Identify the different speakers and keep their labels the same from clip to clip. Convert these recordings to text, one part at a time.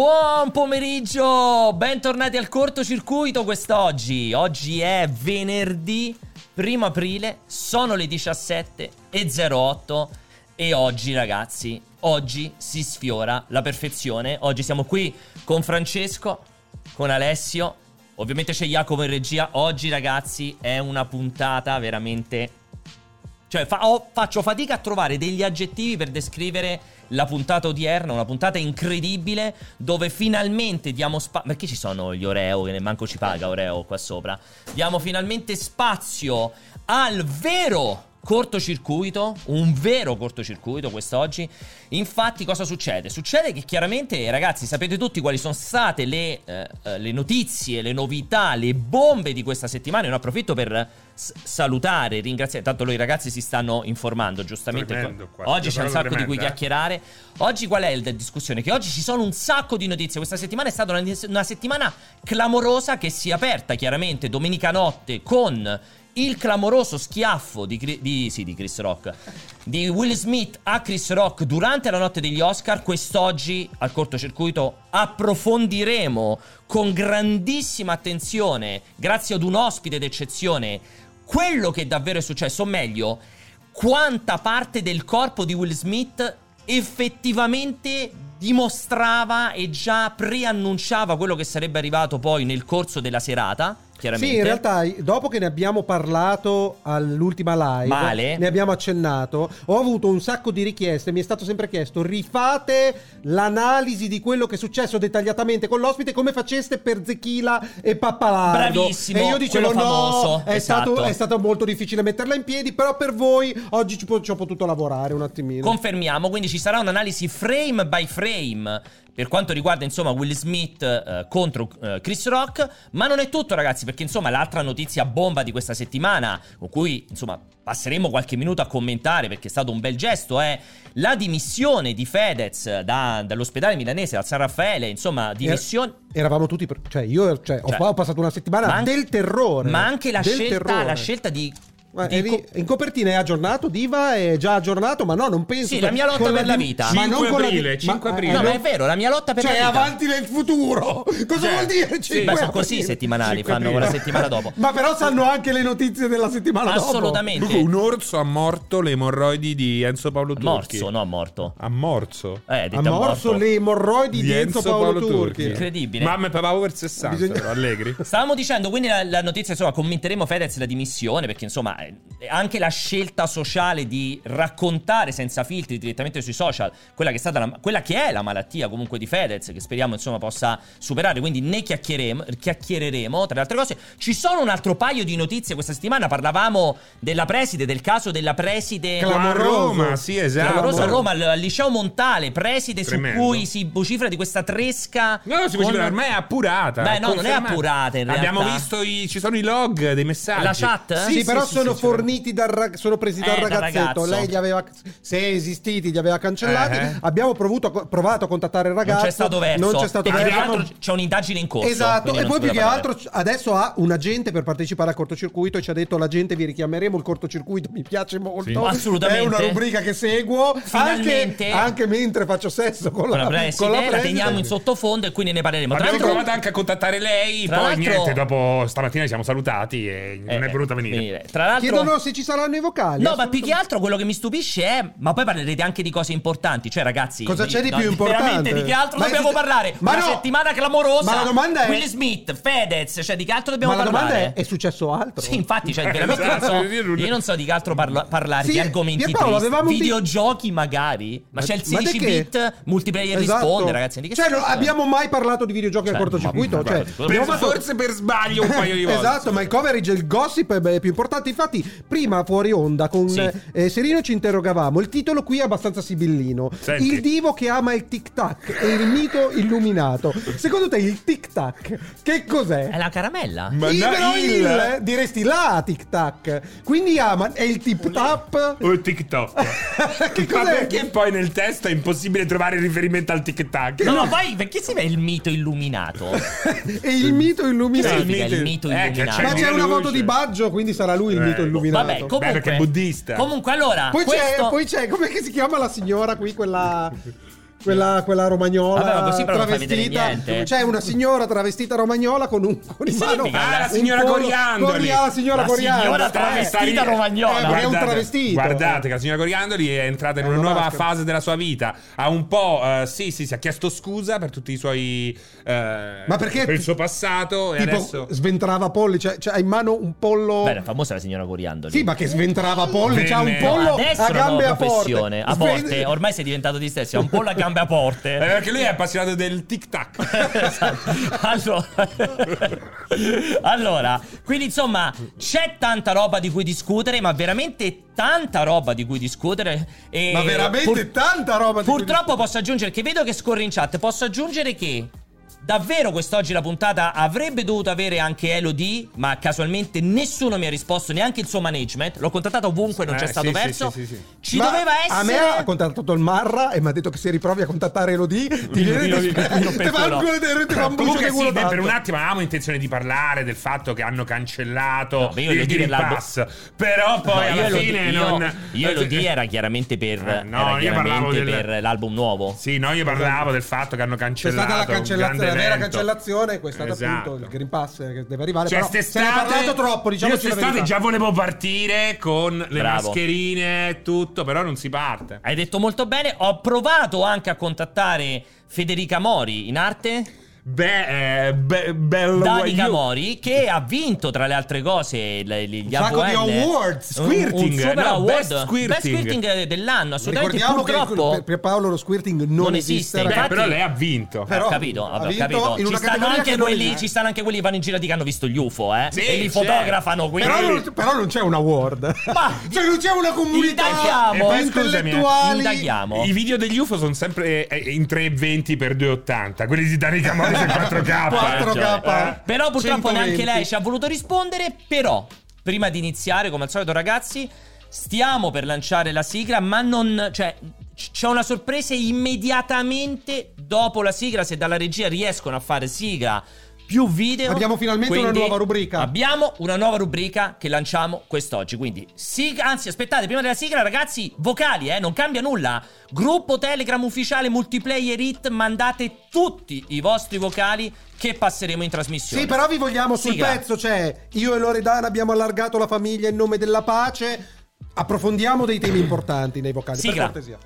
Speaker 1: Buon pomeriggio, bentornati al cortocircuito quest'oggi. Oggi è venerdì 1 aprile, sono le 17.08 e oggi ragazzi, oggi si sfiora la perfezione. Oggi siamo qui con Francesco, con Alessio, ovviamente c'è Jacopo in regia. Oggi ragazzi è una puntata veramente cioè, fa- ho- faccio fatica a trovare degli aggettivi per descrivere la puntata odierna, una puntata incredibile dove finalmente diamo spazio. Perché ci sono gli Oreo che ne manco ci paga Oreo qua sopra? Diamo finalmente spazio al vero cortocircuito, un vero cortocircuito quest'oggi. Infatti cosa succede? Succede che chiaramente ragazzi sapete tutti quali sono state le, eh, eh, le notizie, le novità, le bombe di questa settimana. Io ne approfitto per s- salutare, ringraziare. Tanto noi ragazzi si stanno informando giustamente.
Speaker 2: Tremendo qua.
Speaker 1: Oggi
Speaker 2: Una
Speaker 1: c'è un
Speaker 2: parola
Speaker 1: sacco di
Speaker 2: tremenda,
Speaker 1: cui
Speaker 2: eh.
Speaker 1: chiacchierare. Oggi qual è il- la discussione? Che oggi ci sono un sacco di notizie. Questa settimana è stata una, una settimana clamorosa che si è aperta chiaramente domenica notte con il clamoroso schiaffo di, Cri- di- sì, di Chris Rock di Will Smith a Chris Rock durante la notte degli Oscar. Quest'oggi al cortocircuito approfondiremo con grandissima attenzione, grazie ad un ospite d'eccezione, quello che davvero è successo, o meglio, quanta parte del corpo di Will Smith effettivamente dimostrava e già preannunciava quello che sarebbe arrivato poi nel corso della serata. Chiaramente.
Speaker 3: Sì, in realtà dopo che ne abbiamo parlato all'ultima live,
Speaker 1: Male.
Speaker 3: ne abbiamo accennato, ho avuto un sacco di richieste, mi è stato sempre chiesto rifate l'analisi di quello che è successo dettagliatamente con l'ospite come faceste per Zechila e Pappalardo.
Speaker 1: Bravissimo,
Speaker 3: E io dicevo no,
Speaker 1: quello famoso,
Speaker 3: è,
Speaker 1: esatto.
Speaker 3: stato, è stato molto difficile metterla in piedi, però per voi oggi ci, po- ci ho potuto lavorare un attimino.
Speaker 1: Confermiamo, quindi ci sarà un'analisi frame by frame per quanto riguarda insomma Will Smith eh, contro eh, Chris Rock, ma non è tutto ragazzi, perché insomma l'altra notizia bomba di questa settimana, con cui insomma passeremo qualche minuto a commentare perché è stato un bel gesto, è la dimissione di Fedez da- dall'ospedale milanese al San Raffaele,
Speaker 3: Eh,
Speaker 1: insomma dimissioni...
Speaker 3: Eravamo tutti, per- cioè io cioè, ho-
Speaker 1: Cioè,
Speaker 3: ho, passato una settimana
Speaker 1: ma anche-
Speaker 3: del terrore.
Speaker 1: Ma anche la
Speaker 3: del
Speaker 1: scelta,
Speaker 3: terrore.
Speaker 1: la scelta di...
Speaker 3: Ma
Speaker 1: di
Speaker 3: eri-
Speaker 1: co-
Speaker 3: in copertina è aggiornato, Diva è già aggiornato, ma no, non penso.
Speaker 1: Sì,
Speaker 3: che-
Speaker 1: la mia lotta
Speaker 3: con
Speaker 1: per la
Speaker 3: di-
Speaker 1: vita.
Speaker 3: ma
Speaker 2: 5
Speaker 3: non con la di-
Speaker 2: aprile,
Speaker 3: ma-
Speaker 2: 5 aprile.
Speaker 3: eh,
Speaker 1: No,
Speaker 3: no,
Speaker 1: ma è vero, la mia lotta per
Speaker 3: cioè,
Speaker 1: la vita.
Speaker 3: avanti nel futuro. Cosa
Speaker 2: Cioè,
Speaker 3: vuol dire?
Speaker 2: sì,
Speaker 1: Beh,
Speaker 3: cinque
Speaker 1: sono così i
Speaker 3: aprile?
Speaker 1: settimanali,
Speaker 2: Cinque
Speaker 1: fanno
Speaker 2: aprile.
Speaker 1: la settimana dopo.
Speaker 3: Ma però sanno anche le notizie della settimana dopo.
Speaker 1: Assolutamente.
Speaker 2: Ah, Luca, un orso ha morto le emorroidi di Enzo Paolo Turchi.
Speaker 1: Morso, no, morto.
Speaker 2: Ha morso. Ah,
Speaker 1: Eh,
Speaker 3: Ha
Speaker 1: detto
Speaker 3: morso
Speaker 1: morto.
Speaker 3: le emorroidi di
Speaker 2: Di
Speaker 3: Enzo Paolo, Turchi.
Speaker 1: Incredibile.
Speaker 2: Mamma e papà over 60,
Speaker 3: Bisogna-
Speaker 2: però, allegri.
Speaker 1: Stavamo dicendo, quindi la, la notizia, insomma, commenteremo Fedez la dimissione, perché insomma, eh, anche la scelta sociale di raccontare senza filtri direttamente sui social quella che è, stata la- quella che è la malattia comunque di Fedez, che speriamo insomma possa superare, quindi ne chiacchieremo- chiacchiereremo, tra le altre cose. Ci sono un altro paio di notizie questa settimana, parlavamo della preside, del caso della preside...
Speaker 2: A
Speaker 3: Clamoroso.
Speaker 2: Roma, sì, esatto.
Speaker 1: Clamoroso a Roma, al, al liceo Montale, preside
Speaker 2: Tremendo.
Speaker 1: su cui si vocifera di questa tresca.
Speaker 2: No, si può
Speaker 1: con-
Speaker 2: dire, ormai è appurata.
Speaker 1: Beh, no, non è
Speaker 2: confermata.
Speaker 1: appurata, in
Speaker 2: Abbiamo
Speaker 1: realtà.
Speaker 2: visto i ci sono i log dei messaggi.
Speaker 1: La chat?
Speaker 3: Sì, però sono
Speaker 2: sì,
Speaker 3: forniti dal rag- sono presi dal
Speaker 1: Eh, dal
Speaker 3: ragazzetto.
Speaker 1: ragazzo.
Speaker 3: Lei li aveva, se esistiti, li aveva cancellati.
Speaker 2: Eh.
Speaker 3: Abbiamo provuto a co- provato a contattare il ragazzo.
Speaker 1: non c'è stato verso.
Speaker 3: Non c'è stato
Speaker 1: e tra
Speaker 3: verso.
Speaker 1: l'altro c'è un'indagine in corso.
Speaker 3: Esatto,
Speaker 1: quindi
Speaker 3: e
Speaker 1: non
Speaker 3: poi
Speaker 1: si
Speaker 3: più che
Speaker 1: poteva
Speaker 3: altro c- adesso ha un agente per partecipare al cortocircuito e ci ha detto l'agente vi richiameremo, il cortocircuito mi piace molto.
Speaker 2: Sì.
Speaker 1: Assolutamente.
Speaker 3: È una rubrica che seguo anche,
Speaker 1: Finalmente.
Speaker 3: anche mentre faccio sesso con la,
Speaker 1: parlare.
Speaker 3: con
Speaker 1: Con la preside, la,
Speaker 3: la preside.
Speaker 1: teniamo in sottofondo e quindi ne parleremo. Tra
Speaker 2: Abbiamo
Speaker 1: l'altro,
Speaker 2: provato anche a contattare lei,
Speaker 1: Tra
Speaker 2: poi
Speaker 1: l'altro-
Speaker 2: niente, dopo stamattina ci siamo salutati e non
Speaker 1: eh,
Speaker 2: è venuta a venire.
Speaker 1: Tra l'altro,
Speaker 3: Chiedono se ci saranno i vocali.
Speaker 1: No, ma più che altro quello che mi stupisce è. Ma poi parlerete anche di cose importanti. Cioè, ragazzi.
Speaker 3: Cosa
Speaker 1: vi-
Speaker 3: c'è di
Speaker 1: no,
Speaker 3: più importante?
Speaker 1: Veramente, di che altro
Speaker 3: Ma
Speaker 1: dobbiamo
Speaker 3: esiste-
Speaker 1: parlare?
Speaker 3: Ma
Speaker 1: Una
Speaker 3: no!
Speaker 1: settimana clamorosa.
Speaker 3: Ma la domanda è-
Speaker 1: Will Smith, Fedez, cioè, di che altro dobbiamo
Speaker 3: Ma la domanda
Speaker 1: parlare?
Speaker 3: è, è successo altro?
Speaker 1: Sì, infatti,
Speaker 3: Eh,
Speaker 1: cioè, veramente non
Speaker 2: Esatto,
Speaker 1: so,
Speaker 2: voglio dire, non-
Speaker 1: io non so di che altro parla- parlare,
Speaker 3: Sì, eh,
Speaker 1: di argomenti
Speaker 3: Pierpaolo,
Speaker 1: tristi.
Speaker 3: avevamo un di-
Speaker 1: videogiochi magari, ma, c'è il
Speaker 3: ma di
Speaker 1: 16
Speaker 3: che?
Speaker 1: bit multiplayer
Speaker 3: Esatto.
Speaker 1: risponde, ragazzi, di che
Speaker 3: cioè, non
Speaker 1: stiamo parlando?
Speaker 3: abbiamo mai parlato di videogiochi
Speaker 1: Cioè,
Speaker 3: al cortocircuito?
Speaker 1: ma- ma-
Speaker 3: Cioè,
Speaker 1: guarda,
Speaker 2: Per-
Speaker 3: abbiamo fatto-
Speaker 2: forse per sbaglio un paio di volte.
Speaker 3: Esatto, ma il coverage e il gossip è beh, più importante. Infatti, prima fuori onda con
Speaker 1: Sì.
Speaker 3: eh, Serino ci interrogavamo. Il titolo qui è abbastanza sibillino.
Speaker 2: Senti.
Speaker 3: Il divo che ama il tic tac e il mito illuminato. Secondo te il tic tac che cos'è?
Speaker 1: È la caramella?
Speaker 2: Ma
Speaker 3: il,
Speaker 2: no,
Speaker 3: però
Speaker 2: il-
Speaker 3: il, eh, diresti la tic tac. Quindi ama è il tip tap.
Speaker 2: O il TikTok.
Speaker 3: Che
Speaker 2: Ma
Speaker 3: cos'è?
Speaker 2: perché poi nel testo è impossibile trovare riferimento al TikTok?
Speaker 1: No, no, poi perché si vede il mito illuminato?
Speaker 3: e il mito
Speaker 1: Che
Speaker 3: illuminato.
Speaker 1: significa il mito
Speaker 2: Eh, che
Speaker 1: illuminato?
Speaker 2: c'è
Speaker 3: Ma
Speaker 2: il
Speaker 3: c'è
Speaker 2: mito
Speaker 3: una foto
Speaker 2: luce.
Speaker 3: di Baggio, quindi sarà lui il
Speaker 2: Eh,
Speaker 3: mito
Speaker 2: boh.
Speaker 3: illuminato.
Speaker 1: Vabbè, comunque
Speaker 2: Beh, perché è buddista.
Speaker 1: Comunque allora,
Speaker 3: Poi, c'è,
Speaker 1: Ah, questo
Speaker 3: poi c'è, com'è che si chiama la signora qui, quella... quella, quella romagnola
Speaker 1: Vabbè, ma così però non fa vedere
Speaker 3: travestita.
Speaker 1: niente. eh.
Speaker 3: C'è una signora travestita romagnola con un con in mano-
Speaker 1: mica la
Speaker 3: un
Speaker 2: signora
Speaker 3: pollo-
Speaker 2: Coriandoli.
Speaker 3: Cori- ah, la signora
Speaker 1: La
Speaker 3: Coriandoli.
Speaker 1: signora
Speaker 3: Eh,
Speaker 1: travestita
Speaker 3: sta lì.
Speaker 1: romagnola.
Speaker 3: Eh, perché è un travestito.
Speaker 2: Guardate che la signora Coriandoli è entrata in
Speaker 3: È
Speaker 2: una
Speaker 3: una
Speaker 2: nuova
Speaker 3: maschera.
Speaker 2: fase della sua vita. Ha un po'. eh, sì, sì, si è chiesto scusa per tutti i suoi. eh,
Speaker 3: Ma perché-
Speaker 2: Per il suo passato. e
Speaker 3: Eh, Tipo
Speaker 2: adesso.
Speaker 3: sventrava polli, cioè, cioè ha in mano un pollo
Speaker 1: Beh, era famosa la signora Coriandoli.
Speaker 3: Sì, ma che sventrava polli, c'ha un
Speaker 2: Venne.
Speaker 3: pollo
Speaker 1: Adesso
Speaker 3: a
Speaker 1: è una
Speaker 3: gambe
Speaker 1: nuova
Speaker 3: a porte.
Speaker 1: professione. A porte, ormai sei diventato di stesso, ha un po' la gamba a
Speaker 2: Eh,
Speaker 1: porte.
Speaker 2: perché lui è appassionato del tic tac.
Speaker 1: Esatto. allora, Allora, quindi insomma c'è tanta roba di cui discutere, ma veramente tanta roba di cui discutere. E
Speaker 3: Ma veramente
Speaker 1: pur-
Speaker 3: tanta roba di cui
Speaker 1: Purtroppo posso aggiungere che vedo che scorre in chat, posso aggiungere che davvero quest'oggi la puntata avrebbe dovuto avere anche Elodie, ma casualmente nessuno mi ha risposto, neanche il suo management. L'ho contattato ovunque, non
Speaker 2: Eh,
Speaker 1: c'è stato
Speaker 2: sì, sì,
Speaker 1: verso.
Speaker 2: sì, sì, sì.
Speaker 1: Ci
Speaker 3: Ma
Speaker 1: doveva essere
Speaker 3: A me ha contattato il Marra e mi ha detto che se riprovi a contattare Elodie ti viene
Speaker 1: Vino,
Speaker 3: di
Speaker 1: vino, vino per
Speaker 3: Te fa
Speaker 1: culo.
Speaker 3: un culo del- ti fa un bucio
Speaker 2: Comunque
Speaker 3: che
Speaker 2: sì,
Speaker 3: culo
Speaker 2: beh, per
Speaker 3: tanto.
Speaker 2: un attimo avevamo intenzione di parlare del fatto che hanno cancellato
Speaker 1: No, ma io lo
Speaker 2: il
Speaker 1: dico
Speaker 2: Green
Speaker 1: l'albo-
Speaker 2: Pass. Però
Speaker 1: No,
Speaker 2: poi alla
Speaker 1: io
Speaker 2: fine
Speaker 1: lo,
Speaker 2: non.
Speaker 1: io, io lo di era chiaramente per,
Speaker 2: Eh, no,
Speaker 1: era
Speaker 2: io parlavo
Speaker 1: chiaramente
Speaker 2: del-
Speaker 1: per l'album nuovo.
Speaker 2: Sì, no, io parlavo del fatto che hanno
Speaker 3: C'è
Speaker 2: cancellato.
Speaker 3: stata la,
Speaker 2: un
Speaker 3: cancellazione, la
Speaker 2: grande
Speaker 3: vera
Speaker 2: evento.
Speaker 3: cancellazione, questa è
Speaker 2: Esatto.
Speaker 3: appunto il Green Pass che deve arrivare.
Speaker 2: Cioè,
Speaker 3: però se ne è
Speaker 2: st'estate-
Speaker 3: parlato troppo, diciamo
Speaker 2: Io quest'estate già volevo partire con le
Speaker 1: Bravo.
Speaker 2: mascherine e tutto, però non si parte.
Speaker 1: Hai detto molto bene. Ho provato anche a contattare Federica Mori in arte,
Speaker 2: Beh, eh, be- bello
Speaker 1: Danica
Speaker 2: guaglione.
Speaker 1: Mori, che ha vinto tra le altre cose l- gli
Speaker 3: Un sacco di
Speaker 1: AVN.
Speaker 3: awards,
Speaker 1: Un- un
Speaker 2: squirting,
Speaker 1: super
Speaker 2: no,
Speaker 1: award.
Speaker 2: best squirting.
Speaker 1: Best squirting dell'anno, assolutamente.
Speaker 3: Ricordiamo
Speaker 1: Purtroppo.
Speaker 3: che per Paolo lo squirting non,
Speaker 1: Non esiste,
Speaker 3: esiste.
Speaker 2: Beh,
Speaker 1: infatti-
Speaker 2: però lei ha vinto.
Speaker 1: Eh,
Speaker 3: però
Speaker 1: ho capito, vabbè,
Speaker 3: ha
Speaker 1: ho
Speaker 3: vinto
Speaker 1: capito.
Speaker 3: in
Speaker 1: Ci
Speaker 3: una
Speaker 1: stanno,
Speaker 3: categoria
Speaker 1: anche
Speaker 3: che non
Speaker 1: quelli,
Speaker 3: esiste.
Speaker 1: ci stanno anche quelli che vanno in giro di che hanno visto gli UFO, eh?
Speaker 2: Sì, certo.
Speaker 1: e li
Speaker 2: c'è.
Speaker 1: fotografano, quindi...
Speaker 3: Però non, però non c'è un award.
Speaker 1: Ma-
Speaker 3: cioè, non c'è una comunità
Speaker 1: Indaghiamo.
Speaker 2: E Eh, poi, scusami,
Speaker 3: intellettuali.
Speaker 1: Indaghiamo.
Speaker 2: I video degli UFO sono sempre eh, eh, in 3,20x2,80. Quelli di Danica Mori sono 4K. eh.
Speaker 3: 4K.
Speaker 2: Eh.
Speaker 1: Però purtroppo
Speaker 3: 120.
Speaker 1: neanche lei ci ha voluto rispondere. Però, prima di iniziare, come al solito, ragazzi, stiamo per lanciare la sigla, ma non. cioè. c- C'è una sorpresa immediatamente dopo la sigla. Se dalla regia riescono a fare sigla più video.
Speaker 3: Abbiamo finalmente una nuova rubrica.
Speaker 1: Abbiamo una nuova rubrica che lanciamo quest'oggi. Quindi, sigla. Anzi, aspettate, prima della sigla, ragazzi, vocali, eh, non cambia nulla. Gruppo Telegram ufficiale multiplayer hit. Mandate tutti i vostri vocali che passeremo in trasmissione.
Speaker 3: Sì, però vi vogliamo sul
Speaker 1: Sigla.
Speaker 3: pezzo, cioè io e Loredana abbiamo allargato la famiglia in nome della pace. Approfondiamo dei temi importanti nei vocali,
Speaker 1: Sigla.
Speaker 3: per cortesia.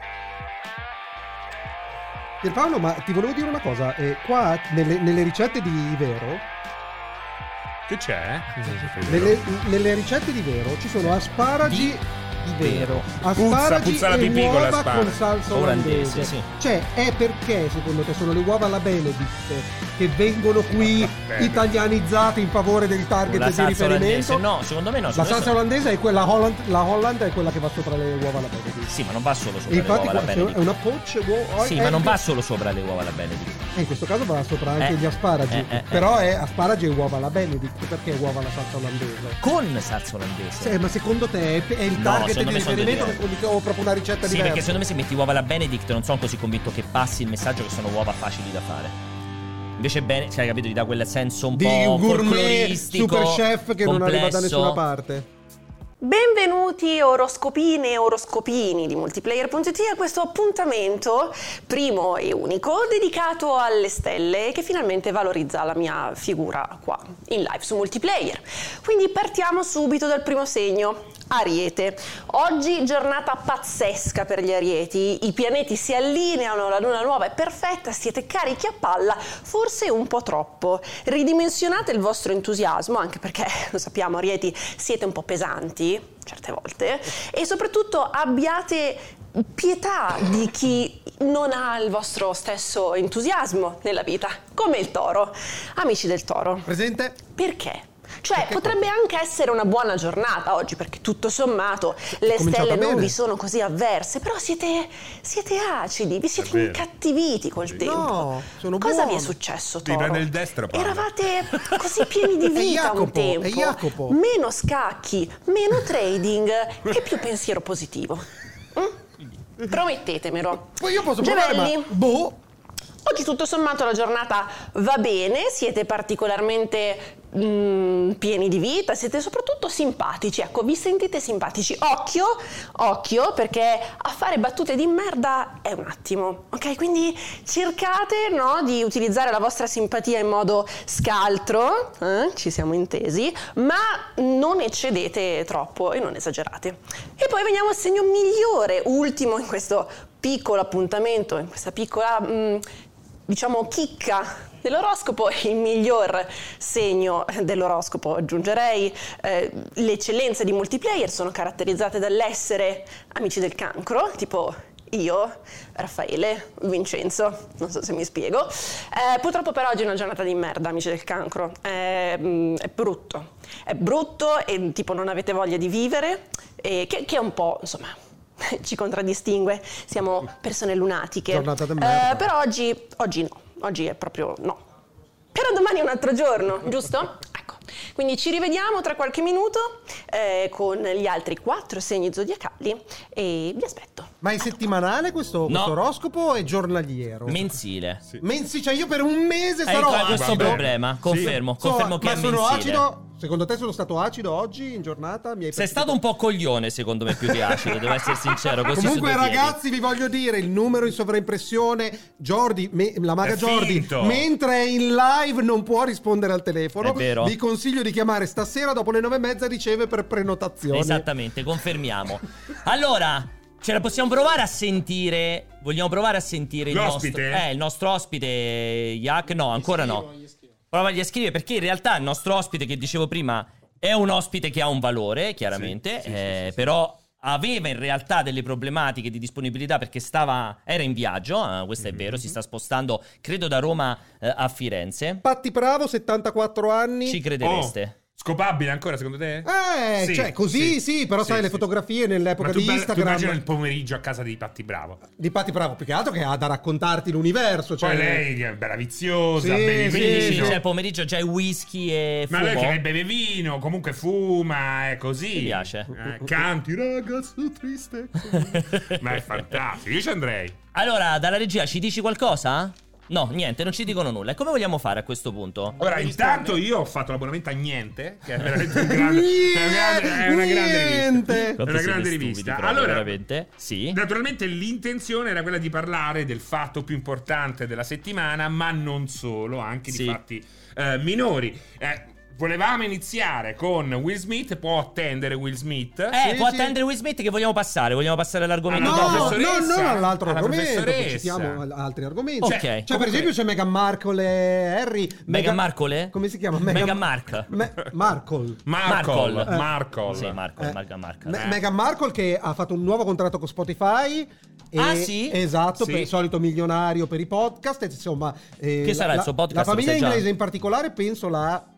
Speaker 3: Pierpaolo, ma ti volevo dire una cosa, eh, qua nelle, nelle ricette di Vero,
Speaker 2: Che c'è? Oh.
Speaker 3: nelle, nelle ricette di Vero ci sono asparagi
Speaker 1: Di-
Speaker 3: di Vero,
Speaker 2: Puzza,
Speaker 3: asparagi
Speaker 2: puzza la
Speaker 3: e
Speaker 2: pipì con
Speaker 3: uova
Speaker 2: l'asparagi.
Speaker 3: con salsa
Speaker 1: Olandese,
Speaker 3: olandese.
Speaker 1: sì.
Speaker 3: Cioè, è perché secondo te sono le uova alla Benedict che vengono qui
Speaker 2: Bene.
Speaker 3: italianizzate in favore del target
Speaker 1: Eh, la
Speaker 3: di
Speaker 1: salsa olandese
Speaker 3: riferimento?
Speaker 1: no secondo me no
Speaker 3: La
Speaker 1: secondo me
Speaker 3: salsa
Speaker 1: so-
Speaker 3: olandese è quella Holland, la Holland è quella che va sopra le uova alla Benedict.
Speaker 1: sì ma non va solo sopra
Speaker 3: E infatti qua
Speaker 1: le uova la
Speaker 3: c'è- è
Speaker 1: Benedict
Speaker 3: una poch uo-
Speaker 1: sì
Speaker 3: è-
Speaker 1: ma non va solo sopra le uova la Benedict
Speaker 3: ecco. eh, in questo caso va sopra anche
Speaker 1: Eh,
Speaker 3: gli asparagi.
Speaker 1: eh, eh, eh.
Speaker 3: Però è asparagi e uova alla Benedict, perché è uova alla salsa olandese?
Speaker 1: con salsa olandese
Speaker 3: Sì, ma secondo te è, è il
Speaker 1: No,
Speaker 3: target
Speaker 1: secondo
Speaker 3: di
Speaker 1: me sono
Speaker 3: riferimento
Speaker 1: due
Speaker 3: che- o proprio una ricetta
Speaker 1: Sì, perché
Speaker 3: diversa?
Speaker 1: secondo me se metti uova alla Benedict non sono così convinto che passi il messaggio che sono uova facili da fare. Invece bene, cioè, capito, gli dà quel senso un
Speaker 3: di
Speaker 1: po'
Speaker 3: un gourmet
Speaker 1: folcloristico,
Speaker 3: super chef che non arriva da
Speaker 1: complesso.
Speaker 3: nessuna parte.
Speaker 4: Benvenuti oroscopine e oroscopini di multiplayer.it a questo appuntamento primo e unico dedicato alle stelle che finalmente valorizza la mia figura qua in live su multiplayer. Quindi partiamo subito dal primo segno, Ariete. Oggi giornata pazzesca per gli Arieti, i pianeti si allineano, la luna nuova è perfetta, siete carichi a palla, forse un po' troppo. Ridimensionate il vostro entusiasmo, anche perché lo sappiamo, Arieti, siete un po' pesanti certe volte e soprattutto abbiate pietà di chi non ha il vostro stesso entusiasmo nella vita, come il toro. Amici del toro,
Speaker 3: Presente?
Speaker 4: perché? Cioè, potrebbe anche essere una buona giornata oggi, perché tutto sommato le
Speaker 3: cominciata
Speaker 4: stelle non
Speaker 3: bene.
Speaker 4: vi sono così avverse, però siete, siete acidi, vi siete
Speaker 2: vero.
Speaker 4: incattivi col tempo.
Speaker 3: No, sono
Speaker 4: Cosa vi
Speaker 3: buono.
Speaker 4: è successo, Toro?
Speaker 2: Devi prendere il destro, Paolo.
Speaker 4: Eravate così pieni di
Speaker 3: E
Speaker 4: vita un
Speaker 3: Jacopo, e
Speaker 4: tempo.
Speaker 3: Jacopo.
Speaker 4: Meno scacchi, meno trading e più pensiero positivo. Mm? Promettetemelo.
Speaker 3: Poi io posso provare, ma...
Speaker 4: Gemelli.
Speaker 3: Boh!
Speaker 4: Oggi tutto sommato la giornata va bene, siete particolarmente mm, pieni di vita, siete soprattutto simpatici, ecco, vi sentite simpatici. Occhio, occhio, perché a fare battute di merda è un attimo, ok? Quindi cercate no, di utilizzare la vostra simpatia in modo scaltro, eh, ci siamo intesi, ma non eccedete troppo e non esagerate. E poi veniamo al segno migliore, ultimo in questo piccolo appuntamento, in questa piccola, mm, diciamo, chicca dell'oroscopo, il miglior segno dell'oroscopo aggiungerei, eh, le eccellenze di multiplayer sono caratterizzate dall'essere amici del cancro, tipo io, Raffaele, Vincenzo, non so se mi spiego. Eh, purtroppo per oggi è una giornata di merda, amici del cancro. Eh, mm, è brutto, è brutto e tipo non avete voglia di vivere, e che, che è un po', insomma, ci contraddistingue, siamo persone lunatiche.
Speaker 3: Giornata da merda.
Speaker 4: Eh, però oggi, oggi no, oggi è proprio no. Però domani è un altro giorno, giusto? Ecco, quindi ci rivediamo tra qualche minuto eh, con gli altri quattro segni zodiacali e vi aspetto.
Speaker 3: Ma è settimanale questo, questo oroscopo o è giornaliero?
Speaker 1: Mensile.
Speaker 3: Mensi, cioè io per un mese sarò
Speaker 1: Ecco, hai questo
Speaker 3: acido.
Speaker 1: problema. Confermo,
Speaker 3: So,
Speaker 1: confermo che
Speaker 3: ma
Speaker 1: è
Speaker 3: sono
Speaker 1: mensile.
Speaker 3: acido? Secondo te sono stato acido oggi in giornata? Mi hai
Speaker 1: Sei
Speaker 3: percepito-
Speaker 1: stato un po' coglione, secondo me, più che acido, devo essere sincero. Così su
Speaker 3: Ah, Comunque,
Speaker 1: due piedi.
Speaker 3: ragazzi, vi voglio dire il numero in sovraimpressione. Jordi, me- la maga
Speaker 2: È
Speaker 3: Jordi,
Speaker 2: finto.
Speaker 3: mentre è in live non può rispondere al telefono.
Speaker 1: È vero.
Speaker 3: Vi consiglio di chiamare stasera dopo le nove e mezza. Riceve per prenotazione.
Speaker 1: Esattamente, confermiamo. Allora, ce la possiamo provare a sentire. Vogliamo provare a sentire il
Speaker 2: L'ospite?
Speaker 1: nostro. Eh, il nostro ospite, Jack. No, ancora no. Prova a scrivere perché in realtà il nostro ospite che dicevo prima è un ospite che ha un valore,
Speaker 2: Sì,
Speaker 1: chiaramente,
Speaker 2: sì, sì,
Speaker 1: eh,
Speaker 2: sì, sì.
Speaker 1: però aveva in realtà delle problematiche di disponibilità perché stava era in viaggio, ah, questo
Speaker 2: Mhm.
Speaker 1: è vero, si sta spostando credo da Roma eh, a Firenze.
Speaker 3: Patti Bravo, 74 anni.
Speaker 1: Ci
Speaker 2: Oh,
Speaker 1: credereste?
Speaker 2: scopabile ancora secondo te?
Speaker 3: Eh,
Speaker 2: Sì,
Speaker 3: cioè, così sì, però
Speaker 2: Sì,
Speaker 3: sai le
Speaker 2: sì.
Speaker 3: fotografie nell'epoca
Speaker 2: Ma tu
Speaker 3: di
Speaker 2: bella- Tu
Speaker 3: Instagram
Speaker 2: immagina il pomeriggio a casa di Patti Bravo.
Speaker 3: di Patti Bravo, più che altro che ha da raccontarti l'universo. Cioè,
Speaker 2: Poi lei che è bella viziosa,
Speaker 3: Sì, sì,
Speaker 2: beve
Speaker 1: Quindi
Speaker 3: sì,
Speaker 1: dici,
Speaker 2: vino.
Speaker 1: cioè, pomeriggio c'è whisky e
Speaker 2: Ma
Speaker 1: fumo.
Speaker 2: lei che beve vino, comunque fuma, è così.
Speaker 1: Mi piace.
Speaker 2: Eh, canti, ragazzo triste. Ma è fantastico, io ci andrei.
Speaker 1: Allora, dalla regia ci dici qualcosa? No, niente, non ci dicono nulla. E come vogliamo fare a questo punto?
Speaker 2: Ora, intanto io ho fatto l'abbonamento a Niente, che è veramente un grande,
Speaker 3: Niente,
Speaker 2: è una grande, è una grande
Speaker 3: niente.
Speaker 2: rivista. È
Speaker 1: Quanto
Speaker 2: una
Speaker 1: siete
Speaker 2: grande
Speaker 1: stupidi,
Speaker 2: rivista.
Speaker 1: proprio,
Speaker 2: Allora,
Speaker 1: veramente? Sì.
Speaker 2: naturalmente l'intenzione era quella di parlare del fatto più importante della settimana, ma non solo, anche
Speaker 1: Sì.
Speaker 2: di fatti eh, minori. Eh, volevamo iniziare con Will Smith, può attendere Will Smith.
Speaker 1: Eh,
Speaker 3: Sì,
Speaker 1: può
Speaker 3: sì.
Speaker 1: attendere Will Smith che vogliamo passare? Vogliamo passare all'argomento
Speaker 2: Alla
Speaker 3: No, no,
Speaker 1: dopo?
Speaker 2: professoressa.
Speaker 3: non all'altro
Speaker 2: Alla
Speaker 3: argomento, poi
Speaker 2: professoressa.
Speaker 3: citiamo al- altri argomenti.
Speaker 1: Ok,
Speaker 3: Cioè, cioè, per
Speaker 2: comunque-
Speaker 3: esempio c'è Meghan Markle e Harry.
Speaker 1: Meghan Markle?
Speaker 3: Come si chiama?
Speaker 1: Meghan Markle.
Speaker 3: Me- Markle.
Speaker 2: Marco.
Speaker 1: Markle.
Speaker 2: Marco.
Speaker 1: Eh. Sì, Marco,
Speaker 3: Eh,
Speaker 1: Marco, Marco.
Speaker 3: Me-
Speaker 1: Eh.
Speaker 3: Meghan Markle che ha fatto un nuovo contratto con Spotify. e-
Speaker 1: Ah, sì?
Speaker 3: Esatto,
Speaker 2: Sì.
Speaker 3: per il solito milionario per i podcast. e, Insomma, eh,
Speaker 1: Che sarà il suo podcast,
Speaker 3: La famiglia
Speaker 1: lo sai già?
Speaker 3: inglese in particolare, penso la...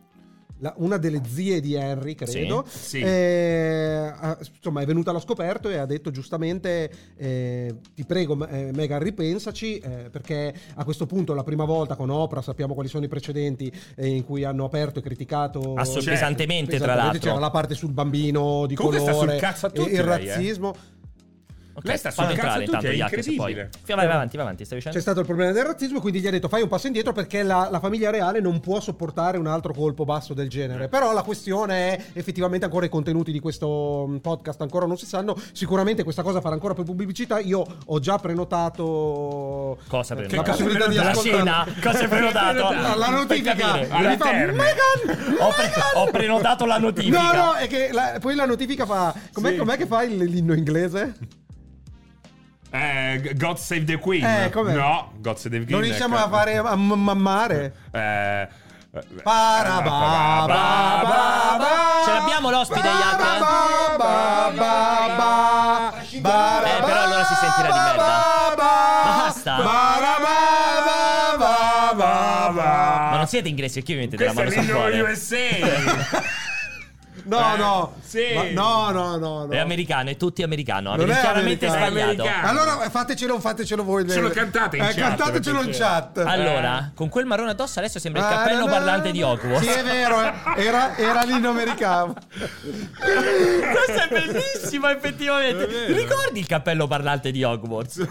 Speaker 3: la- una delle zie di Harry, credo,
Speaker 2: Sì, sì.
Speaker 3: eh, ha- insomma, è venuta allo scoperto e ha detto giustamente: eh, Ti prego, eh, Meghan, ripensaci. eh, perché a questo punto, la prima volta con Oprah, sappiamo quali sono i precedenti eh, in cui hanno aperto e criticato
Speaker 1: Ah, so-
Speaker 2: Certo.
Speaker 1: pesantemente,
Speaker 3: Pesantemente,
Speaker 1: tra l'altro.
Speaker 3: Cioè, esatto, C'era la parte sul bambino di
Speaker 2: Comunque sta
Speaker 3: colore,
Speaker 2: sul cazzo a
Speaker 3: e
Speaker 2: tutti
Speaker 3: il
Speaker 2: lei, eh.
Speaker 3: razzismo.
Speaker 1: Ok,
Speaker 2: Lei sta sul
Speaker 1: fallo
Speaker 2: cazzo
Speaker 1: entrare
Speaker 2: a tutti,
Speaker 1: intanto
Speaker 2: è
Speaker 1: Jack, se poi.
Speaker 2: incredibile.
Speaker 1: Vai, vai avanti, vai avanti, stai
Speaker 3: C'è
Speaker 1: dicendo?
Speaker 3: stato il problema del razzismo, quindi gli ha detto fai un passo indietro perché la, la famiglia reale non può sopportare un altro colpo basso del
Speaker 2: Eh.
Speaker 3: genere. Però la questione è effettivamente ancora i contenuti di questo mh, podcast ancora non si sanno. Sicuramente questa cosa farà ancora più pubblicità. Io ho già prenotato
Speaker 1: Cosa
Speaker 3: eh,
Speaker 1: prenotato?
Speaker 3: la possibilità di
Speaker 1: La
Speaker 3: ascoltarlo.
Speaker 1: cena? Cosa hai prenotato?
Speaker 3: La, la notifica.
Speaker 1: Per capire.
Speaker 3: Mi
Speaker 2: Alla
Speaker 3: fa,
Speaker 2: terme.
Speaker 3: "Meghan,
Speaker 1: Ho, pre-
Speaker 3: Meghan!"
Speaker 1: ho prenotato la notifica.
Speaker 3: No, no, è che la- poi la notifica fa. Com'è,
Speaker 2: Sì.
Speaker 3: com'è che fa il- l'inno inglese?
Speaker 2: Eh, God Save the Queen.
Speaker 3: Eh, com'è?
Speaker 2: No, God Save the Queen.
Speaker 3: Non riusciamo
Speaker 2: ecco.
Speaker 3: a fare a m- mammare.
Speaker 2: Eh, eh,
Speaker 3: Para ba ba ba ba.
Speaker 1: Ce l'abbiamo l'ospite,
Speaker 3: Ba
Speaker 1: Jack?
Speaker 3: ba ba ba ba. Ba ra
Speaker 1: Eh, però
Speaker 3: ba
Speaker 1: allora si sentirà di
Speaker 3: ba
Speaker 1: merda.
Speaker 3: ba ba.
Speaker 1: Basta.
Speaker 3: Ba ra ba ba ba ba.
Speaker 1: Ma non siete inglesi, perché vi mettete la
Speaker 2: Questo è
Speaker 1: mano sul
Speaker 2: l'inno
Speaker 1: cuore?
Speaker 2: USA.
Speaker 3: No,
Speaker 2: Eh,
Speaker 3: no.
Speaker 2: sì.
Speaker 3: Ma- no, no, no, no.
Speaker 1: È americano, è tutti americano.
Speaker 3: Non è
Speaker 1: Avete chiaramente
Speaker 3: americano.
Speaker 1: sbagliato.
Speaker 2: Americano.
Speaker 3: Allora fatecelo, fatecelo voi.
Speaker 2: Ce lo cantate in
Speaker 3: Eh,
Speaker 2: chat,
Speaker 3: Cantatecelo in
Speaker 2: perché-
Speaker 3: chat.
Speaker 1: Allora, con quel marrone addosso adesso sembra il
Speaker 3: Eh. Ah,
Speaker 1: cappello
Speaker 3: no, no,
Speaker 1: parlante
Speaker 3: no.
Speaker 1: di Hogwarts.
Speaker 3: Sì, è vero, eh. era, era l'inno americano.
Speaker 1: Questa è bellissima, effettivamente.
Speaker 2: È vero.
Speaker 1: Ricordi il cappello parlante di Hogwarts?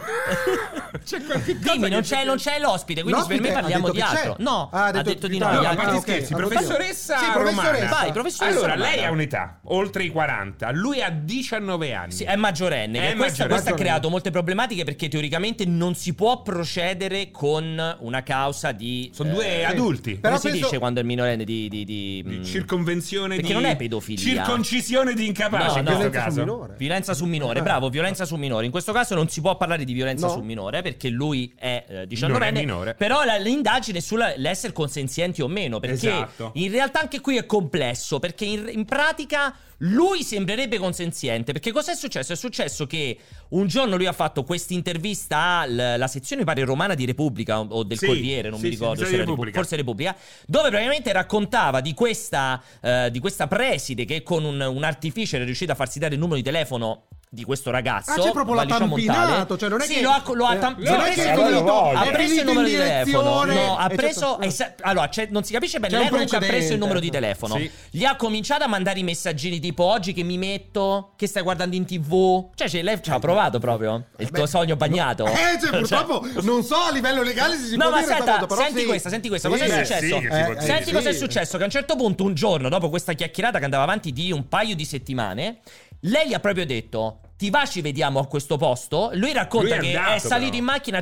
Speaker 2: C'è qualche cosa
Speaker 1: Dimmi, non
Speaker 2: che-
Speaker 1: c'è, non c'è l'ospite, quindi
Speaker 3: L'ospite
Speaker 1: per me
Speaker 3: ha
Speaker 1: parliamo
Speaker 3: detto
Speaker 1: di
Speaker 3: che c'è.
Speaker 1: altro. No,
Speaker 3: Ah,
Speaker 1: ha detto, di
Speaker 2: No,
Speaker 1: no. gli
Speaker 2: a
Speaker 3: Ah,
Speaker 1: altri.
Speaker 2: parte
Speaker 3: ok.
Speaker 2: scherzi,
Speaker 3: Ah,
Speaker 2: professoressa,
Speaker 3: sì, professoressa.
Speaker 2: romana.
Speaker 1: Vai, professoressa
Speaker 2: Allora,
Speaker 1: romana.
Speaker 2: lei ha un'età, oltre i 40, lui ha 19 anni.
Speaker 1: Sì, è maggiorenne.
Speaker 2: È
Speaker 1: che
Speaker 2: maggiorenne.
Speaker 1: questa, questa ha
Speaker 3: Maggiorenne.
Speaker 1: creato molte problematiche perché teoricamente non si può procedere con una causa di.
Speaker 2: Sono
Speaker 1: eh,
Speaker 2: due adulti.
Speaker 3: Però
Speaker 1: come si
Speaker 3: penso-
Speaker 1: dice quando è minorenne di. di, di, mm,
Speaker 2: Di
Speaker 1: mh,
Speaker 2: circonvenzione
Speaker 1: Perché
Speaker 2: di
Speaker 1: non è pedofilia.
Speaker 2: Circoncisione di incapace
Speaker 1: No,
Speaker 2: in questo
Speaker 1: no.
Speaker 3: Violenza sul
Speaker 2: caso.
Speaker 3: minore.
Speaker 1: Violenza su minore,
Speaker 3: Eh.
Speaker 1: bravo, violenza su minore. In questo caso non si può parlare di violenza
Speaker 3: No.
Speaker 1: su minore perché lui è eh,
Speaker 2: Non è
Speaker 1: 19enne.
Speaker 2: minore.
Speaker 1: Però la- l'indagine è sull'essere consenzienti o meno, perché
Speaker 2: Esatto.
Speaker 1: in realtà anche qui è complesso, perché in, in pratica lui sembrerebbe consenziente, perché cosa è successo? È successo che un giorno lui ha fatto questa intervista alla sezione pare romana di Repubblica o- o del
Speaker 2: Sì,
Speaker 1: Corriere, non
Speaker 2: sì,
Speaker 1: mi
Speaker 2: sì, mi
Speaker 1: ricordo,
Speaker 2: sa
Speaker 1: se
Speaker 2: di
Speaker 1: era Repub-
Speaker 2: Repubblica.
Speaker 1: forse Repubblica, dove praticamente raccontava di questa, eh, di questa preside che con un, un artificio era riuscita a farsi dare il numero di telefono di questo ragazzo.
Speaker 3: Ah, c'è proprio l'ha
Speaker 1: Valigia Montale.
Speaker 3: tampinato, cioè non è
Speaker 1: sì,
Speaker 3: che...
Speaker 1: lo ha, lo ha
Speaker 3: eh,
Speaker 1: tam-
Speaker 3: non è
Speaker 1: ha
Speaker 2: l'ha
Speaker 3: che
Speaker 1: preso,
Speaker 3: è
Speaker 2: tampato,
Speaker 3: finito,
Speaker 1: ha
Speaker 3: è
Speaker 1: preso il
Speaker 3: finito in
Speaker 1: numero di telefono.
Speaker 3: direzione.
Speaker 1: No, ha
Speaker 3: E
Speaker 1: preso.
Speaker 3: certo-
Speaker 1: esa- allora, c'è- non si capisce bene
Speaker 3: C'è un
Speaker 1: l'epoca che ha preso il
Speaker 3: precedente.
Speaker 1: numero di telefono.
Speaker 2: Sì.
Speaker 1: Gli ha cominciato a mandare i messaggini tipo oggi che mi metto, che stai guardando in tv. Cioè, cioè, lei ci ha provato proprio. Il tuo sogno bagnato.
Speaker 3: Eh, cioè, purtroppo non so a livello legale se si
Speaker 1: No,
Speaker 3: può
Speaker 1: ma
Speaker 3: dire
Speaker 1: aspetta,
Speaker 3: sta cosa, però
Speaker 1: senti
Speaker 3: sì.
Speaker 1: questa, senti questa, cosa è
Speaker 2: Beh,
Speaker 1: successo?
Speaker 2: sì, che si
Speaker 3: Eh,
Speaker 2: può
Speaker 3: eh,
Speaker 2: dire.
Speaker 1: Senti
Speaker 3: sì.
Speaker 1: cosa è successo? Che a un certo punto, un giorno, dopo questa chiacchierata che andava avanti di un paio di settimane, lei gli ha proprio detto. Ti va, ci vediamo a questo posto? Lui racconta
Speaker 2: Lui è
Speaker 1: che
Speaker 2: andato,
Speaker 1: è salito
Speaker 2: però.
Speaker 1: in macchina a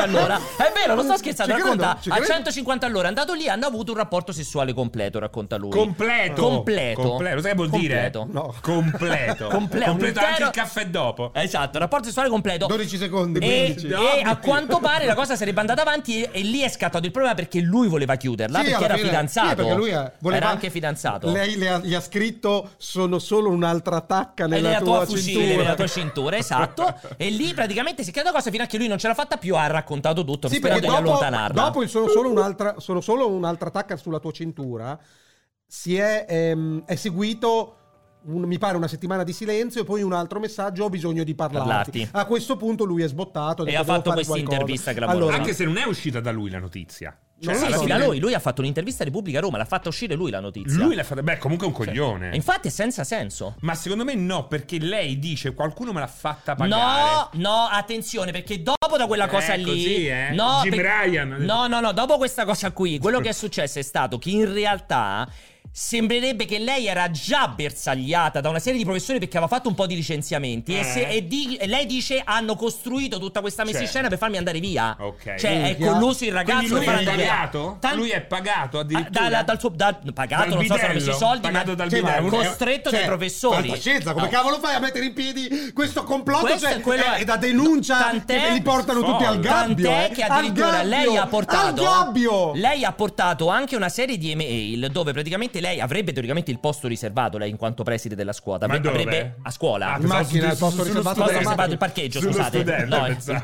Speaker 1: all'ora. È vero, non sto scherzando.
Speaker 3: Ci credo,
Speaker 1: racconta
Speaker 3: ci
Speaker 1: a
Speaker 3: credo.
Speaker 1: 150 all'ora. È andato lì, hanno avuto un rapporto sessuale completo. Racconta lui.
Speaker 2: Completo.
Speaker 1: Completo.
Speaker 2: Completo. Sai che vuol
Speaker 1: Completo.
Speaker 2: dire?
Speaker 3: No.
Speaker 2: Completo.
Speaker 1: Comple- un
Speaker 2: Completo anche
Speaker 1: intero-
Speaker 2: il caffè dopo.
Speaker 1: Esatto, rapporto sessuale completo.
Speaker 3: 12 secondi,
Speaker 1: E,
Speaker 3: 15.
Speaker 1: e a quanto pare la cosa sarebbe andata avanti e, e lì è scattato il problema perché lui voleva chiuderla
Speaker 3: Sì,
Speaker 1: perché
Speaker 3: alla
Speaker 1: era
Speaker 3: fine-
Speaker 1: fidanzato.
Speaker 3: sì, perché lui è- voleva-
Speaker 1: Era anche fidanzato.
Speaker 3: Lei le ha, gli ha scritto sono solo un'altra tacca
Speaker 1: E
Speaker 3: nella,
Speaker 1: nella tua, fucile,
Speaker 3: cintura.
Speaker 1: nella tua cintura, esatto. e lì praticamente si è creata una cosa fino a che lui non ce l'ha fatta più, ha raccontato tutto,
Speaker 3: Sì, perché
Speaker 1: sperando di
Speaker 3: dopo,
Speaker 1: allontanarla.
Speaker 3: dopo il sono solo un'altra, sono solo un'altra tacca sulla tua cintura, si è, ehm, è seguito. un- mi pare una settimana di silenzio e poi un altro messaggio ho bisogno di parlarti.
Speaker 1: Parlarti.
Speaker 3: A questo punto lui è sbottato
Speaker 1: E
Speaker 3: detto,
Speaker 1: ha
Speaker 3: "Devo
Speaker 1: fatto
Speaker 3: fare
Speaker 1: questa
Speaker 3: qualcosa".
Speaker 1: intervista clamorosa.
Speaker 3: Allora,
Speaker 2: Anche se non è uscita da lui la notizia.
Speaker 1: Cioè,
Speaker 3: Non
Speaker 1: sì,
Speaker 3: lo so.
Speaker 1: sì, da lui, lui ha fatto un'intervista a Repubblica Roma, l'ha fatta uscire lui la notizia. Cioè,
Speaker 2: Lui l'ha fatta. Beh, comunque è un coglione.
Speaker 1: E infatti è senza senso.
Speaker 2: Ma secondo me no, perché lei dice qualcuno me l'ha fatta pagare.
Speaker 1: No, no, attenzione, perché dopo da quella
Speaker 2: Eh,
Speaker 1: cosa lì.
Speaker 2: così, eh.
Speaker 1: no,
Speaker 2: Jim Ryan.
Speaker 1: No, no, no, dopo questa cosa qui, quello che è successo è stato che in realtà. Sembrerebbe che lei era già bersagliata da una serie di professori perché aveva fatto un po' di licenziamenti. E,
Speaker 2: Eh.
Speaker 1: se- e di- e lei dice: Hanno costruito tutta questa messa in
Speaker 2: Cioè.
Speaker 1: scena per farmi andare via.
Speaker 2: Ok.
Speaker 1: Cioè, è
Speaker 3: Minchia.
Speaker 1: colluso il ragazzo
Speaker 2: Quindi
Speaker 1: per
Speaker 2: lui
Speaker 1: far
Speaker 2: è
Speaker 1: andare via.
Speaker 2: pagato?
Speaker 1: Tan-
Speaker 2: Lui è pagato addirittura?
Speaker 1: Ah, dalla- dal suo, da- pagato,
Speaker 2: Dal
Speaker 1: non so se hanno messo i
Speaker 2: bidello,
Speaker 1: soldi, ma
Speaker 2: pagato dal
Speaker 3: Sì, ma è un-
Speaker 1: costretto
Speaker 3: cioè,
Speaker 1: dai professori.
Speaker 3: fantascienza, come
Speaker 1: No.
Speaker 3: cavolo fai a mettere in piedi questo complotto?
Speaker 1: Questo
Speaker 3: cioè,
Speaker 1: è quello-
Speaker 3: è, è da denuncia
Speaker 1: Tant'è-
Speaker 3: che li portano tutti al
Speaker 2: Folle.
Speaker 3: gabbio.
Speaker 1: Tant'è
Speaker 3: eh.
Speaker 1: che
Speaker 3: Al
Speaker 1: addirittura
Speaker 3: gabbio,
Speaker 1: lei ha
Speaker 3: Al gabbio!
Speaker 1: portato Lei ha portato anche una serie di email dove praticamente lei avrebbe teoricamente il posto riservato lei in quanto preside della scuola,
Speaker 2: Ma
Speaker 1: avre-
Speaker 2: dove?
Speaker 1: avrebbe a scuola.
Speaker 2: Ah,
Speaker 3: In macchina,
Speaker 2: Su-
Speaker 3: al posto
Speaker 2: su-
Speaker 3: riservato
Speaker 2: sullo
Speaker 1: Posto
Speaker 3: della
Speaker 2: studente.
Speaker 1: riservato, il parcheggio,
Speaker 2: Sullo
Speaker 1: scusate.
Speaker 2: studente,
Speaker 1: No, il
Speaker 2: pensavo.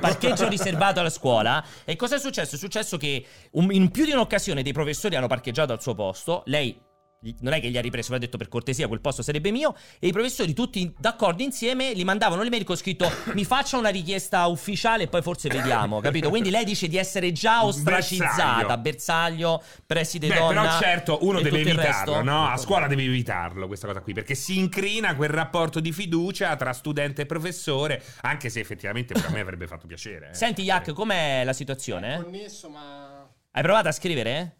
Speaker 1: parcheggio riservato alla scuola. E cosa è successo? È successo che un- in più di un'occasione dei professori hanno parcheggiato al suo posto, lei gli- non è che gli ha ripreso, l'ha detto per cortesia, quel posto sarebbe mio, e i professori tutti in- d'accordo insieme gli mandavano l'email con scritto mi faccia una richiesta ufficiale e poi forse vediamo, capito? Quindi lei dice di essere già ostracizzata, bersaglio,
Speaker 2: Bersaglio.
Speaker 1: preside
Speaker 2: Beh,
Speaker 1: donna.
Speaker 2: però certo uno
Speaker 1: e
Speaker 2: deve
Speaker 1: tutto il
Speaker 2: evitarlo,
Speaker 1: resto.
Speaker 2: no? A scuola devi evitarlo questa cosa qui, perché si incrina quel rapporto di fiducia tra studente e professore, anche se effettivamente a me avrebbe fatto piacere. eh.
Speaker 1: Senti Jack, com'è la situazione?
Speaker 5: connesso, ma.
Speaker 1: Hai provato a scrivere?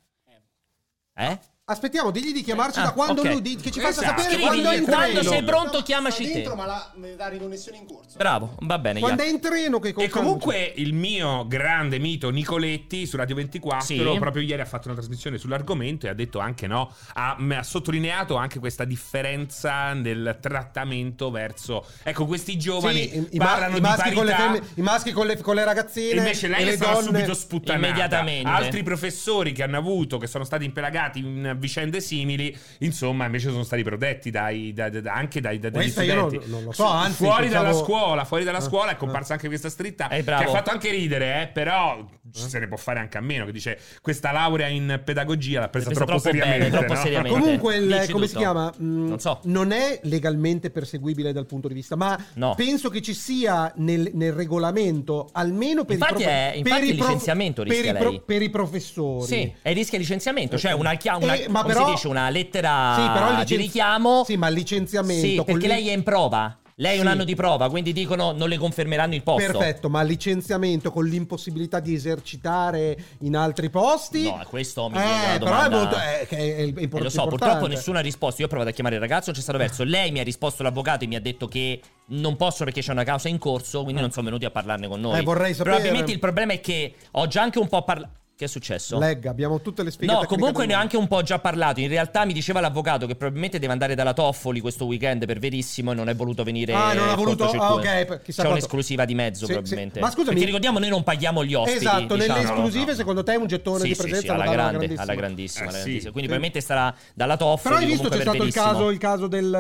Speaker 1: Eh?
Speaker 3: Aspettiamo, digli di chiamarci
Speaker 1: Ah,
Speaker 3: da quando
Speaker 1: ok.
Speaker 3: lui di- che ci faccia
Speaker 2: Esatto.
Speaker 3: sapere
Speaker 1: Scrivi,
Speaker 3: quando è in
Speaker 1: quando
Speaker 3: treno.
Speaker 1: sei pronto,
Speaker 5: No,
Speaker 1: chiamaci
Speaker 5: sto
Speaker 1: te.
Speaker 5: dentro, ma la, la riconnessione è in corso.
Speaker 1: Bravo, va bene.
Speaker 3: Quando è
Speaker 1: Jack.
Speaker 3: in treno che
Speaker 2: E comunque il mio grande mito Nicoletti su Radio 24
Speaker 1: Sì.
Speaker 2: proprio ieri ha fatto una trasmissione sull'argomento e ha detto anche no, ha, m- ha sottolineato anche questa differenza nel trattamento verso ecco questi giovani
Speaker 3: Sì, i- i, ma-
Speaker 2: parlano
Speaker 3: i maschi,
Speaker 2: di
Speaker 3: con le,
Speaker 2: parità
Speaker 3: femme- i maschi con le, con le ragazzine
Speaker 2: E invece lei
Speaker 3: e
Speaker 2: è
Speaker 3: le
Speaker 2: stata
Speaker 3: donne
Speaker 2: subito sputtanata
Speaker 1: Immediatamente.
Speaker 2: Altri professori che hanno avuto, che sono stati impelagati in vicende simili, insomma, invece sono stati protetti dai- da- da- anche dai, da- dagli
Speaker 3: Questa io
Speaker 2: studenti.
Speaker 3: non, non lo so, anzi,
Speaker 2: fuori
Speaker 3: pensavo-
Speaker 2: dalla scuola, fuori dalla
Speaker 3: Ah,
Speaker 2: scuola è
Speaker 3: ah.
Speaker 2: comparsa anche questa scritta
Speaker 1: Eh,
Speaker 2: che
Speaker 1: bravo.
Speaker 2: ha fatto anche ridere, eh, però se ne può fare anche a meno. Che dice questa laurea in pedagogia l'ha presa,
Speaker 1: L'ha presa
Speaker 2: troppo,
Speaker 1: troppo bene,
Speaker 2: seriamente.
Speaker 1: troppo
Speaker 2: no?
Speaker 1: seriamente.
Speaker 3: Comunque, il-
Speaker 1: Dici
Speaker 3: come si
Speaker 1: tutto.
Speaker 3: chiama? Mm,
Speaker 1: Non so.
Speaker 3: è legalmente perseguibile dal punto di vista, ma
Speaker 1: No.
Speaker 3: penso che ci sia nel, nel regolamento, almeno per
Speaker 1: Infatti
Speaker 3: i prof-
Speaker 1: è- infatti
Speaker 3: per i
Speaker 1: il licenziamento
Speaker 3: per,
Speaker 1: rischia
Speaker 3: i pro-
Speaker 1: lei.
Speaker 3: per i professori.
Speaker 1: Sì, e rischia licenziamento, cioè una, chia-
Speaker 3: Eh,
Speaker 1: una-
Speaker 3: ma
Speaker 1: come
Speaker 3: però-
Speaker 1: si dice, una lettera
Speaker 3: Sì, però il
Speaker 1: di
Speaker 3: licenzi-
Speaker 1: richiamo.
Speaker 3: Sì, ma il licenziamento
Speaker 1: Sì,
Speaker 3: con
Speaker 1: perché
Speaker 3: lì-
Speaker 1: lei è in prova. Lei è un
Speaker 3: Sì.
Speaker 1: anno di prova, quindi dicono non le confermeranno il posto.
Speaker 3: Perfetto, ma licenziamento con l'impossibilità di esercitare in altri posti?
Speaker 1: No, questo mi
Speaker 3: Eh,
Speaker 1: viene la
Speaker 3: però è
Speaker 1: domanda-
Speaker 3: molto è, è, è il- è
Speaker 1: Eh,
Speaker 3: impor-
Speaker 1: lo so,
Speaker 3: importante.
Speaker 1: purtroppo nessuno ha risposto. Io ho provato a chiamare il ragazzo, non c'è stato verso. Lei mi ha risposto l'avvocato e mi ha detto che non posso perché c'è una causa in corso, quindi non sono venuti a parlarne con noi.
Speaker 3: Eh, vorrei sapere.
Speaker 1: Probabilmente il problema è che ho già anche un po' parlato. Che è successo?
Speaker 3: Legga, abbiamo tutte le
Speaker 1: No,
Speaker 3: spiegazioni.
Speaker 1: comunque ne ho anche un po' già parlato. In realtà mi diceva l'avvocato che probabilmente deve andare dalla Toffoli questo weekend per verissimo e non è voluto venire.
Speaker 3: Ah, non ha voluto-
Speaker 1: cortocircuito.
Speaker 3: ah, ok, per-
Speaker 1: C'è
Speaker 3: chissà quanto-
Speaker 1: un'esclusiva di mezzo,
Speaker 3: Sì, sì.
Speaker 1: probabilmente.
Speaker 3: Ma scusami-
Speaker 1: Perché ricordiamo, noi non paghiamo gli ospiti.
Speaker 3: Esatto, nelle
Speaker 1: diciamo.
Speaker 3: esclusive,
Speaker 1: No, no.
Speaker 3: secondo te, un gettone
Speaker 1: Sì,
Speaker 3: di
Speaker 1: sì,
Speaker 3: presenza
Speaker 1: sì, alla,
Speaker 3: lo danno alla
Speaker 1: grande,
Speaker 3: grandissima.
Speaker 1: alla grandissima,
Speaker 2: Eh,
Speaker 1: alla
Speaker 2: sì.
Speaker 1: grandissima. Quindi
Speaker 2: Sì.
Speaker 1: probabilmente sarà dalla Toffoli.
Speaker 3: Però hai visto c'è
Speaker 1: comunque
Speaker 3: stato
Speaker 1: per
Speaker 3: il caso,
Speaker 1: verissimo.
Speaker 3: il caso del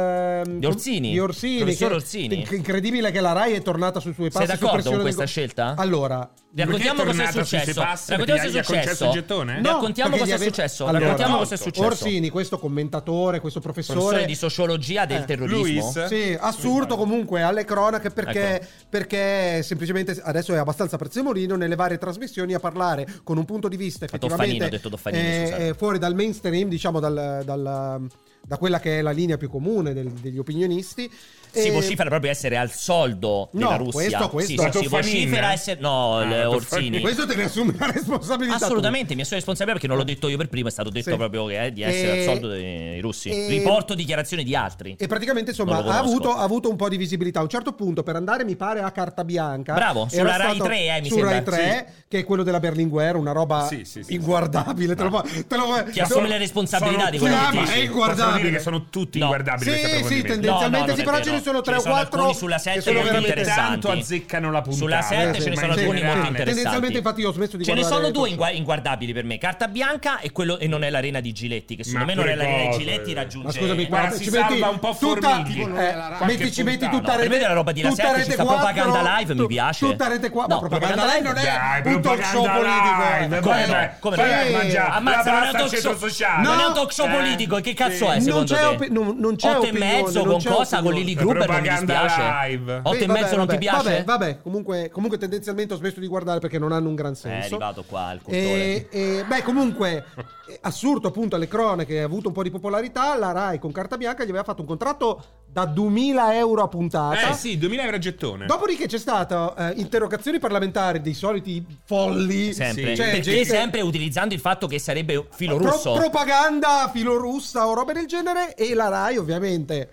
Speaker 3: ehm,
Speaker 1: Di Orsini?
Speaker 3: Di Orsini,
Speaker 1: Professor
Speaker 3: che-
Speaker 1: Orsini?
Speaker 3: che- incredibile che la Rai è tornata sui suoi passi.
Speaker 1: Sei
Speaker 3: su
Speaker 1: d'accordo
Speaker 3: pressione
Speaker 1: con
Speaker 3: del
Speaker 1: questa
Speaker 3: go-
Speaker 1: scelta?
Speaker 3: Allora,
Speaker 1: Raccontiamo
Speaker 2: Perché è
Speaker 1: cosa è
Speaker 2: tornata sui
Speaker 1: successo.
Speaker 2: suoi passi?
Speaker 1: Raccontiamo
Speaker 2: Perché
Speaker 1: cosa è
Speaker 2: gli ha concesso
Speaker 1: successo.
Speaker 2: il gettone?
Speaker 1: No,
Speaker 2: No,
Speaker 1: raccontiamo
Speaker 3: perché
Speaker 1: cosa è
Speaker 3: gli ave-
Speaker 1: successo.
Speaker 3: Allora,
Speaker 1: raccontiamo cosa è
Speaker 2: Orsini,
Speaker 1: successo.
Speaker 3: Orsini, questo commentatore, questo professore,
Speaker 1: Professore di sociologia del
Speaker 3: Eh,
Speaker 1: terrorismo.
Speaker 2: Luis?
Speaker 3: Sì, assurdo comunque alle cronache perché,
Speaker 1: Ecco.
Speaker 3: perché semplicemente adesso è abbastanza prezzemolino nelle varie trasmissioni a parlare con un punto di vista
Speaker 1: Ma Toffanino,
Speaker 3: effettivamente
Speaker 1: ho detto Toffanino,
Speaker 3: eh,
Speaker 1: scusate.
Speaker 3: eh, fuori dal mainstream, diciamo dal- dal- da quella che è la linea più comune del- degli opinionisti.
Speaker 1: Si
Speaker 3: E-
Speaker 1: vocifera proprio essere al soldo della
Speaker 3: Eh, No,
Speaker 1: Russia.
Speaker 3: questo- questo.
Speaker 1: Sì,
Speaker 3: La
Speaker 1: sì, si
Speaker 2: Toffanin,
Speaker 1: vocifera
Speaker 2: eh?
Speaker 1: essere. No,
Speaker 2: Ah,
Speaker 1: l-
Speaker 2: la
Speaker 1: Orsini.
Speaker 2: Toffanin.
Speaker 3: Questo te ne assumi la responsabilità. tu.
Speaker 1: Assolutamente, mi sono responsabile perché non l'ho detto io per primo, è stato detto
Speaker 3: Sì. eh,
Speaker 1: proprio che, eh, di essere
Speaker 3: E-
Speaker 1: al soldo dei russi.
Speaker 3: e-
Speaker 1: Riporto dichiarazioni di altri.
Speaker 3: E praticamente
Speaker 1: Non
Speaker 3: insomma
Speaker 1: lo
Speaker 3: ha
Speaker 1: conosco.
Speaker 3: avuto, ha avuto un po' di visibilità. A un certo punto per andare mi pare a Carta Bianca.
Speaker 1: Bravo,
Speaker 3: era
Speaker 1: sulla Rai 3, eh, mi
Speaker 3: su
Speaker 1: sembra,
Speaker 3: Rai 3, che è quello della Berlinguer, una roba
Speaker 2: Sì, sì, Ah. sì.
Speaker 3: inguardabile. Te lo, fa- te lo fa-
Speaker 1: Chi assume le responsabilità di quello
Speaker 3: Ah,
Speaker 1: che
Speaker 3: ma
Speaker 1: dice.
Speaker 3: è
Speaker 2: Posso dire
Speaker 3: inguardabile.
Speaker 2: che sono tutti
Speaker 1: No.
Speaker 2: inguardabili
Speaker 3: Sì,
Speaker 2: questi
Speaker 3: sì,
Speaker 2: approfondimenti.
Speaker 3: tende- Tendenzialmente
Speaker 1: no,
Speaker 3: sì,
Speaker 1: non è
Speaker 3: però ce ne
Speaker 1: vero.
Speaker 3: sono tre
Speaker 1: ne
Speaker 3: o quattro
Speaker 1: alcuni sulla
Speaker 3: che
Speaker 1: 7
Speaker 3: sono
Speaker 1: molto
Speaker 3: veramente-
Speaker 1: interessanti.
Speaker 2: Tanto azzeccano la puntata.
Speaker 1: Sulla 7
Speaker 3: Eh,
Speaker 1: ce
Speaker 3: sì,
Speaker 1: ne
Speaker 3: ma
Speaker 1: sono
Speaker 3: in
Speaker 1: alcuni
Speaker 3: generale.
Speaker 1: molto interessanti.
Speaker 3: Tendenzialmente, infatti, io ho smesso di
Speaker 1: Ce ne
Speaker 3: guardare
Speaker 1: sono due
Speaker 3: questo.
Speaker 1: ingua- inguardabili per me: Carta Bianca e, quello, e non è l'arena di Giletti. Che secondo
Speaker 2: Ma
Speaker 1: me non è
Speaker 2: pure
Speaker 1: l'arena di
Speaker 2: cose.
Speaker 1: Giletti
Speaker 2: Ma
Speaker 1: raggiunge.
Speaker 3: Ma scusami,
Speaker 2: Guarda,
Speaker 3: guarda,
Speaker 2: si
Speaker 3: ci metti
Speaker 2: salva un po'
Speaker 3: tutta,
Speaker 2: Formigli.
Speaker 3: eh,
Speaker 5: Qualche
Speaker 3: metti, ci metti
Speaker 2: puntata.
Speaker 3: tutta
Speaker 1: No, per
Speaker 3: rete,
Speaker 1: me della roba di La
Speaker 3: tutta
Speaker 1: Sette ci
Speaker 3: rete
Speaker 1: sta
Speaker 3: 4,
Speaker 1: Propaganda Live, mi piace.
Speaker 3: Tutta rete qua,
Speaker 1: No,
Speaker 3: ma propaganda,
Speaker 1: Propaganda
Speaker 3: live non è
Speaker 2: Dai,
Speaker 3: un talk show
Speaker 2: propaganda
Speaker 3: politico.
Speaker 2: live,
Speaker 3: eh.
Speaker 1: Come
Speaker 2: vabbè,
Speaker 1: no?
Speaker 2: vabbè.
Speaker 1: Come
Speaker 2: Dai,
Speaker 1: no?
Speaker 3: Sì.
Speaker 2: mangia-
Speaker 1: Ammazza,
Speaker 2: la
Speaker 1: non è un
Speaker 2: pasta al
Speaker 1: talk show,
Speaker 2: centro sociale.
Speaker 1: non è un
Speaker 3: No.
Speaker 1: talk show
Speaker 2: Eh.
Speaker 1: politico. Che cazzo è?
Speaker 3: Non
Speaker 1: Secondo
Speaker 3: c'è
Speaker 1: te?
Speaker 3: opi- non- non c'è
Speaker 1: 8 e mezzo
Speaker 3: opinione,
Speaker 1: con
Speaker 3: non c'è
Speaker 1: cosa? Con
Speaker 3: opinione.
Speaker 1: Lily Gruber non mi
Speaker 2: Propaganda
Speaker 1: dispiace.
Speaker 2: live.
Speaker 3: Sì,
Speaker 1: 8 e
Speaker 3: vabbè,
Speaker 1: mezzo non ti
Speaker 3: vabbè,
Speaker 1: piace?
Speaker 3: Vabbè, vabbè, comunque, comunque tendenzialmente ho smesso di guardare perché non hanno un gran senso.
Speaker 1: È arrivato Eh, qua il
Speaker 3: E,
Speaker 1: cultore.
Speaker 3: e- beh, comunque, eh, assurdo appunto alle cronache, ha avuto un po' di popolarità. La Rai con carta bianca gli aveva fatto un contratto da 2000 euro a puntata.
Speaker 2: Eh sì, 2000 euro a gettone.
Speaker 3: Dopodiché c'è stata eh, interrogazioni parlamentari dei soliti folli.
Speaker 1: Sempre.
Speaker 3: Cioè,
Speaker 1: Perché
Speaker 3: gente-
Speaker 1: sempre utilizzando il fatto che sarebbe filo
Speaker 3: pro-
Speaker 1: russo.
Speaker 3: propaganda filorussa o robe del genere. E la Rai, ovviamente,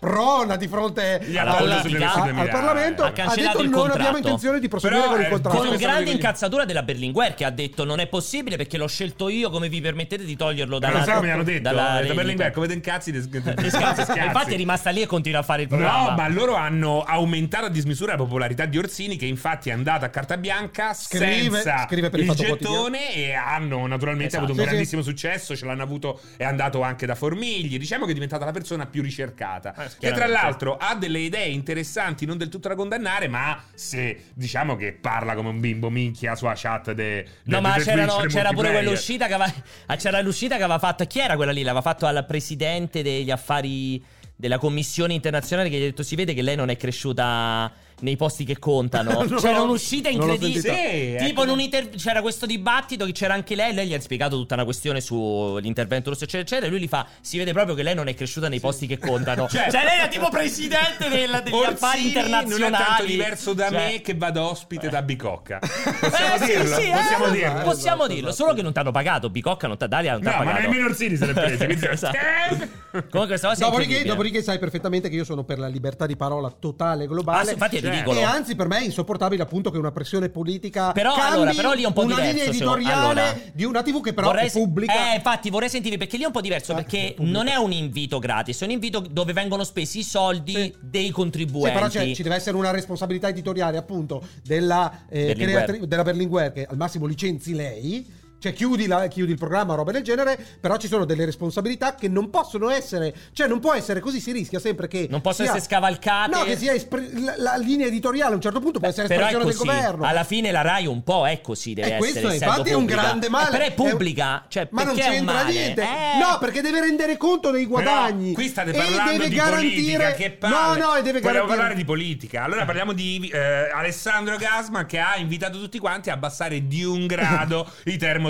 Speaker 3: prona di fronte
Speaker 2: Gli
Speaker 3: al,
Speaker 2: appoggi
Speaker 1: sulle
Speaker 3: al-
Speaker 1: vesti
Speaker 3: al
Speaker 2: 2000.
Speaker 3: Parlamento,
Speaker 1: Ha
Speaker 3: ha,
Speaker 1: cancellato
Speaker 3: detto
Speaker 1: il
Speaker 3: non
Speaker 1: contratto.
Speaker 3: abbiamo intenzione di proseguire
Speaker 2: Però,
Speaker 3: con il
Speaker 2: eh,
Speaker 3: contratto.
Speaker 1: Con
Speaker 2: Cosa
Speaker 1: grande
Speaker 2: voglio dire?
Speaker 1: incazzatura della Berlinguer che ha detto non è possibile perché l'ho scelto io, come vi permettete di toglierlo
Speaker 2: Ma
Speaker 1: dalla...
Speaker 2: lo sai Eh, come mi hanno detto?
Speaker 1: dalla-
Speaker 2: Dalla... Berlinguer, come te incazzi? te- te- te-
Speaker 1: Ti scazzi.
Speaker 2: scazzi.
Speaker 1: Infatti è rimasta lì e continua a fare il programma.
Speaker 2: No, ma loro hanno aumentato a dismisura la popolarità di Orsini, che infatti è andata a carta bianca
Speaker 3: Scrive-
Speaker 2: senza
Speaker 3: scrive per il
Speaker 2: il
Speaker 3: Fatto
Speaker 2: gettone e hanno naturalmente
Speaker 1: Esatto.
Speaker 2: avuto un
Speaker 3: Sì, sì.
Speaker 2: grandissimo successo, ce l'hanno avuto, è andato anche da Formigli, diciamo che è diventata la persona più ricercata. che tra
Speaker 1: Ah, chiaramente.
Speaker 2: l'altro ha delle idee interessanti, non del tutto da condannare, ma se diciamo che parla come un bimbo minchia sulla chat de, de-
Speaker 1: No, ma
Speaker 2: de- de
Speaker 1: c'erano-
Speaker 2: Twitch, del
Speaker 1: c'era pure
Speaker 2: multiplayer.
Speaker 1: quell'uscita che aveva. ah, C'era l'uscita che aveva fatto. Chi era quella lì? L'aveva fatto al presidente degli affari della commissione internazionale che gli ha detto: Si vede che lei non è cresciuta nei posti che contano.
Speaker 3: No,
Speaker 1: c'era un'uscita
Speaker 3: non l'ho
Speaker 1: incredibile.
Speaker 2: sentita. Sì, ecco.
Speaker 1: tipo in un inter- c'era questo dibattito che c'era anche lei. Lei gli ha spiegato tutta una questione sull'intervento russo, eccetera, eccetera. E lui gli fa: Si vede proprio che lei non è cresciuta nei posti che contano. cioè,
Speaker 2: Cioè-
Speaker 1: lei era tipo presidente del- degli
Speaker 2: Orsini
Speaker 1: affari internazionali.
Speaker 2: Non è tanto diverso da
Speaker 1: Cioè-
Speaker 2: me che vado ospite da Bicocca. Possiamo
Speaker 1: eh, sì,
Speaker 2: dirlo?
Speaker 1: sì, eh,
Speaker 2: Possiamo
Speaker 1: esatto,
Speaker 2: dirlo?
Speaker 1: Possiamo dirlo, solo che non ti hanno pagato. Bicocca non ti ha Dalia non ti ha
Speaker 2: No, ma
Speaker 1: pagato.
Speaker 2: nemmeno Orsini se l'è presa. quindi-
Speaker 1: Esatto.
Speaker 2: Eh?
Speaker 1: Comunque questa cosa è
Speaker 3: Dopodiché,
Speaker 1: incredibile.
Speaker 3: dopodiché sai perfettamente che io sono per la libertà di parola totale e
Speaker 1: Ah, sì,
Speaker 3: globale.
Speaker 1: infatti è
Speaker 2: Cioè,
Speaker 1: ridicolo.
Speaker 3: E anzi, per me è insopportabile appunto che una pressione politica
Speaker 1: Però,
Speaker 3: cambi
Speaker 1: allora, però lì è un po'
Speaker 3: una linea
Speaker 1: diverso, se no.
Speaker 3: editoriale
Speaker 1: Allora,
Speaker 3: di una TV che però è pubblica.
Speaker 1: Eh, infatti, vorrei sentire perché lì è un po' diverso.
Speaker 3: Ah,
Speaker 1: Perché
Speaker 3: è pubblica.
Speaker 1: non è un invito gratis, è un invito dove vengono spesi i soldi
Speaker 3: Sì.
Speaker 1: dei
Speaker 3: Sì, però
Speaker 1: contribuenti.
Speaker 3: c'è- ci deve essere una responsabilità editoriale appunto della, eh,
Speaker 1: Berlinguer.
Speaker 3: creatri- della Berlinguer che al massimo licenzi lei Cioè, chiudi, la- chiudi il programma, roba del genere, però ci sono delle responsabilità che non possono essere, ciono non può essere così, si rischia sempre che...
Speaker 1: Non possono
Speaker 3: sia-
Speaker 1: essere scavalcate.
Speaker 3: No, che sia espre- la, la linea editoriale a un certo punto può essere
Speaker 1: Però è
Speaker 3: espressione del
Speaker 1: così.
Speaker 3: governo.
Speaker 1: Alla fine la Rai un po' è così, deve
Speaker 3: E
Speaker 1: essere.
Speaker 3: questo
Speaker 1: essendo
Speaker 3: infatti è un
Speaker 1: pubblica.
Speaker 3: grande male.
Speaker 1: Eh, però è
Speaker 3: È un-
Speaker 1: pubblica, cioè,
Speaker 3: ma non
Speaker 1: perché è un
Speaker 3: c'entra
Speaker 1: male?
Speaker 3: niente.
Speaker 1: Eh.
Speaker 3: No, perché deve rendere conto dei guadagni.
Speaker 2: Però qui state
Speaker 3: E
Speaker 2: parlando
Speaker 3: deve
Speaker 2: di politica
Speaker 3: garantire...
Speaker 2: che parla.
Speaker 3: No, no, e deve
Speaker 2: Vogliamo
Speaker 3: garantire...
Speaker 2: parlare di politica. Allora parliamo di eh, Alessandro Gasman che ha invitato tutti quanti a abbassare di un grado i termosifoni.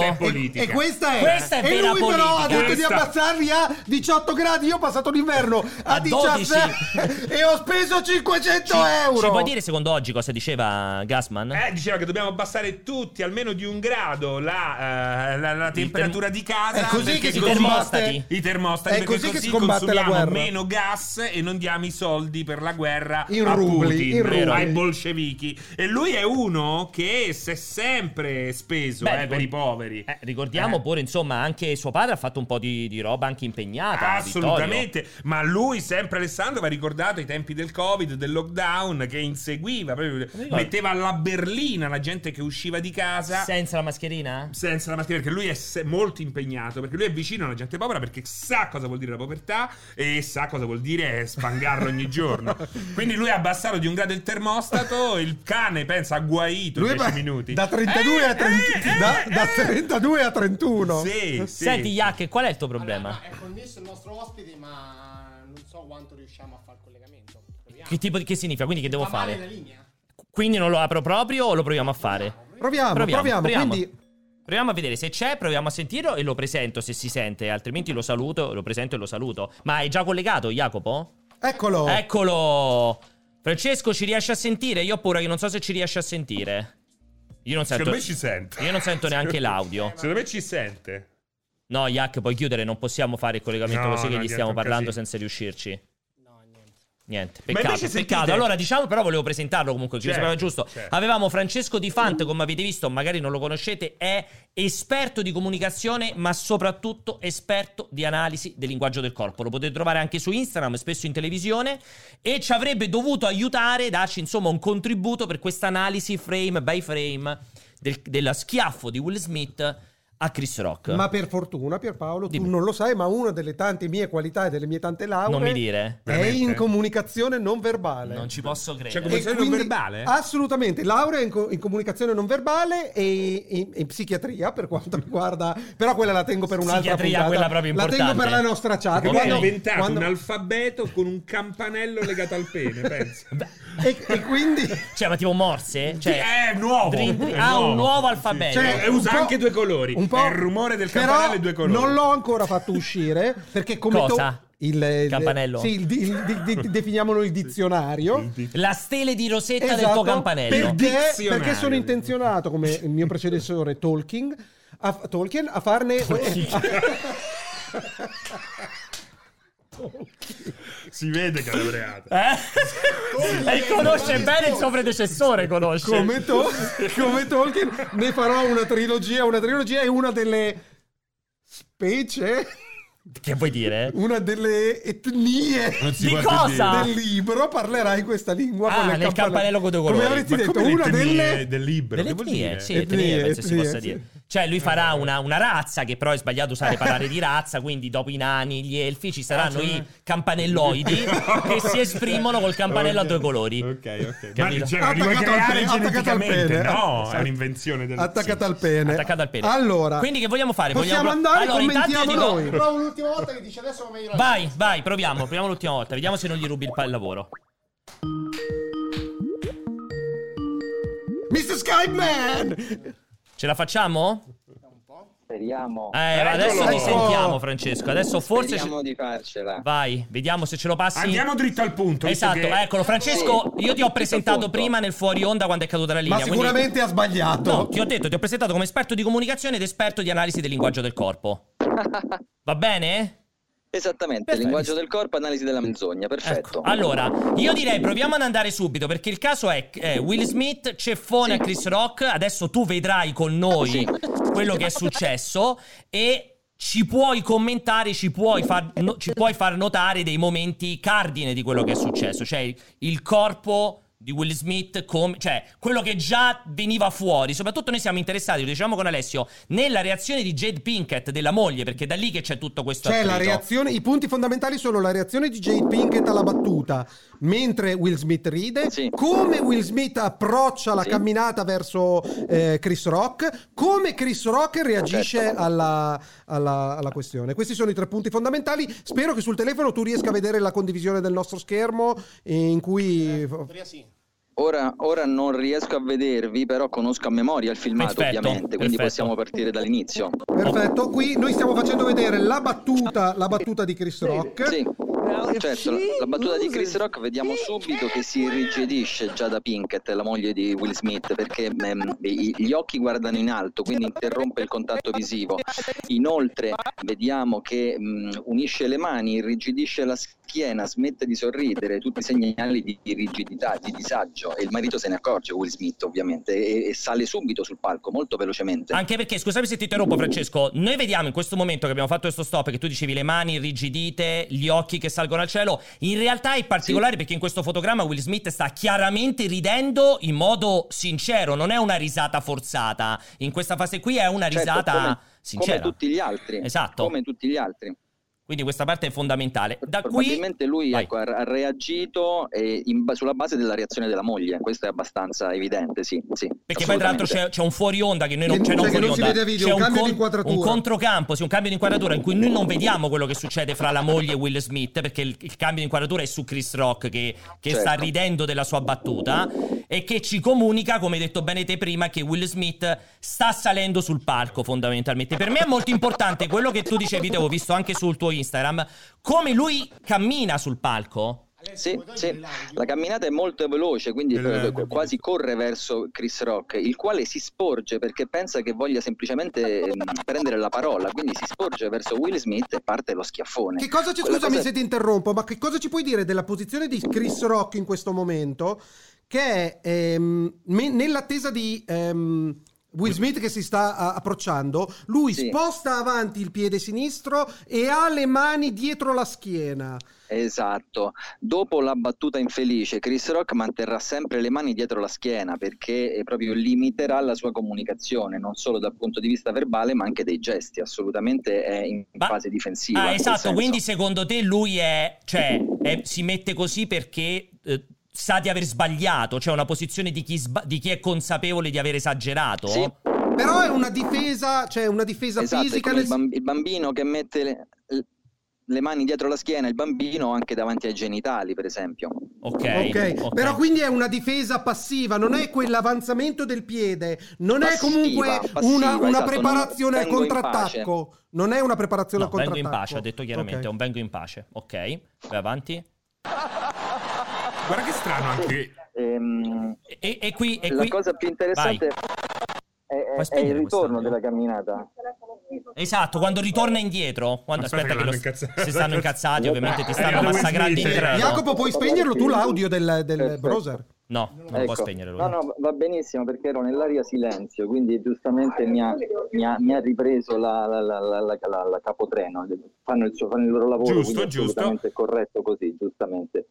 Speaker 2: Questa è
Speaker 3: E-
Speaker 2: politica.
Speaker 3: E questa è,
Speaker 1: Questa è
Speaker 3: e
Speaker 1: vera
Speaker 3: lui però ha
Speaker 1: politica.
Speaker 3: detto di
Speaker 2: Questa-
Speaker 3: abbassarli a 18 gradi. Io ho passato l'inverno a,
Speaker 1: A
Speaker 3: 17 e ho speso 500 euro.
Speaker 1: Ci puoi dire secondo oggi cosa diceva Gasman?
Speaker 2: Eh, diceva che dobbiamo abbassare tutti almeno di un grado la, eh, la- la temperatura di
Speaker 3: È
Speaker 2: casa.
Speaker 3: così
Speaker 2: perché
Speaker 3: che si
Speaker 2: così-
Speaker 1: termostati.
Speaker 3: combatte.
Speaker 2: I termostati
Speaker 3: È
Speaker 2: perché
Speaker 3: così che si combatte la
Speaker 2: consumiamo
Speaker 3: guerra.
Speaker 2: meno gas e non diamo i soldi per la guerra
Speaker 3: In
Speaker 2: a
Speaker 3: rubli,
Speaker 2: Putin,
Speaker 3: in rubli.
Speaker 2: ai bolscevichi. E lui è uno che si è sempre speso
Speaker 1: Beh,
Speaker 2: eh,
Speaker 1: ricor-
Speaker 2: per i poveri.
Speaker 1: Eh, ricordiamo
Speaker 2: Eh.
Speaker 1: pure, insomma, anche suo padre ha fatto un po' di, di roba anche
Speaker 3: ah,
Speaker 1: impegnata.
Speaker 2: Assolutamente, ma lui sempre Alessandro va ricordato ai tempi del Covid, del lockdown che inseguiva, proprio-
Speaker 1: ricordo.
Speaker 2: metteva alla berlina la gente che usciva di casa
Speaker 1: Vittorio. Senza la mascherina?
Speaker 2: senza la mattina, perché lui è se- molto impegnato, perché lui è vicino alla gente povera, perché sa cosa vuol dire la povertà e sa cosa vuol dire spangarlo ogni giorno. Quindi lui ha abbassato di un grado il termostato, il cane pensa ha guaito in 10
Speaker 3: beh,
Speaker 2: minuti.
Speaker 3: Da 32
Speaker 2: Eh,
Speaker 3: a 30
Speaker 2: eh,
Speaker 3: da,
Speaker 2: eh,
Speaker 3: da
Speaker 2: eh.
Speaker 3: 32 a 31.
Speaker 2: Sì, sì.
Speaker 1: Senti, Iac, qual è il tuo problema?
Speaker 5: Allora, no, è connesso il nostro ospite, ma non so quanto riusciamo a fare il collegamento. Proviamo.
Speaker 1: Che tipo di che significa? Quindi che devo
Speaker 5: Fa male
Speaker 1: fare?
Speaker 5: la linea?
Speaker 1: Quindi non lo apro proprio o lo proviamo a fare?
Speaker 3: Proviamo,
Speaker 1: Proviamo,
Speaker 3: proviamo,
Speaker 1: proviamo.
Speaker 3: Quindi
Speaker 1: Proviamo a vedere se c'è, proviamo a sentirlo e lo presento se si sente, altrimenti lo saluto, lo presento e lo saluto. Ma è già collegato, Jacopo?
Speaker 2: Oh.
Speaker 3: eccolo.
Speaker 1: Ecco. Eccolo! Francesco ci riesce a sentire? Io ho paura che non so se ci riesce a sentire. Io non sento,
Speaker 2: Secondo me ci sente.
Speaker 1: io non sento neanche l'audio.
Speaker 2: Secondo me ci sente.
Speaker 1: No, Jack, puoi chiudere, non possiamo fare il collegamento
Speaker 2: No,
Speaker 1: così che
Speaker 2: no,
Speaker 1: gli
Speaker 2: niente,
Speaker 1: stiamo
Speaker 2: un
Speaker 1: parlando
Speaker 2: casino.
Speaker 1: senza riuscirci.
Speaker 5: No, niente.
Speaker 1: Niente,
Speaker 2: Ma
Speaker 1: peccato,
Speaker 2: invece sentite-
Speaker 1: peccato. Allora diciamo però volevo presentarlo comunque, che
Speaker 2: Certo,
Speaker 1: sembrava giusto.
Speaker 2: certo.
Speaker 1: Avevamo Francesco Di Fante, come avete visto, magari non lo conoscete, è esperto di comunicazione, ma soprattutto esperto di analisi del linguaggio del corpo. Lo potete trovare anche su Instagram, spesso in televisione e ci avrebbe dovuto aiutare, darci insomma un contributo per questa analisi frame by frame del, della schiaffo di Will Smith a Chris Rock.
Speaker 3: Ma per fortuna, Pierpaolo,
Speaker 1: Dimmi.
Speaker 3: tu non lo sai, ma una delle tante mie qualità e delle mie tante lauree
Speaker 1: Non mi dire. eh.
Speaker 3: è
Speaker 2: Veramente?
Speaker 3: in comunicazione non verbale.
Speaker 1: Non ci posso credere.
Speaker 2: Cioè, come- Comunicazione non verbale?
Speaker 3: Assolutamente, laurea in, co- in comunicazione non verbale e in, in psichiatria per quanto riguarda, però quella la tengo per un'altra
Speaker 1: Psichiatria,
Speaker 3: puntata.
Speaker 1: quella proprio
Speaker 3: la tengo
Speaker 1: importante.
Speaker 3: per la nostra chat.
Speaker 1: Perché
Speaker 2: Perché
Speaker 1: lui
Speaker 2: ha
Speaker 1: Quando-
Speaker 2: inventato
Speaker 3: quando-
Speaker 2: un alfabeto con un campanello legato al pene, pensa.
Speaker 3: e, e quindi
Speaker 1: Cioè, ma tipo morse?
Speaker 2: Sì, eh,
Speaker 1: Cioè,
Speaker 2: è nuovo.
Speaker 1: Drin-
Speaker 2: È
Speaker 1: ha un nuovo
Speaker 2: Sì,
Speaker 1: alfabeto.
Speaker 2: sì. E
Speaker 3: Eh, un
Speaker 2: Cioè, usa
Speaker 3: po'-
Speaker 2: anche due colori. È il rumore del
Speaker 3: però
Speaker 2: campanello e due colori.
Speaker 3: Non l'ho ancora fatto uscire perché come to-
Speaker 1: Cosa?
Speaker 3: il, il-
Speaker 1: Campanello?
Speaker 3: Sì, il, il- di- di- definiamolo il dizionario.
Speaker 1: La stele di rosetta del
Speaker 3: Esatto,
Speaker 1: tuo campanello.
Speaker 2: Per-
Speaker 3: Perché,
Speaker 2: Dizionario.
Speaker 3: perché sono intenzionato, come il mio predecessore Tolkien, a, Tolkien, a farne...
Speaker 2: Si vede che è laureata.
Speaker 1: Eh? e Eh? conosce bene il suo predecessore, conosce.
Speaker 3: come, to- come Tolkien ne farò una trilogia, una trilogia è una delle specie,
Speaker 1: Che vuoi dire?
Speaker 3: una delle etnie
Speaker 1: Di cosa?
Speaker 3: del libro, parlerai questa lingua
Speaker 1: Ah,
Speaker 3: con
Speaker 1: nel campanello con due colori.
Speaker 3: Come avresti
Speaker 2: Ma
Speaker 3: detto,
Speaker 2: come
Speaker 3: una
Speaker 2: le etnie
Speaker 3: delle...
Speaker 2: del libro,
Speaker 1: Delle
Speaker 2: che vuol
Speaker 1: etnie,
Speaker 2: dire?
Speaker 1: sì, etnie,
Speaker 3: Etnie,
Speaker 1: penso si
Speaker 3: etnie,
Speaker 1: possa
Speaker 3: sì.
Speaker 1: dire. Cioè, lui farà una, una razza, che però è sbagliato usare parlare di razza, quindi dopo i nani, gli elfi, ci saranno i campanelloidi che si esprimono col campanello a due cololi.
Speaker 2: Ok, ok. Ma
Speaker 1: Capito?
Speaker 2: cioè,
Speaker 3: Attaccata al
Speaker 2: ricreare
Speaker 3: pene, attaccata al
Speaker 2: geneticamente,
Speaker 3: pene.
Speaker 2: No, è
Speaker 3: Esatto.
Speaker 2: un'invenzione del
Speaker 3: Attaccata
Speaker 2: sì.
Speaker 3: al pene.
Speaker 1: Attaccato al pene.
Speaker 3: Allora,
Speaker 1: Quindi che vogliamo fare?
Speaker 3: possiamo
Speaker 1: Vogliamo pro-
Speaker 3: andare
Speaker 1: Allora, intanto io
Speaker 3: commentiamo
Speaker 1: dico-
Speaker 3: noi.
Speaker 5: Provo l'ultima volta che dice adesso va meglio la
Speaker 1: Vai, vai, proviamo, proviamo l'ultima volta, vediamo se non gli rubi il, pa- il lavoro.
Speaker 3: Mr. Skype Man!
Speaker 1: Ce la facciamo?
Speaker 6: Speriamo.
Speaker 1: Eh, adesso ti
Speaker 3: Ecco.
Speaker 1: sentiamo, Francesco. Adesso forse.
Speaker 6: Speriamo
Speaker 1: ce-
Speaker 6: di farcela.
Speaker 1: Vai, vediamo se ce lo passi.
Speaker 2: Andiamo dritto al punto. visto
Speaker 1: Esatto,
Speaker 2: che-
Speaker 1: eccolo. Francesco,
Speaker 6: Sì.
Speaker 1: io ti ho presentato
Speaker 6: Appunto.
Speaker 1: prima nel fuori onda quando è caduta la linea.
Speaker 3: Ma
Speaker 1: quindi-
Speaker 3: sicuramente ha sbagliato.
Speaker 1: No, ti ho detto, ti ho presentato come esperto di comunicazione ed esperto di analisi del linguaggio del corpo. Va bene?
Speaker 6: Esattamente,
Speaker 1: Perfetto.
Speaker 6: linguaggio del corpo, analisi della menzogna,
Speaker 1: Ecco,
Speaker 6: perfetto.
Speaker 1: allora, io direi proviamo ad andare subito perché il caso è eh, Will Smith, ceffone a Chris Rock, adesso tu vedrai con noi
Speaker 6: Sì.
Speaker 1: quello che è successo e ci puoi commentare, ci puoi, far, no- ci puoi far notare dei momenti cardine di quello che è successo, cioè il, il corpo di Will Smith, come, cioè quello che già veniva fuori. Soprattutto noi siamo interessati, lo diciamo con Alessio, nella reazione di Jade Pinkett, della moglie, perché da lì che c'è tutto questo
Speaker 3: Cioè, la
Speaker 1: attrito.
Speaker 3: reazione, i punti fondamentali sono la reazione di Jade Pinkett alla battuta mentre Will Smith ride,
Speaker 6: Sì.
Speaker 3: come Will Smith approccia la
Speaker 6: Sì.
Speaker 3: camminata verso eh, Chris Rock, come Chris Rock reagisce
Speaker 6: Certo.
Speaker 3: alla, alla- alla questione. Questi sono i tre punti fondamentali. Spero che sul telefono tu riesca a vedere la condivisione del nostro schermo eh, in cui...
Speaker 5: Eh, Andrea sì.
Speaker 6: Ora, ora non riesco a vedervi, però conosco a memoria il filmato,
Speaker 1: Perfetto,
Speaker 6: ovviamente, quindi
Speaker 1: perfetto.
Speaker 6: possiamo partire dall'inizio.
Speaker 3: Perfetto, qui noi stiamo facendo vedere la battuta, la battuta di Chris Rock.
Speaker 6: Sì, certo, la, la battuta di Chris Rock vediamo subito che si irrigidisce già da Pinkett, la moglie di Will Smith, perché ehm, i- gli occhi guardano in alto, quindi interrompe il contatto visivo. Inoltre vediamo che mh, unisce le mani, irrigidisce la schiena, smette di sorridere, tutti segnali di rigidità, di disagio e il marito se ne accorge, Will Smith ovviamente, e, e sale subito sul palco molto velocemente.
Speaker 1: Anche perché, scusami se ti interrompo, Francesco. Noi vediamo in questo momento che abbiamo fatto questo stop, che tu dicevi le mani irrigidite, gli occhi che salgono al cielo. In realtà è particolare perché in questo fotogramma Will Smith sta chiaramente ridendo in modo sincero, non è una risata forzata. In questa fase qui è una
Speaker 6: Certo,
Speaker 1: risata
Speaker 6: come-
Speaker 1: sincera.
Speaker 6: Come tutti gli altri.
Speaker 1: Esatto.
Speaker 6: Come tutti gli altri.
Speaker 1: Quindi questa parte è fondamentale. Da qui
Speaker 6: Probabilmente lui
Speaker 1: Vai.
Speaker 6: ecco, ha ha reagito eh, in ba- sulla base della reazione della moglie, questo è abbastanza evidente, sì. sì
Speaker 1: Perché poi tra l'altro
Speaker 6: assolutamente.
Speaker 1: c'è, c'è un fuori onda che noi non,
Speaker 3: Che-
Speaker 1: cioè non
Speaker 3: cioè che
Speaker 1: fuori
Speaker 3: non si
Speaker 1: onda,
Speaker 3: vede a video,
Speaker 1: c'è
Speaker 3: un cambio di inquadratura.
Speaker 1: Un controcampo, sì, un cambio di inquadratura in cui noi non vediamo quello che succede fra la moglie e Will Smith, perché il, il cambio di inquadratura è su Chris Rock che, che
Speaker 6: Certo.
Speaker 1: sta ridendo della sua battuta e che ci comunica, come hai detto bene te prima, che Will Smith sta salendo sul palco fondamentalmente. Per me è molto importante quello che tu dicevi, te avevo visto anche sul tuo Instagram, come lui cammina sul palco.
Speaker 5: Alessio,
Speaker 6: Sì,
Speaker 5: vuoi togliere
Speaker 6: sì.
Speaker 5: l'audio?
Speaker 1: Eh,
Speaker 6: La camminata è molto veloce, quindi
Speaker 2: Il-
Speaker 6: eh, qu- quasi corre verso Chris Rock, il quale si sporge perché pensa che voglia semplicemente eh, prendere la parola, quindi si sporge verso Will Smith e parte lo schiaffone.
Speaker 3: Che cosa ci,
Speaker 6: Quella
Speaker 3: scusami
Speaker 6: cosa-
Speaker 3: se ti interrompo, ma che cosa ci puoi dire della posizione di Chris Rock in questo momento? Che è ehm, me- nell'attesa di ehm, Will Smith che si sta a- approcciando, lui
Speaker 6: Sì.
Speaker 3: sposta avanti il piede sinistro e ha le mani dietro la schiena.
Speaker 6: Esatto, dopo la battuta infelice Chris Rock manterrà sempre le mani dietro la schiena perché eh, proprio limiterà la sua comunicazione, non solo dal punto di vista verbale ma anche dei gesti, assolutamente è in
Speaker 1: Ma-
Speaker 6: fase difensiva.
Speaker 1: Ah,
Speaker 6: nel
Speaker 1: esatto.
Speaker 6: senso-
Speaker 1: Quindi, secondo te, lui è. Cioè, è- si mette così perché. eh, Sa di aver sbagliato, cioè una posizione di chi, sba- di chi è consapevole di aver esagerato.
Speaker 6: Sì.
Speaker 3: Però è una difesa, cioè una difesa
Speaker 6: Esatto, è
Speaker 3: fisica.
Speaker 6: come
Speaker 3: nel-
Speaker 6: il, bamb- il bambino che mette le, le mani dietro la schiena, il bambino anche davanti ai genitali, per esempio.
Speaker 1: Ok,
Speaker 3: ok,
Speaker 1: ok. Mm.
Speaker 3: però quindi è una difesa passiva, non è quell'avanzamento del piede, non è
Speaker 6: Passiva,
Speaker 3: comunque
Speaker 6: passiva,
Speaker 3: una, una
Speaker 6: esatto, non-
Speaker 3: preparazione al
Speaker 6: vengo in
Speaker 3: contrattacco. Non è una preparazione
Speaker 1: No,
Speaker 3: al
Speaker 1: vengo in
Speaker 3: contrattacco.
Speaker 1: pace, ha detto chiaramente,
Speaker 3: Ok.
Speaker 1: è un vengo in pace. Ok, vai avanti.
Speaker 2: Guarda che strano anche.
Speaker 6: Ehm,
Speaker 1: E, e- e qui. E
Speaker 6: la
Speaker 1: qui-
Speaker 6: cosa più interessante è, è-
Speaker 1: Puoi
Speaker 6: è il
Speaker 1: spegnere questo
Speaker 6: ritorno
Speaker 1: audio?
Speaker 6: della camminata.
Speaker 1: Esatto, quando ritorna indietro. Quando,
Speaker 2: Aspetta
Speaker 1: aspetta,
Speaker 2: che
Speaker 1: che lo,
Speaker 2: l'hanno incazzato.
Speaker 1: si stanno incazzati, ovviamente ti stanno
Speaker 2: arrivato Will
Speaker 1: massacrando in
Speaker 2: Smith.
Speaker 1: treno.
Speaker 3: Jacopo, puoi spegnerlo tu l'audio del, del
Speaker 6: Perfetto.
Speaker 3: browser?
Speaker 1: No, non può
Speaker 6: Ecco.
Speaker 1: spegnere lui.
Speaker 6: No, no, va benissimo perché ero nell'aria silenzio, quindi giustamente mi ha, mi ha- mi ha ripreso la, la- la- la- la- la- la capotreno. Fanno il, suo- fanno il loro lavoro,
Speaker 2: Giusto,
Speaker 6: quindi è
Speaker 2: giusto.
Speaker 6: assolutamente corretto così, giustamente.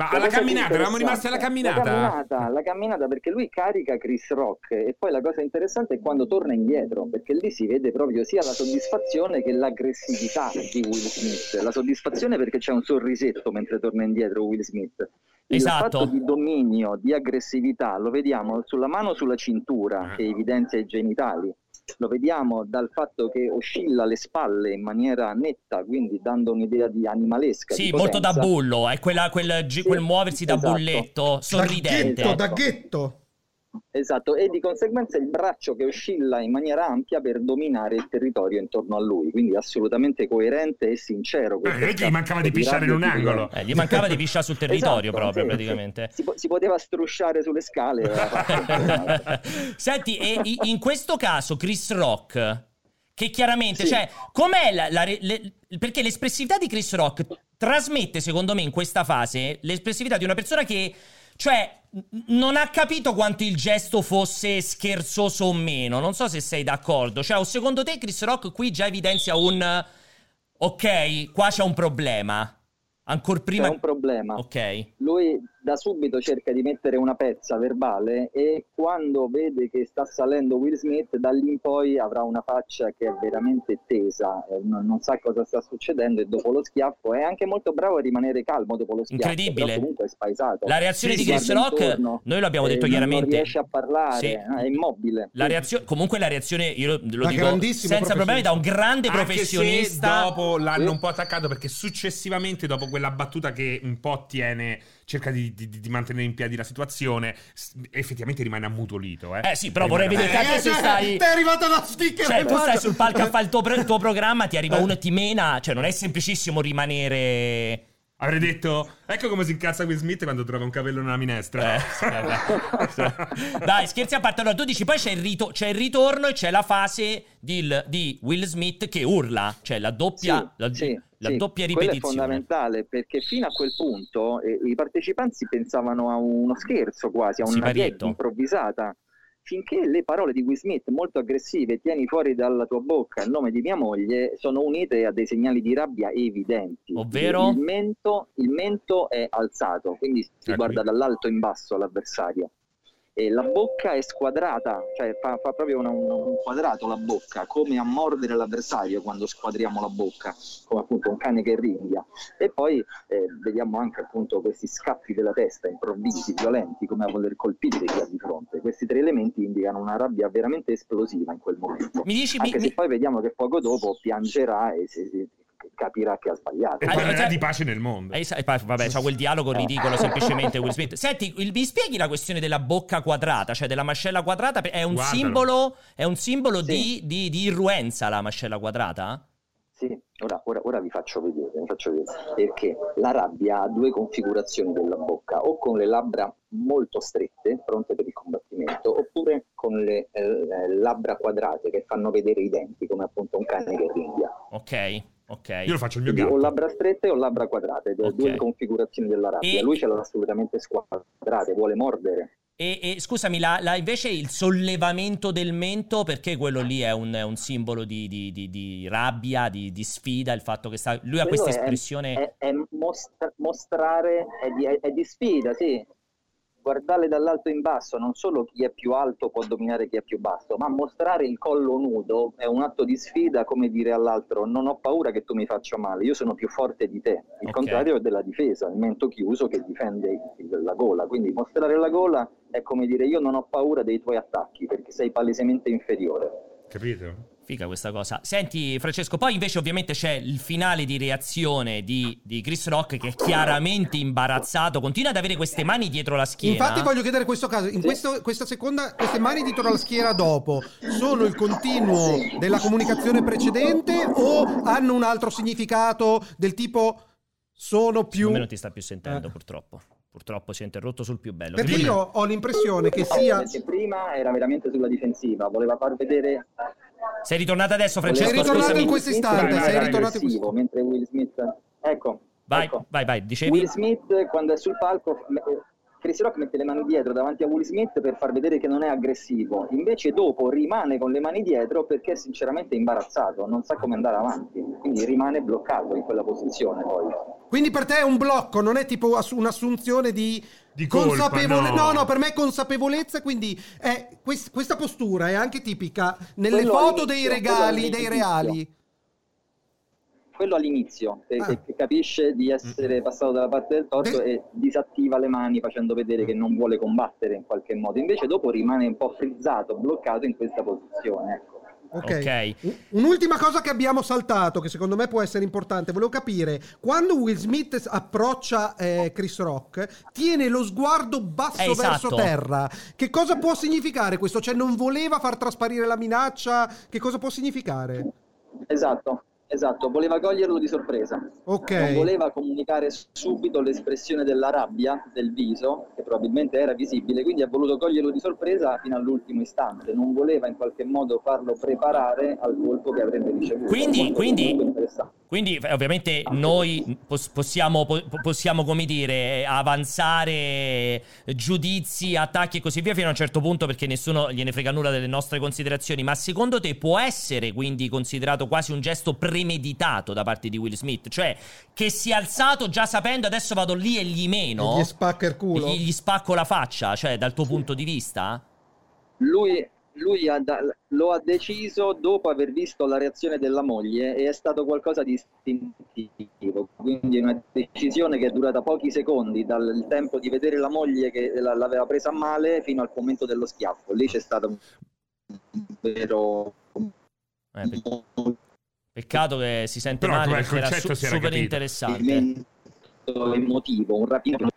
Speaker 2: Ma
Speaker 6: La
Speaker 2: alla
Speaker 6: cosa
Speaker 2: camminata, eravamo rimasti alla
Speaker 6: interessante- La
Speaker 2: camminata.
Speaker 6: camminata, la camminata, perché lui carica Chris Rock e poi la cosa interessante è quando torna indietro, perché lì si vede proprio sia la soddisfazione che l'aggressività di Will Smith. La soddisfazione perché c'è un sorrisetto mentre torna indietro Will Smith. Il
Speaker 1: Esatto.
Speaker 6: fatto di dominio, di aggressività, lo vediamo sulla mano sulla
Speaker 2: Ah.
Speaker 6: cintura che evidenzia i genitali. Lo vediamo dal fatto che oscilla le spalle in maniera netta, quindi dando un'idea di animalesca. di
Speaker 1: Sì, molto da
Speaker 6: potenza.
Speaker 1: bullo, è quella- quel, gi- quel
Speaker 6: Sì,
Speaker 1: muoversi da
Speaker 6: esatto.
Speaker 1: bulletto, sorridente.
Speaker 3: Daghetto, daghetto.
Speaker 6: Esatto, e di conseguenza il braccio che oscilla in maniera ampia per dominare il territorio intorno a lui, quindi assolutamente coerente e sincero. questo
Speaker 2: Eh, non è che gli
Speaker 6: scatto
Speaker 2: mancava di
Speaker 6: di
Speaker 2: pisciare in un
Speaker 6: rabbia e di
Speaker 2: angolo.
Speaker 1: Eh, gli mancava di pisciare sul territorio
Speaker 6: Esatto,
Speaker 1: proprio,
Speaker 6: sì.
Speaker 1: praticamente.
Speaker 6: Si, po- si poteva strusciare sulle scale. era fatto.
Speaker 1: Senti, e i- in questo caso Chris Rock, che chiaramente,
Speaker 6: Sì.
Speaker 1: cioè, com'è la, la re- le- perché l'espressività di Chris Rock trasmette, secondo me, in questa fase l'espressività di una persona che, cioè, n- non ha capito quanto il gesto fosse scherzoso o meno. Non so se sei d'accordo. Cioè, o secondo te Chris Rock qui già evidenzia un ok, qua c'è un problema. Ancora prima
Speaker 6: C'è un problema.
Speaker 1: Ok.
Speaker 6: Lui da subito cerca di mettere una pezza verbale e quando vede che sta salendo Will Smith, da lì in poi avrà una faccia che è veramente tesa, eh, non, non sa cosa sta succedendo e dopo lo schiaffo è anche molto bravo a rimanere calmo dopo lo schiaffo.
Speaker 1: Incredibile.
Speaker 6: però comunque è spaesato.
Speaker 1: La reazione
Speaker 6: Sì,
Speaker 1: di
Speaker 6: sì.
Speaker 1: Chris
Speaker 6: Guarda
Speaker 1: Rock,
Speaker 6: intorno,
Speaker 1: noi l'abbiamo detto
Speaker 6: eh, non-
Speaker 1: chiaramente.
Speaker 6: Non riesce a parlare,
Speaker 1: Sì.
Speaker 6: eh, è immobile.
Speaker 1: La reazione, comunque la reazione, io lo- lo
Speaker 3: Da
Speaker 1: dico
Speaker 3: grandissimo
Speaker 1: senza problemi,
Speaker 3: professionista.
Speaker 1: da un grande
Speaker 2: Anche se
Speaker 1: professionista.
Speaker 2: dopo l'hanno un po' attaccato perché successivamente, dopo quella battuta che un po' tiene, cerca di, di- di mantenere in piedi la situazione, s- effettivamente rimane ammutolito. Eh,
Speaker 1: Eh sì, però
Speaker 2: Rimane
Speaker 1: vorrei vedere
Speaker 2: ammutolito.
Speaker 1: tanto se stai...
Speaker 3: Ti è arrivata la sticca
Speaker 1: Cioè, tu stai
Speaker 3: guarda.
Speaker 1: sul palco a fare il tuo, pro- il tuo programma, ti arriva uno e ti mena. Cioè, non è semplicissimo rimanere.
Speaker 2: Avrei detto, ecco come si incazza Will Smith quando trova un capello nella minestra.
Speaker 1: Eh, sì, vabbè. Dai, scherzi a parte. Allora, tu dici, poi c'è il, rito- c'è il ritorno e c'è la fase di, di Will Smith che urla. Cioè, la doppia, la, la doppia
Speaker 6: Quello è
Speaker 1: ripetizione.
Speaker 6: fondamentale perché fino a quel punto eh, i partecipanti pensavano a uno scherzo quasi, a
Speaker 1: Sì,
Speaker 6: una
Speaker 1: Marietto.
Speaker 6: gag improvvisata. Finché le parole di Will Smith molto aggressive, tieni fuori dalla tua bocca il nome di mia moglie, sono unite a dei segnali di rabbia evidenti.
Speaker 1: Ovvero?
Speaker 6: Il mento, il mento è alzato, quindi si
Speaker 2: Ecco.
Speaker 6: guarda dall'alto in basso l'avversario. E la bocca è squadrata, cioè fa, fa proprio una- un- un quadrato la bocca, come a mordere l'avversario quando squadriamo la bocca come appunto un cane che ringhia e poi eh, vediamo anche appunto questi scatti della testa improvvisi, violenti come a voler colpire chi ha di fronte questi tre elementi indicano una rabbia veramente esplosiva in quel momento
Speaker 1: Mi dici, mi-
Speaker 6: anche
Speaker 1: mi-
Speaker 6: se poi vediamo che poco dopo piangerà e si- si- capirà che ha sbagliato
Speaker 2: E
Speaker 1: Allora,
Speaker 2: parlerà
Speaker 1: cioè-
Speaker 2: di pace nel mondo.
Speaker 1: Eh, sa- e poi, vabbè, c'ha quel
Speaker 6: Eh.
Speaker 1: dialogo ridicolo semplicemente Will Smith. Senti, il- mi spieghi la questione della bocca quadrata, cioè della mascella quadrata? È un
Speaker 2: Guardalo.
Speaker 1: simbolo, è un simbolo di,
Speaker 6: Sì.
Speaker 1: di- di irruenza la mascella quadrata?
Speaker 6: Sì, ora, ora- ora vi faccio vedere, vi faccio vedere. perché la rabbia ha due configurazioni della bocca, o con le labbra molto strette, pronte per il combattimento, oppure con le eh, labbra quadrate che fanno vedere i denti, come appunto un cane che ringhia.
Speaker 1: Ok, ok.
Speaker 2: Io lo faccio il mio
Speaker 6: Quindi o
Speaker 2: gatto.
Speaker 6: labbra strette o labbra quadrate, le
Speaker 1: Ok.
Speaker 6: due configurazioni della rabbia.
Speaker 1: E-
Speaker 6: Lui ce l'ha assolutamente squadrate, vuole mordere.
Speaker 1: E, e scusami, la, la- invece il sollevamento del mento, perché quello lì è un, è un simbolo di, di- di- di rabbia, di, di sfida, il fatto che sta, lui ha
Speaker 6: Quello
Speaker 1: questa
Speaker 6: è-
Speaker 1: espressione...
Speaker 6: È, è mostra- mostrare, è di, è- è di sfida, sì. Guardare dall'alto in basso, non solo chi è più alto può dominare chi è più basso, ma mostrare il collo nudo è un atto di sfida come dire all'altro non ho paura che tu mi faccia male, io sono più forte di te. Il
Speaker 1: Ok.
Speaker 6: contrario è della difesa, il mento chiuso che difende il- la gola. Quindi mostrare la gola è come dire io non ho paura dei tuoi attacchi perché sei palesemente inferiore.
Speaker 2: Capito?
Speaker 1: Figa questa cosa. Senti, Francesco, poi invece ovviamente c'è il finale di reazione di, di Chris Rock che è chiaramente imbarazzato, continua ad avere queste mani dietro la schiena.
Speaker 3: Infatti voglio chiedere questo caso, in questo- questa seconda, queste mani dietro alla schiera dopo sono il continuo della comunicazione precedente o hanno un altro significato del tipo sono più...
Speaker 1: A me non ti sta più sentendo,
Speaker 3: Eh.
Speaker 1: purtroppo. Purtroppo si è interrotto sul più bello.
Speaker 3: Perché
Speaker 1: Dimmi.
Speaker 3: io ho l'impressione che
Speaker 6: No,
Speaker 3: sia...
Speaker 6: Perché prima era veramente sulla difensiva, voleva far vedere
Speaker 1: Sei ritornata adesso,
Speaker 6: Voleva
Speaker 1: Francesco?
Speaker 3: Sei ritornato
Speaker 1: scusami.
Speaker 3: in questo istante,
Speaker 2: Vai, vai, sei vai.
Speaker 3: ritornato in
Speaker 6: Aggressivo,
Speaker 3: questo-
Speaker 6: Mentre Will Smith, ecco,
Speaker 1: Vai,
Speaker 6: ecco.
Speaker 1: vai, vai, dicevi.
Speaker 6: Will Smith quando è sul palco, me- Chris Rock mette le mani dietro davanti a Will Smith per far vedere che non è aggressivo, invece dopo rimane con le mani dietro perché è sinceramente imbarazzato, non sa come andare avanti, quindi rimane bloccato in quella posizione poi.
Speaker 3: Quindi per te è un blocco, non è tipo ass- un'assunzione di,
Speaker 2: Di colpa,
Speaker 3: consapevole-
Speaker 2: no.
Speaker 3: No, no, per me è consapevolezza, quindi è quest- questa postura è anche tipica nelle
Speaker 6: Quello
Speaker 3: foto
Speaker 6: all'inizio,
Speaker 3: dei
Speaker 6: quello
Speaker 3: regali, dei
Speaker 6: all'inizio.
Speaker 3: reali.
Speaker 6: quello all'inizio che,
Speaker 3: Ah. Mm.
Speaker 6: che- che capisce di essere passato dalla parte del torso
Speaker 3: Beh.
Speaker 6: e disattiva le mani facendo vedere che non vuole combattere in qualche modo invece dopo rimane un po' frizzato bloccato in questa posizione ecco.
Speaker 3: Ok.
Speaker 1: Ok.
Speaker 3: Un- Un'ultima cosa che abbiamo saltato, che secondo me può essere importante, volevo capire, quando Will Smith s- approccia eh, Chris Rock, tiene lo sguardo basso
Speaker 1: Eh,
Speaker 3: verso
Speaker 1: esatto.
Speaker 3: terra. Che cosa può significare questo? Cioè non voleva far trasparire la minaccia? Che cosa può significare?
Speaker 6: esatto esatto voleva coglierlo di sorpresa
Speaker 3: Ok.
Speaker 6: non voleva comunicare subito l'espressione della rabbia del viso che probabilmente era visibile quindi ha voluto coglierlo di sorpresa fino all'ultimo istante non voleva in qualche modo farlo preparare al colpo che avrebbe ricevuto
Speaker 1: Quindi-
Speaker 6: Molto-
Speaker 1: quindi-
Speaker 6: molto interessante.
Speaker 1: Quindi eh, ovviamente
Speaker 3: Ah,
Speaker 1: noi pos- possiamo, po- possiamo, come dire, avanzare giudizi, attacchi e così via fino a un certo punto perché nessuno gliene frega nulla delle nostre considerazioni, ma secondo te può essere quindi considerato quasi un gesto premeditato da parte di Will Smith? Cioè che si è alzato già sapendo adesso vado lì e gli meno?
Speaker 3: E gli spacca il culo?
Speaker 1: E gli, gli spacco la faccia, cioè dal tuo punto di vista?
Speaker 6: Lui lui ha da- lo ha deciso dopo aver visto la reazione della moglie e è stato qualcosa di istintivo, quindi è una decisione che è durata pochi secondi dal tempo di vedere la moglie che la- l'aveva presa male fino al momento dello schiaffo. Lì c'è stato un vero...
Speaker 1: Eh, pe- peccato che si sente
Speaker 2: Però,
Speaker 1: male
Speaker 2: come il
Speaker 1: perché era
Speaker 2: concetto
Speaker 1: su-
Speaker 2: si era
Speaker 1: super
Speaker 2: capito.
Speaker 1: interessante.
Speaker 6: movimento emotivo, un rapimento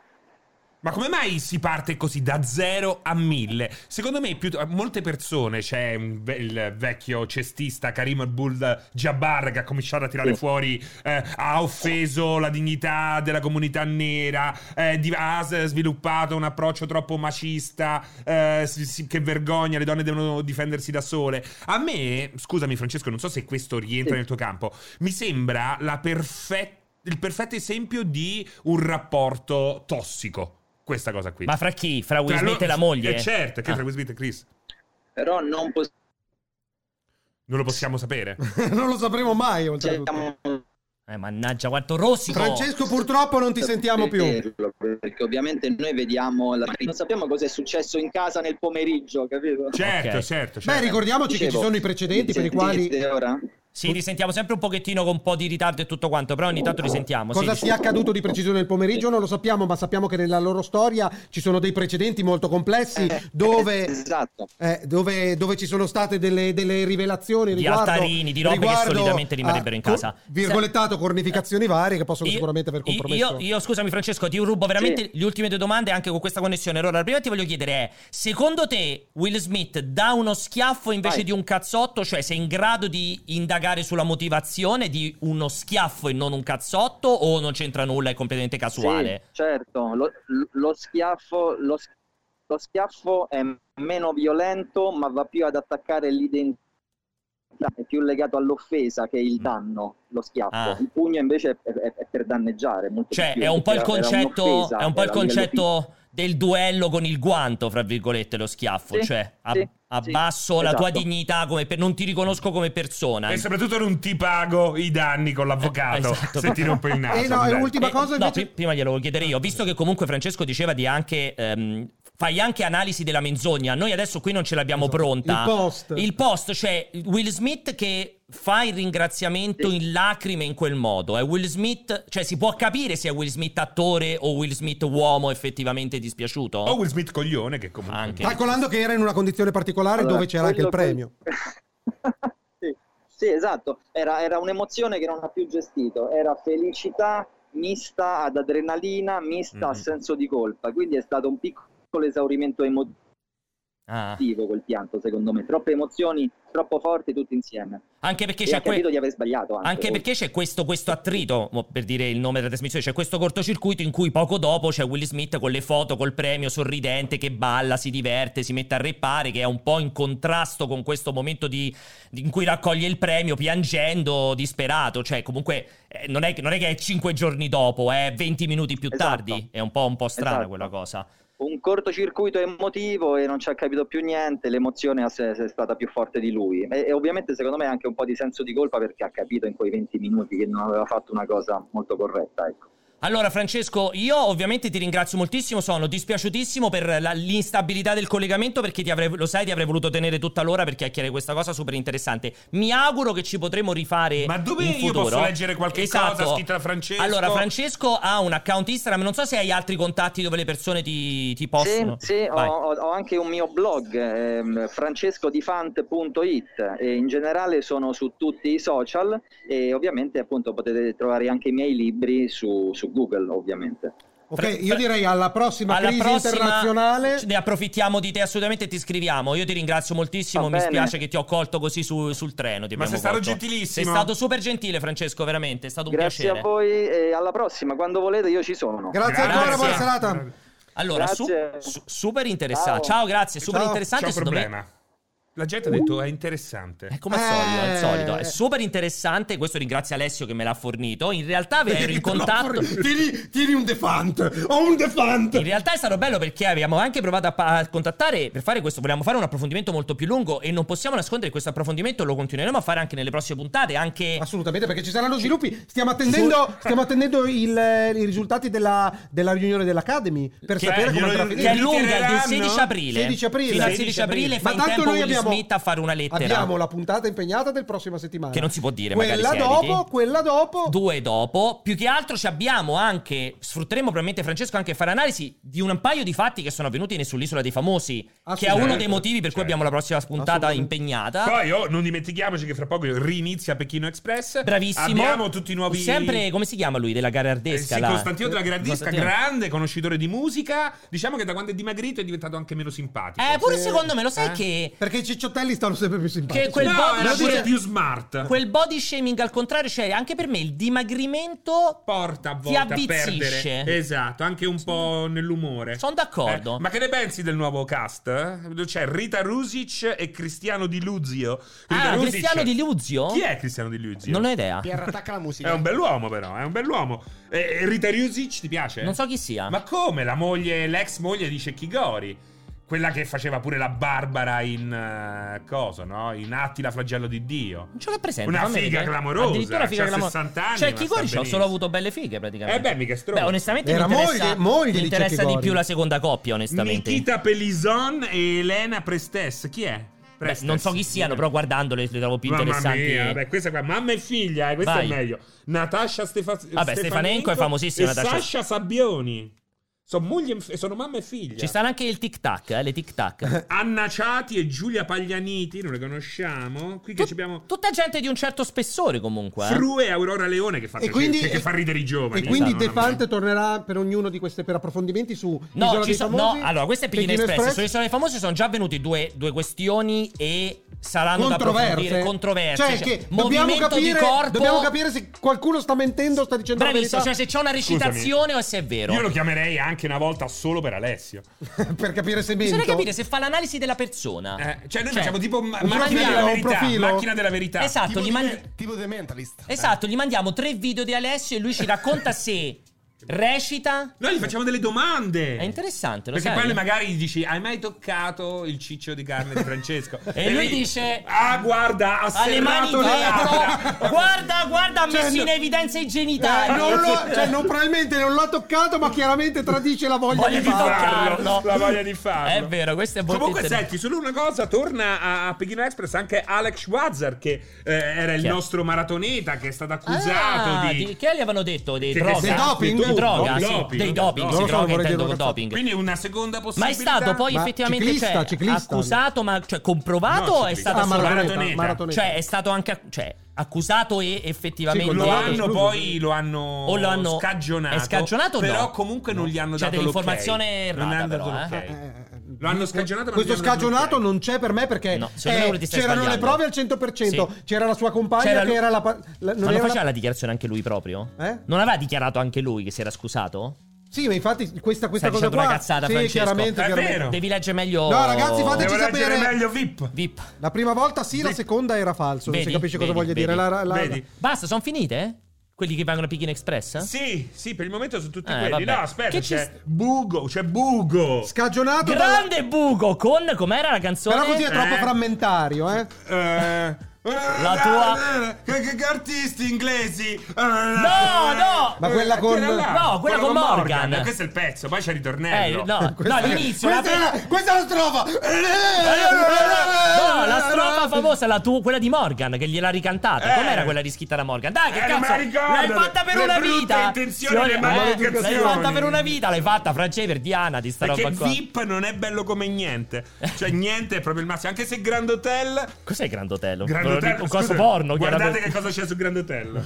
Speaker 2: Ma come mai si parte così da zero a mille? Secondo me, più- molte persone, c'è un ve- il vecchio cestista Karim Abdul Jabbar che ha cominciato a tirare
Speaker 6: Sì.
Speaker 2: fuori, eh, ha offeso la dignità della comunità nera, eh, di- ha s- sviluppato un approccio troppo macista, eh, si- si- che vergogna, le donne devono difendersi da sole. A me, scusami Francesco, non so se questo rientra
Speaker 6: Sì.
Speaker 2: nel tuo campo, mi sembra la perfetta il perfetto esempio di un rapporto tossico. Questa cosa qui.
Speaker 1: Ma fra chi? Fra Will
Speaker 2: Tra
Speaker 1: Smith
Speaker 2: loro-
Speaker 1: e la moglie?
Speaker 2: Eh, certo, che
Speaker 1: Ah.
Speaker 2: tra Will Smith e Chris.
Speaker 6: però non
Speaker 2: Non lo possiamo sapere.
Speaker 3: non lo sapremo mai,
Speaker 6: Cioè,
Speaker 3: oltretutto.
Speaker 6: possiamo
Speaker 1: Eh, mannaggia, quanto rosico!
Speaker 3: Francesco, purtroppo non ti sentiamo più.
Speaker 6: saperlo, perché ovviamente noi vediamo la- non sappiamo cosa è successo in casa nel pomeriggio, capito?
Speaker 2: Certo,
Speaker 1: Ok.
Speaker 2: certo.
Speaker 3: Beh,
Speaker 2: certo.
Speaker 3: ricordiamoci che ci
Speaker 6: cioè, Dicevo,
Speaker 3: sono i precedenti per i
Speaker 6: sentite
Speaker 3: quali
Speaker 6: ora?
Speaker 1: Sì, risentiamo sempre un pochettino con un po' di ritardo e tutto quanto, però ogni tanto risentiamo.
Speaker 3: Cosa
Speaker 1: sì,
Speaker 3: sia accaduto di preciso nel pomeriggio non lo sappiamo, ma sappiamo che nella loro storia ci sono dei precedenti molto complessi
Speaker 6: Eh,
Speaker 3: dove,
Speaker 6: esatto.
Speaker 3: eh, dove, dove ci sono state delle, delle rivelazioni
Speaker 1: Di
Speaker 3: riguardo,
Speaker 1: altarini, di robe che
Speaker 3: riguardo
Speaker 1: solitamente rimarrebbero
Speaker 3: a
Speaker 1: in casa.
Speaker 3: co- virgolettato, cornificazioni varie che possono sicuramente aver compromesso.
Speaker 1: Io, io, scusami Francesco, ti rubo veramente le ultime due domande anche con questa connessione. Allora, la prima che ti voglio chiedere è, secondo te Will Smith dà uno schiaffo invece
Speaker 6: Vai.
Speaker 1: di un cazzotto? Cioè sei in grado di indagare sulla motivazione di uno schiaffo e non un cazzotto o non c'entra nulla, è completamente casuale?
Speaker 6: Sì, certo, lo, lo schiaffo, lo, sch- lo schiaffo è meno violento, ma va più ad attaccare l'identità, è più legato all'offesa che il danno, lo schiaffo.
Speaker 1: Mm. Ah.
Speaker 6: Il pugno invece è, è- è per danneggiare. molto
Speaker 1: Cioè
Speaker 6: di più,
Speaker 1: è un po' il
Speaker 6: perché era- era
Speaker 1: concetto,
Speaker 6: un'offesa,
Speaker 1: è un po' il
Speaker 6: era a livello
Speaker 1: concetto del duello con il guanto, fra virgolette, lo schiaffo.
Speaker 6: Sì,
Speaker 1: cioè ab-
Speaker 6: sì,
Speaker 1: abbasso
Speaker 6: sì,
Speaker 1: la tua
Speaker 6: esatto.
Speaker 1: dignità, come per- non ti riconosco come persona.
Speaker 2: E soprattutico non ti pago i danni con l'avvocato.
Speaker 1: Eh, esatto.
Speaker 2: Se ti rompo il naso.
Speaker 3: Eh, no, è
Speaker 2: Dai.
Speaker 3: ultima-
Speaker 1: Eh,
Speaker 3: cosa,
Speaker 1: no,
Speaker 3: invece-
Speaker 1: pri- prima glielo voglio chiedere io, visto che comunque Francesco diceva di anche. ehm, fai anche analisi della menzogna. Noi adesso qui non ce l'abbiamo pronta.
Speaker 3: Esatto. Il post.
Speaker 1: Il post, cioè Will Smith che fa il ringraziamento in lacrime in quel modo. È Will Smith, cioè si può capire se è Will Smith attore o Will Smith uomo effettivamente dispiaciuto?
Speaker 2: O Will Smith coglione che comunque...
Speaker 1: Anche.
Speaker 3: Calcolando che era in una condizione particolare
Speaker 6: Allora,
Speaker 3: dove c'era anche il
Speaker 6: quello-
Speaker 3: premio.
Speaker 6: sì, sì, esatto. Era, era un'emozione che non ha più gestito. Era felicità mista ad adrenalina, mista a
Speaker 1: Mm.
Speaker 2: Mhm.
Speaker 6: senso di colpa. Quindi è stato un piccolo esaurimento emotivo
Speaker 1: Ah,
Speaker 6: quel pianto, secondo me. Troppe emozioni, troppo forti tutti insieme.
Speaker 1: anche perché
Speaker 6: E
Speaker 1: c'è
Speaker 6: ha capito
Speaker 1: que-
Speaker 6: di aver sbagliato. Anche, oh.
Speaker 1: Anche perché c'è questo, questo attrito, mo, per dire il nome della trasmissione, c'è questo cortocircuito in cui poco dopo c'è Will Smith con le foto, col premio, sorridente, che balla, si diverte, si mette a repare, che è un po' in contrasto con questo momento di, di- in cui raccoglie il premio, piangendo, disperato. Cioè, comunque, eh, non, è, che- non è che è 5 giorni dopo, è 20 minuti più
Speaker 6: Esatto.
Speaker 1: tardi. È un po', un po' strana
Speaker 6: Esatto.
Speaker 1: quella cosa.
Speaker 6: Un cortocircuito emotivo e non ci ha capito più niente. L'emozione ha- se- se è stata più forte di lui. E, e ovviamente, secondo me, anche un po' di senso di colpa perché ha capito in quei 20 minuti che non aveva fatto una cosa molto corretta. Ecco.
Speaker 1: Allora Francesco, io ovviamente ti ringrazio moltissimo, sono dispiaciutissimo per la- l'instabilità del collegamento perché ti avrei, lo sai ti avrei voluto tenere tutta l'ora per chiacchierare questa cosa super interessante. Mi auguro che ci potremo rifare
Speaker 2: Ma dove
Speaker 1: in
Speaker 2: io
Speaker 1: futuro.
Speaker 2: posso leggere qualche
Speaker 1: Esatto.
Speaker 2: cosa scritta da Francesco?
Speaker 1: Allora Francesco ha un account Instagram, non so se hai altri contatti dove le persone ti, ti possono...
Speaker 6: Sì, sì, ho,
Speaker 1: Vai.
Speaker 6: ho- ho anche un mio blog, ehm, francescodifant.it e in generale sono su tutti i social e ovviamente appunto potete trovare anche i miei libri su, su Google ovviamente.
Speaker 1: Fra-
Speaker 3: Ok,
Speaker 1: fra-
Speaker 3: io direi alla prossima
Speaker 1: Alla
Speaker 3: crisi
Speaker 1: prossima
Speaker 3: internazionale.
Speaker 1: ne approfittiamo di te assolutamente e ti scriviamo. Io ti ringrazio moltissimo,
Speaker 6: Va
Speaker 1: mi
Speaker 6: bene.
Speaker 1: spiace che ti ho colto così su- sul treno. ti
Speaker 2: Ma
Speaker 1: abbiamo
Speaker 2: sei stato
Speaker 1: colto.
Speaker 2: gentilissimo.
Speaker 1: Sei stato super gentile Francesco, veramente, è stato un
Speaker 6: Grazie
Speaker 1: piacere.
Speaker 6: a voi e alla prossima, quando volete io ci sono.
Speaker 3: Grazie, ancora,
Speaker 1: Grazie.
Speaker 3: buona serata.
Speaker 1: Allora, su-
Speaker 6: Grazie.
Speaker 1: su- super interessante. Ciao,
Speaker 6: Ciao.
Speaker 1: grazie, super
Speaker 3: Ciao.
Speaker 1: interessante.
Speaker 2: C'è un
Speaker 1: secondo me-
Speaker 2: problema. La gente ha detto è interessante.
Speaker 1: È come al solito,
Speaker 3: Eh.
Speaker 1: al solito, è super interessante. Questo ringrazio Alessio che me l'ha fornito. In realtà ero in contatto.
Speaker 3: Tieni, tieni un defant. Ho un defant.
Speaker 1: In realtà è stato bello perché abbiamo anche provato a, pa- a contattare per fare questo. Volevamo fare un approfondimento molto più lungo e non possiamo nascondere che questo approfondimento lo continueremo a fare anche nelle prossime puntate. Anche
Speaker 3: Assolutamente, perché ci saranno sviluppi. Stiamo attendendo, stiamo attendendo il- eh, i risultati della, della riunione dell'Academy per
Speaker 2: Che-
Speaker 3: sapere come
Speaker 2: glielo-
Speaker 3: andrà a
Speaker 1: che è
Speaker 3: finire.
Speaker 2: glielo-
Speaker 1: lunga del
Speaker 2: Littereranno?
Speaker 1: 16 aprile.
Speaker 3: 16 aprile.
Speaker 1: Fino al 16 aprile fa
Speaker 3: Ma
Speaker 1: in
Speaker 3: tanto
Speaker 1: tempo
Speaker 3: noi
Speaker 1: Will
Speaker 3: abbiamo,
Speaker 1: Smith a fare una lettera.
Speaker 3: abbiamo la puntata impegnata del prossima settimana.
Speaker 1: Che non si può dire, magari,
Speaker 3: Quella
Speaker 1: se
Speaker 3: dopo,
Speaker 1: eviti.
Speaker 3: quella dopo.
Speaker 1: Due dopo, più che altro ci abbiamo anche, sfrutteremo probabilmente Francesco anche a fare analisi di un paio di fatti che sono avvenuti ne- sull'isola dei famosi, che è
Speaker 3: Assolutamente.
Speaker 1: uno dei motivi per cui
Speaker 2: Certo.
Speaker 1: abbiamo la prossima puntata
Speaker 3: Assolutamente.
Speaker 1: impegnata.
Speaker 2: Poi oh, non dimentichiamoci che fra poco rinizia Pechino Express.
Speaker 1: Bravissimo.
Speaker 2: Abbiamo tutti i nuovi.
Speaker 1: Sempre, come si chiama lui, della
Speaker 2: Eh,
Speaker 1: Garardesca?
Speaker 2: sì,
Speaker 1: là?
Speaker 2: Costantino della Gradisca,
Speaker 1: Costantino.
Speaker 2: grande conoscitore di musica. Diciamo che da quando è dimagrito è diventato anche meno simpatico.
Speaker 1: Eh, pure
Speaker 3: Sì.
Speaker 1: secondo me, lo sai
Speaker 2: Eh?
Speaker 1: che...
Speaker 3: Perché i cicciottelli stanno sempre più simpatici.
Speaker 1: Che quel
Speaker 2: no,
Speaker 1: body-
Speaker 2: era
Speaker 1: lo dice-
Speaker 2: pure più smart.
Speaker 1: Quel body shaming al contrario, cioè anche per me il dimagrimento...
Speaker 2: Porta a
Speaker 1: Ti
Speaker 2: volte a
Speaker 1: avvizzisce.
Speaker 2: perdere. Esatto, anche un po' nell'umore.
Speaker 1: Sono d'accordo.
Speaker 2: Eh, ma che ne pensi del nuovo cast? eh? C'è Rita Rusic e Cristiano Di Luzio. Rita
Speaker 1: Ah,
Speaker 2: Rusic-
Speaker 1: Cristiano Di Luzio?
Speaker 2: Chi è Cristiano Di Luzio?
Speaker 1: Non ho idea.
Speaker 5: Pier attacca la musica.
Speaker 2: È un bell'uomo, però. È un bell'uomo. E, e Rita Rusic ti piace?
Speaker 1: Non so chi sia.
Speaker 2: Ma come? La moglie, l'ex moglie di Cecchigori. Quella che faceva pure la Barbara in. eh, cosa, no? In Attila flagello di Dio.
Speaker 1: Non ce l'ho presente.
Speaker 2: Una
Speaker 1: fammi
Speaker 2: figa
Speaker 1: vedere.
Speaker 2: clamorosa,
Speaker 1: Addirittura una figa
Speaker 2: c'ha
Speaker 1: clamorosa.
Speaker 2: 60 anni,
Speaker 1: Cioè,
Speaker 2: ma
Speaker 1: chi
Speaker 2: sta
Speaker 1: Goric ho
Speaker 2: benissimo.
Speaker 1: solo avuto belle fighe praticamente.
Speaker 2: Eh beh, mica stronzo.
Speaker 1: Beh, onestamente
Speaker 3: Era
Speaker 1: mi interessa,
Speaker 3: moglie- moglie
Speaker 1: mi
Speaker 3: di
Speaker 1: interessa
Speaker 3: Jackie
Speaker 1: di più
Speaker 3: Goric.
Speaker 1: la seconda coppia, onestamente.
Speaker 2: Nikita Pelison e Elena Prestes. Chi è?
Speaker 1: Beh,
Speaker 2: Prestes.
Speaker 1: non so chi siano, però guardandole le trovo più
Speaker 2: eh. Mamma
Speaker 1: interessanti.
Speaker 2: mia, beh, questa qua, mamma e figlia, eh, questo
Speaker 1: Vai.
Speaker 2: è meglio. Natascia Stefa-
Speaker 1: Vabbè, Stefanenko è famosissima,
Speaker 2: E
Speaker 1: Natascia.
Speaker 2: Sasha Sabbioni. Sono, moglie e f- sono mamma e figlia.
Speaker 1: Ci stanno anche il tic tac, eh, le tic tac.
Speaker 2: Anna Ciati e Giulia Paglianiti, non le conosciamo. Qui che ci abbiamo
Speaker 1: Tutta gente di un certo spessore comunque. eh.
Speaker 2: Fru e Aurora Leone che fa,
Speaker 3: E
Speaker 2: piacere,
Speaker 3: quindi,
Speaker 2: che- che fa ridere i giovani.
Speaker 3: E quindi De
Speaker 2: Esatto, non-
Speaker 3: Fant tornerà per ognuno di queste per approfondimenti su
Speaker 1: No,
Speaker 3: Isola
Speaker 1: ci
Speaker 3: dei
Speaker 1: so-
Speaker 3: Famosi,
Speaker 1: no, allora, queste Pechino Express, sulle
Speaker 3: Express.
Speaker 1: isole famosi sono già venute due, due questioni e saranno da approfondire
Speaker 3: controverse.
Speaker 1: controverse.
Speaker 3: Cioè, che dobbiamo
Speaker 1: movimento
Speaker 3: capire,
Speaker 1: di corpo.
Speaker 3: dobbiamo capire se qualcuno sta mentendo o sta dicendo
Speaker 1: Bravissimo,
Speaker 3: la
Speaker 1: cioè se c'è una recitazione o se è vero.
Speaker 2: Io lo chiamerei anche una volta solo per Alessio.
Speaker 3: verità. per capire se mente.
Speaker 1: cioè, Bisogna capire se fa l'analisi della persona.
Speaker 2: Eh, cioè, noi facciamo tipo ma-
Speaker 1: gli
Speaker 2: macchina
Speaker 1: mandiamo
Speaker 2: della
Speaker 3: un
Speaker 2: verità.
Speaker 3: profilo.
Speaker 2: Macchina della verità.
Speaker 1: Esatto,
Speaker 5: tipo,
Speaker 1: gli
Speaker 5: di
Speaker 1: mandi-
Speaker 5: The- tipo The Mentalist.
Speaker 3: Eh.
Speaker 1: esatto, gli mandiamo tre video di Alessio e lui ci racconta se recita.
Speaker 2: Noi gli facciamo delle domande.
Speaker 1: È
Speaker 3: Eh.
Speaker 1: interessante, lo
Speaker 2: Perché
Speaker 1: sai.
Speaker 2: poi lui magari gli dici: Hai mai toccato il ciccio di carne di Francesco?
Speaker 1: E lui dice-
Speaker 2: Ah, guarda, ha
Speaker 1: Ha le mani
Speaker 2: serrato le
Speaker 1: dietro.
Speaker 2: labbra.
Speaker 1: guarda, guarda, ha messo
Speaker 3: Cioè,
Speaker 1: in
Speaker 3: no-
Speaker 1: evidenza i
Speaker 3: Eh,
Speaker 1: genitali.
Speaker 3: non lo- cioè, non- probabilmente non l'ha toccato, ma chiaramente tradisce la voglia
Speaker 1: Voglio
Speaker 3: di farlo.
Speaker 1: toccarlo.
Speaker 2: La voglia di farlo.
Speaker 1: È vero, questo è molto
Speaker 2: Comunque, senti,
Speaker 1: interessante.
Speaker 2: solo una cosa, torna a, a Pechino Express anche Alex Schwarzer, che eh, era il
Speaker 1: Chi è?
Speaker 2: nostro maratoneta, che è stato accusato
Speaker 1: Ah,
Speaker 2: di...
Speaker 1: di- Che gli avevano detto? Dei
Speaker 2: Che-
Speaker 1: droga?
Speaker 2: del
Speaker 3: doping?
Speaker 1: Di droga,
Speaker 2: Doping,
Speaker 1: sì,
Speaker 2: doping.
Speaker 1: dei doping,
Speaker 2: Non
Speaker 1: sì,
Speaker 3: so,
Speaker 2: lo
Speaker 1: droga
Speaker 3: vorrei
Speaker 1: intendo
Speaker 3: dire
Speaker 1: con
Speaker 3: una cazzata.
Speaker 1: doping.
Speaker 2: Quindi una seconda possibilità.
Speaker 1: Ma è stato poi
Speaker 3: Ma
Speaker 1: effettivamente
Speaker 3: ciclista,
Speaker 1: cioè,
Speaker 3: ciclista.
Speaker 1: accusato, ma cioè, comprovato
Speaker 2: No,
Speaker 1: o è
Speaker 2: ciclista.
Speaker 1: stato
Speaker 2: Ah,
Speaker 1: solo-
Speaker 2: maratoneta.
Speaker 1: Cioè, è stato anche cioè, accusato e effettivamente.
Speaker 3: Sì,
Speaker 2: Lo
Speaker 3: Sì,
Speaker 2: hanno
Speaker 3: escluso,
Speaker 2: poi
Speaker 3: quindi.
Speaker 2: lo hanno,
Speaker 1: O lo hanno-
Speaker 2: scagionato.
Speaker 1: è scagionato o no?
Speaker 2: Però comunque non gli hanno
Speaker 1: C'è
Speaker 2: dato l'ok.
Speaker 1: dell'informazione
Speaker 2: Non gli hanno
Speaker 1: errata,
Speaker 2: dato
Speaker 1: però,
Speaker 2: l'ok.
Speaker 1: eh.
Speaker 2: Lo hanno scagionato, ma
Speaker 3: Questo
Speaker 2: non gli hanno dato
Speaker 3: scagionato
Speaker 2: l'ok.
Speaker 3: non c'è per me perché
Speaker 1: No, secondo me
Speaker 3: eh,
Speaker 1: quello ti stai
Speaker 3: c'erano le
Speaker 1: sbagliando.
Speaker 3: prove al 100%.
Speaker 1: Sì.
Speaker 3: C'era la sua compagna
Speaker 1: C'era
Speaker 3: che
Speaker 1: lui-
Speaker 3: era la. pa- la-
Speaker 1: Ma non
Speaker 3: era la-
Speaker 1: faceva la dichiarazione anche lui proprio?
Speaker 3: Eh?
Speaker 1: Non aveva dichiarato anche lui che si era scusato?
Speaker 3: Sì, ma infatti questa, questa cosa
Speaker 1: Stai dicendo
Speaker 3: qua.
Speaker 1: una cazzata,
Speaker 3: sì,
Speaker 1: Francesco.
Speaker 3: chiaramente,
Speaker 2: È
Speaker 3: chiaramente.
Speaker 2: vero.
Speaker 1: Devi leggere meglio.
Speaker 3: No, ragazzi, fateci
Speaker 2: Devo leggere
Speaker 3: sapere-
Speaker 2: meglio VIP.
Speaker 1: VIP.
Speaker 3: La prima volta sì, la
Speaker 2: Vedi?
Speaker 3: seconda era falso. non
Speaker 1: Vedi?
Speaker 3: si capisce cosa
Speaker 1: Vedi?
Speaker 3: voglia dire.
Speaker 1: Vedi?
Speaker 3: La- la-
Speaker 2: Vedi?
Speaker 1: Basta, sono finite? Quelli che vengono a Pechino Express?
Speaker 2: Sì, sì, per il momento sono tutti
Speaker 1: Eh,
Speaker 2: quelli.
Speaker 1: vabbè.
Speaker 2: No, aspetta,
Speaker 1: Che ci
Speaker 2: c'è
Speaker 1: sta-
Speaker 2: Bugo, c'è Bugo.
Speaker 3: Scagionato. dalla-
Speaker 1: Grande buco con com'era la canzone?
Speaker 3: Però così è troppo
Speaker 2: Eh.
Speaker 3: frammentario, eh.
Speaker 2: La
Speaker 1: tua-
Speaker 2: Che, eh, che- che artisti inglesi. Eh,
Speaker 1: No, no!
Speaker 3: Ma quella con-
Speaker 2: là.
Speaker 1: No, quella con Morgan.
Speaker 2: Eh, Questo è il pezzo, poi c'è il
Speaker 1: Eh,
Speaker 2: ritornello.
Speaker 1: no, no,
Speaker 3: Questa-
Speaker 1: all'inizio la- Eh,
Speaker 3: Questa, è la, questa è la strofa.
Speaker 1: No, la strofa famosa, la tu- quella di Morgan, che gliel'ha ricantata.
Speaker 2: Eh.
Speaker 1: Com'era quella riscritta da Morgan? Dai, che
Speaker 2: Eh, non
Speaker 1: cazzo!
Speaker 2: me la ricordo.
Speaker 1: L'hai fatta per
Speaker 2: Le
Speaker 1: una
Speaker 2: brutte
Speaker 1: vita!
Speaker 2: intenzioni,
Speaker 1: Signore,
Speaker 2: le
Speaker 1: eh,
Speaker 2: maleducazioni.
Speaker 1: L'hai fatta per una vita, l'hai fatta, Francesco, per Diana, di sta
Speaker 2: Perché
Speaker 1: roba qua.
Speaker 2: VIP non è bello come niente. Cioè, niente è proprio il massimo. Anche se Grand Hotel.
Speaker 1: Cos'è il Grand Hotel?
Speaker 2: Grand
Speaker 1: Ve lo
Speaker 2: Hotel
Speaker 1: dico, un coso
Speaker 2: scusa,
Speaker 1: porno,
Speaker 2: Guardate
Speaker 1: chiaramente.
Speaker 2: che cosa c'è su Grand Hotel.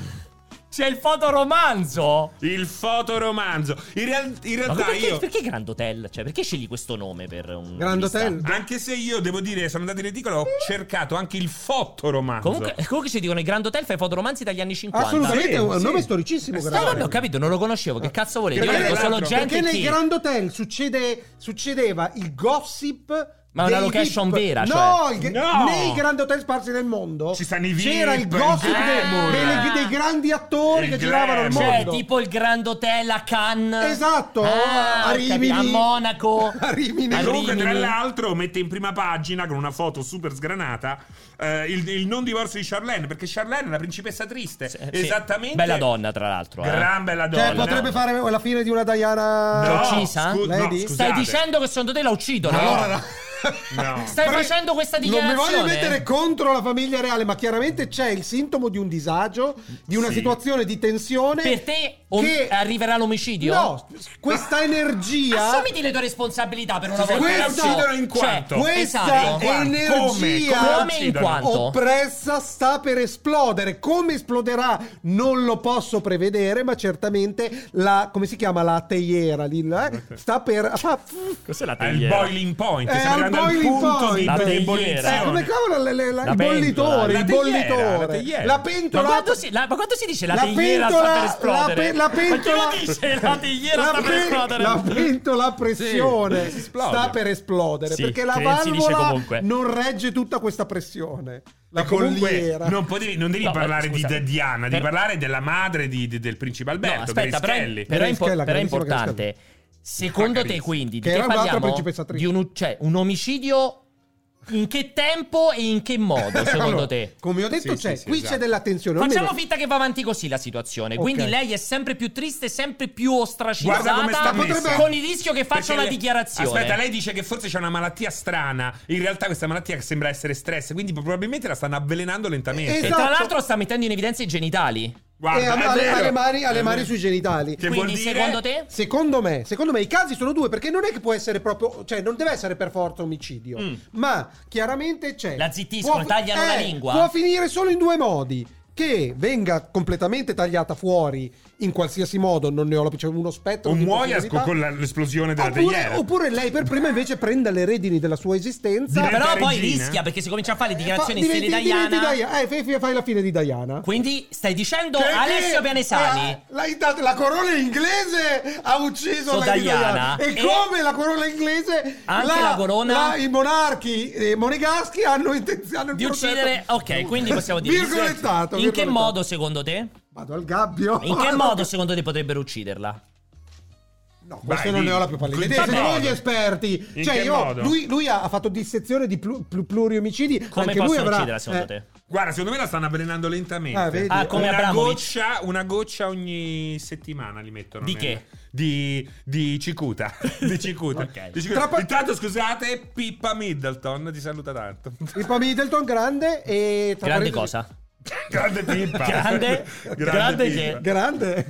Speaker 1: C'è il fotoromanzo!
Speaker 2: Il fotoromanzo. In, real- in
Speaker 1: Ma
Speaker 2: realtà
Speaker 1: perché,
Speaker 2: io.
Speaker 1: perché Grand Hotel? Cioè, perché scegli questo nome per un
Speaker 3: Grand
Speaker 1: artista?
Speaker 3: Hotel?
Speaker 2: Anche se io devo dire, sono andato in ridicola, ho cercato anche il fotoromanzo.
Speaker 1: Comunque, comunque ci dicono il Grand Hotel fa i fotoromanzi dagli anni 50.
Speaker 3: Assolutamente, è un
Speaker 2: Sì, sì.
Speaker 3: nome storicissimo.
Speaker 2: È
Speaker 1: No,
Speaker 3: Grande.
Speaker 1: Eh, vabbè, ho capito, non lo conoscevo. Che cazzo volete? Io
Speaker 2: Perché
Speaker 1: leggo solo
Speaker 2: l'altro-
Speaker 1: gente
Speaker 3: Perché nel
Speaker 1: che-
Speaker 3: Grand Hotel succede- succedeva il gossip
Speaker 1: Ma è una
Speaker 3: dei
Speaker 1: location
Speaker 3: VIP.
Speaker 1: vera,
Speaker 3: no,
Speaker 1: cioè.
Speaker 3: il-
Speaker 2: No!
Speaker 3: nei grandi hotel sparsi nel mondo
Speaker 2: Ci stanno i
Speaker 3: c'era il
Speaker 2: VIP,
Speaker 3: gossip
Speaker 2: il
Speaker 1: glamour.
Speaker 3: dei, delle- dei grandi attori
Speaker 2: Il
Speaker 3: che giravano il
Speaker 2: glamour.
Speaker 1: Cioè,
Speaker 3: mondo.
Speaker 1: tipo il Grand Hotel a Cannes.
Speaker 3: Esatto,
Speaker 1: Ah,
Speaker 3: a
Speaker 1: ho
Speaker 3: Rimini.
Speaker 1: capito, a Monaco.
Speaker 3: A Rimini.
Speaker 1: A
Speaker 2: Comunque, tra
Speaker 1: Rimini.
Speaker 2: l'altro, mette in prima pagina con una foto super sgranata eh, il, il non divorzio di Charlene. Perché Charlene è la principessa triste.
Speaker 1: Sì, sì.
Speaker 2: Esattamente.
Speaker 1: Bella donna, tra l'altro. eh.
Speaker 2: Gran bella donna.
Speaker 3: Cioè, potrebbe fare la fine di una Diana.
Speaker 2: No,
Speaker 1: uccisa?
Speaker 2: scu- no,
Speaker 3: Lady?
Speaker 1: Stai
Speaker 2: scusate.
Speaker 1: dicendo che secondo te la uccidono?
Speaker 2: No.
Speaker 3: Allora, no.
Speaker 2: No.
Speaker 1: Stai
Speaker 3: Pre-
Speaker 1: facendo questa
Speaker 3: Non mi
Speaker 1: dichiarazione?
Speaker 3: voglio mettere contro la famiglia reale, ma chiaramente c'è il sintomo di un disagio, di una
Speaker 2: Sì.
Speaker 3: situazione di tensione.
Speaker 1: Per te o-
Speaker 3: che-
Speaker 1: arriverà l'omicidio?
Speaker 3: No, questa energia.
Speaker 1: Assumiti le tue responsabilità per una
Speaker 2: Sì,
Speaker 1: volta.
Speaker 3: questa- cioè,
Speaker 1: la uccidono
Speaker 2: in quanto.
Speaker 3: Questa
Speaker 1: esatto.
Speaker 2: Come?
Speaker 3: energia
Speaker 2: Come?
Speaker 1: Come in quanto?
Speaker 3: oppressa sta per esplodere. Come esploderà non lo posso prevedere, ma certamente la come si chiama la teiera lì eh, sta per fa-
Speaker 1: Cos'è la
Speaker 2: È il boiling point.
Speaker 3: Eh,
Speaker 2: Stiamo
Speaker 3: al
Speaker 2: arrivando al
Speaker 3: boiling
Speaker 2: punto
Speaker 3: point.
Speaker 2: di
Speaker 1: La
Speaker 2: di
Speaker 1: tegliera.
Speaker 3: eh, come
Speaker 2: ebollizione.
Speaker 3: cavolo le- le- la-
Speaker 1: La
Speaker 3: il
Speaker 1: pentola,
Speaker 3: bollitore,
Speaker 2: la
Speaker 3: il
Speaker 2: teiera, la
Speaker 3: bollitore,
Speaker 2: teiera.
Speaker 3: la
Speaker 1: Ma
Speaker 3: pentola
Speaker 1: quanto, si, la- ma quanto si dice la,
Speaker 3: La
Speaker 1: tegliera
Speaker 3: pentola-
Speaker 1: sta per esplodere?
Speaker 3: la pe- la
Speaker 1: Ma
Speaker 3: pentola-
Speaker 1: chi lo dice la tegliera
Speaker 3: la,
Speaker 1: sta per
Speaker 3: pe-
Speaker 1: esplodere?
Speaker 3: la pentola a pressione
Speaker 2: Sì, si esplode.
Speaker 3: sta per esplodere
Speaker 1: Sì,
Speaker 3: perché la
Speaker 1: che si dice
Speaker 3: valvola
Speaker 1: comunque.
Speaker 3: non regge tutta questa pressione. La
Speaker 2: E comunque
Speaker 3: colliera.
Speaker 2: non, potevi- non devi
Speaker 1: No, ma
Speaker 2: parlare di
Speaker 1: scusa.
Speaker 2: di Diana,
Speaker 1: Per-
Speaker 2: devi parlare della madre di- di- del principe
Speaker 1: No,
Speaker 2: Alberto,
Speaker 1: aspetta, però,
Speaker 2: Periscelli.
Speaker 1: però è,
Speaker 3: Grace
Speaker 1: impo-
Speaker 3: Kelly,
Speaker 1: però è
Speaker 3: bravissima Grace
Speaker 1: importante. Secondo te,
Speaker 2: Grace.
Speaker 1: quindi, di
Speaker 3: Che
Speaker 1: che,
Speaker 3: era un'altra
Speaker 1: parliamo?
Speaker 3: principessa attrice.
Speaker 1: Di un, cioè, un omicidio in che tempo e in che modo, secondo
Speaker 3: Allora,
Speaker 1: te?
Speaker 3: Come ho detto,
Speaker 2: Sì,
Speaker 3: c'è,
Speaker 2: sì, sì,
Speaker 3: qui
Speaker 2: esatto.
Speaker 3: c'è della tensione.
Speaker 1: Facciamo
Speaker 3: almeno-
Speaker 1: finta che va avanti così la situazione.
Speaker 3: Ok.
Speaker 1: Quindi lei è sempre più triste, sempre più
Speaker 2: Guarda come sta
Speaker 1: ostracizzata.
Speaker 2: messa.
Speaker 1: Con il rischio che
Speaker 2: Perché
Speaker 1: faccia una
Speaker 2: lei-
Speaker 1: dichiarazione.
Speaker 2: Aspetta, lei dice che forse c'è una malattia strana. In realtà questa malattia che sembra essere stress, quindi probabilmente la stanno avvelenando lentamente.
Speaker 1: E
Speaker 3: Esatto.
Speaker 1: tra l'altro sta mettendo in evidenza i genitali.
Speaker 2: Guarda,
Speaker 3: e
Speaker 2: è
Speaker 3: ha- ha le-
Speaker 2: vero.
Speaker 3: ha le mani, ha le
Speaker 2: È
Speaker 3: mani
Speaker 2: vero.
Speaker 3: sui genitali.
Speaker 2: Che vuol
Speaker 1: Quindi,
Speaker 2: dire-
Speaker 1: secondo te?
Speaker 3: Secondo me, secondo me i casi sono due perché non è che può essere proprio, cioè non deve essere per forza omicidio,
Speaker 2: Mm.
Speaker 3: ma chiaramente c'è. eh,
Speaker 1: La zittiscono, tagliano la lingua.
Speaker 3: Può finire solo in due modi: che venga completamente tagliata fuori in qualsiasi modo, non ne ho la c'è uno spettro
Speaker 2: O
Speaker 3: di
Speaker 2: muoia
Speaker 3: possibilità.
Speaker 2: con la- l'esplosione della
Speaker 3: Oppure,
Speaker 2: teiera.
Speaker 3: oppure lei per prima invece prenda le redini della sua esistenza.
Speaker 2: Diventa
Speaker 1: Però poi
Speaker 2: regina.
Speaker 1: rischia perché si comincia a fare le dichiarazioni
Speaker 3: Fa-
Speaker 1: in stile
Speaker 3: diventi- diventi
Speaker 1: italiana.
Speaker 3: Diana. Eh, fai- fai- fai la fine di Diana.
Speaker 1: Quindi stai dicendo
Speaker 3: Che-
Speaker 1: Alessio
Speaker 3: che-
Speaker 1: Pianesani.
Speaker 3: eh, La, intanto la corona inglese ha ucciso
Speaker 1: So
Speaker 3: la di
Speaker 1: Diana.
Speaker 3: Diana. E,
Speaker 1: E-
Speaker 3: come la corona inglese,
Speaker 1: Anche la corona-
Speaker 3: i monarchi eh, monegaschi hanno intenzione
Speaker 1: Di uccidere, ok, quindi possiamo dire.
Speaker 3: Virgolettato.
Speaker 1: In che
Speaker 3: virgolettato. Ah,
Speaker 1: modo secondo te?
Speaker 3: Vado al gabbio.
Speaker 1: In che modo secondo te potrebbero ucciderla?
Speaker 3: No, questo
Speaker 2: Vai,
Speaker 3: non
Speaker 2: di-
Speaker 3: ne ho la più pallida
Speaker 2: in
Speaker 3: idea.
Speaker 2: che
Speaker 3: Sono
Speaker 2: modo?
Speaker 3: gli esperti.
Speaker 2: In
Speaker 3: cioè,
Speaker 2: che
Speaker 3: io,
Speaker 2: modo?
Speaker 3: lui, lui ha ha fatto dissezione di plu- plu- pluriomicidi.
Speaker 1: Come
Speaker 3: Anche lui
Speaker 1: possono
Speaker 3: avrà,
Speaker 1: ucciderla secondo
Speaker 3: eh,
Speaker 1: te?
Speaker 2: Guarda, secondo me la stanno avvelenando lentamente.
Speaker 3: Ah, vedi? Ah,
Speaker 1: come
Speaker 2: una,
Speaker 1: Abramovic.
Speaker 2: goccia, una goccia ogni settimana li mettono.
Speaker 1: Di
Speaker 2: nel-
Speaker 1: che?
Speaker 2: Di, di cicuta. di cicuta.
Speaker 1: Ok.
Speaker 2: Di cicuta.
Speaker 3: Tra pa-
Speaker 2: Intanto, scusate, Pippa Middleton ti saluta tanto.
Speaker 3: Pippa Middleton grande e... tra
Speaker 1: Grande
Speaker 3: parentesi-
Speaker 1: cosa?
Speaker 2: grande Pippa.
Speaker 1: Grande- grande che-
Speaker 3: Grande.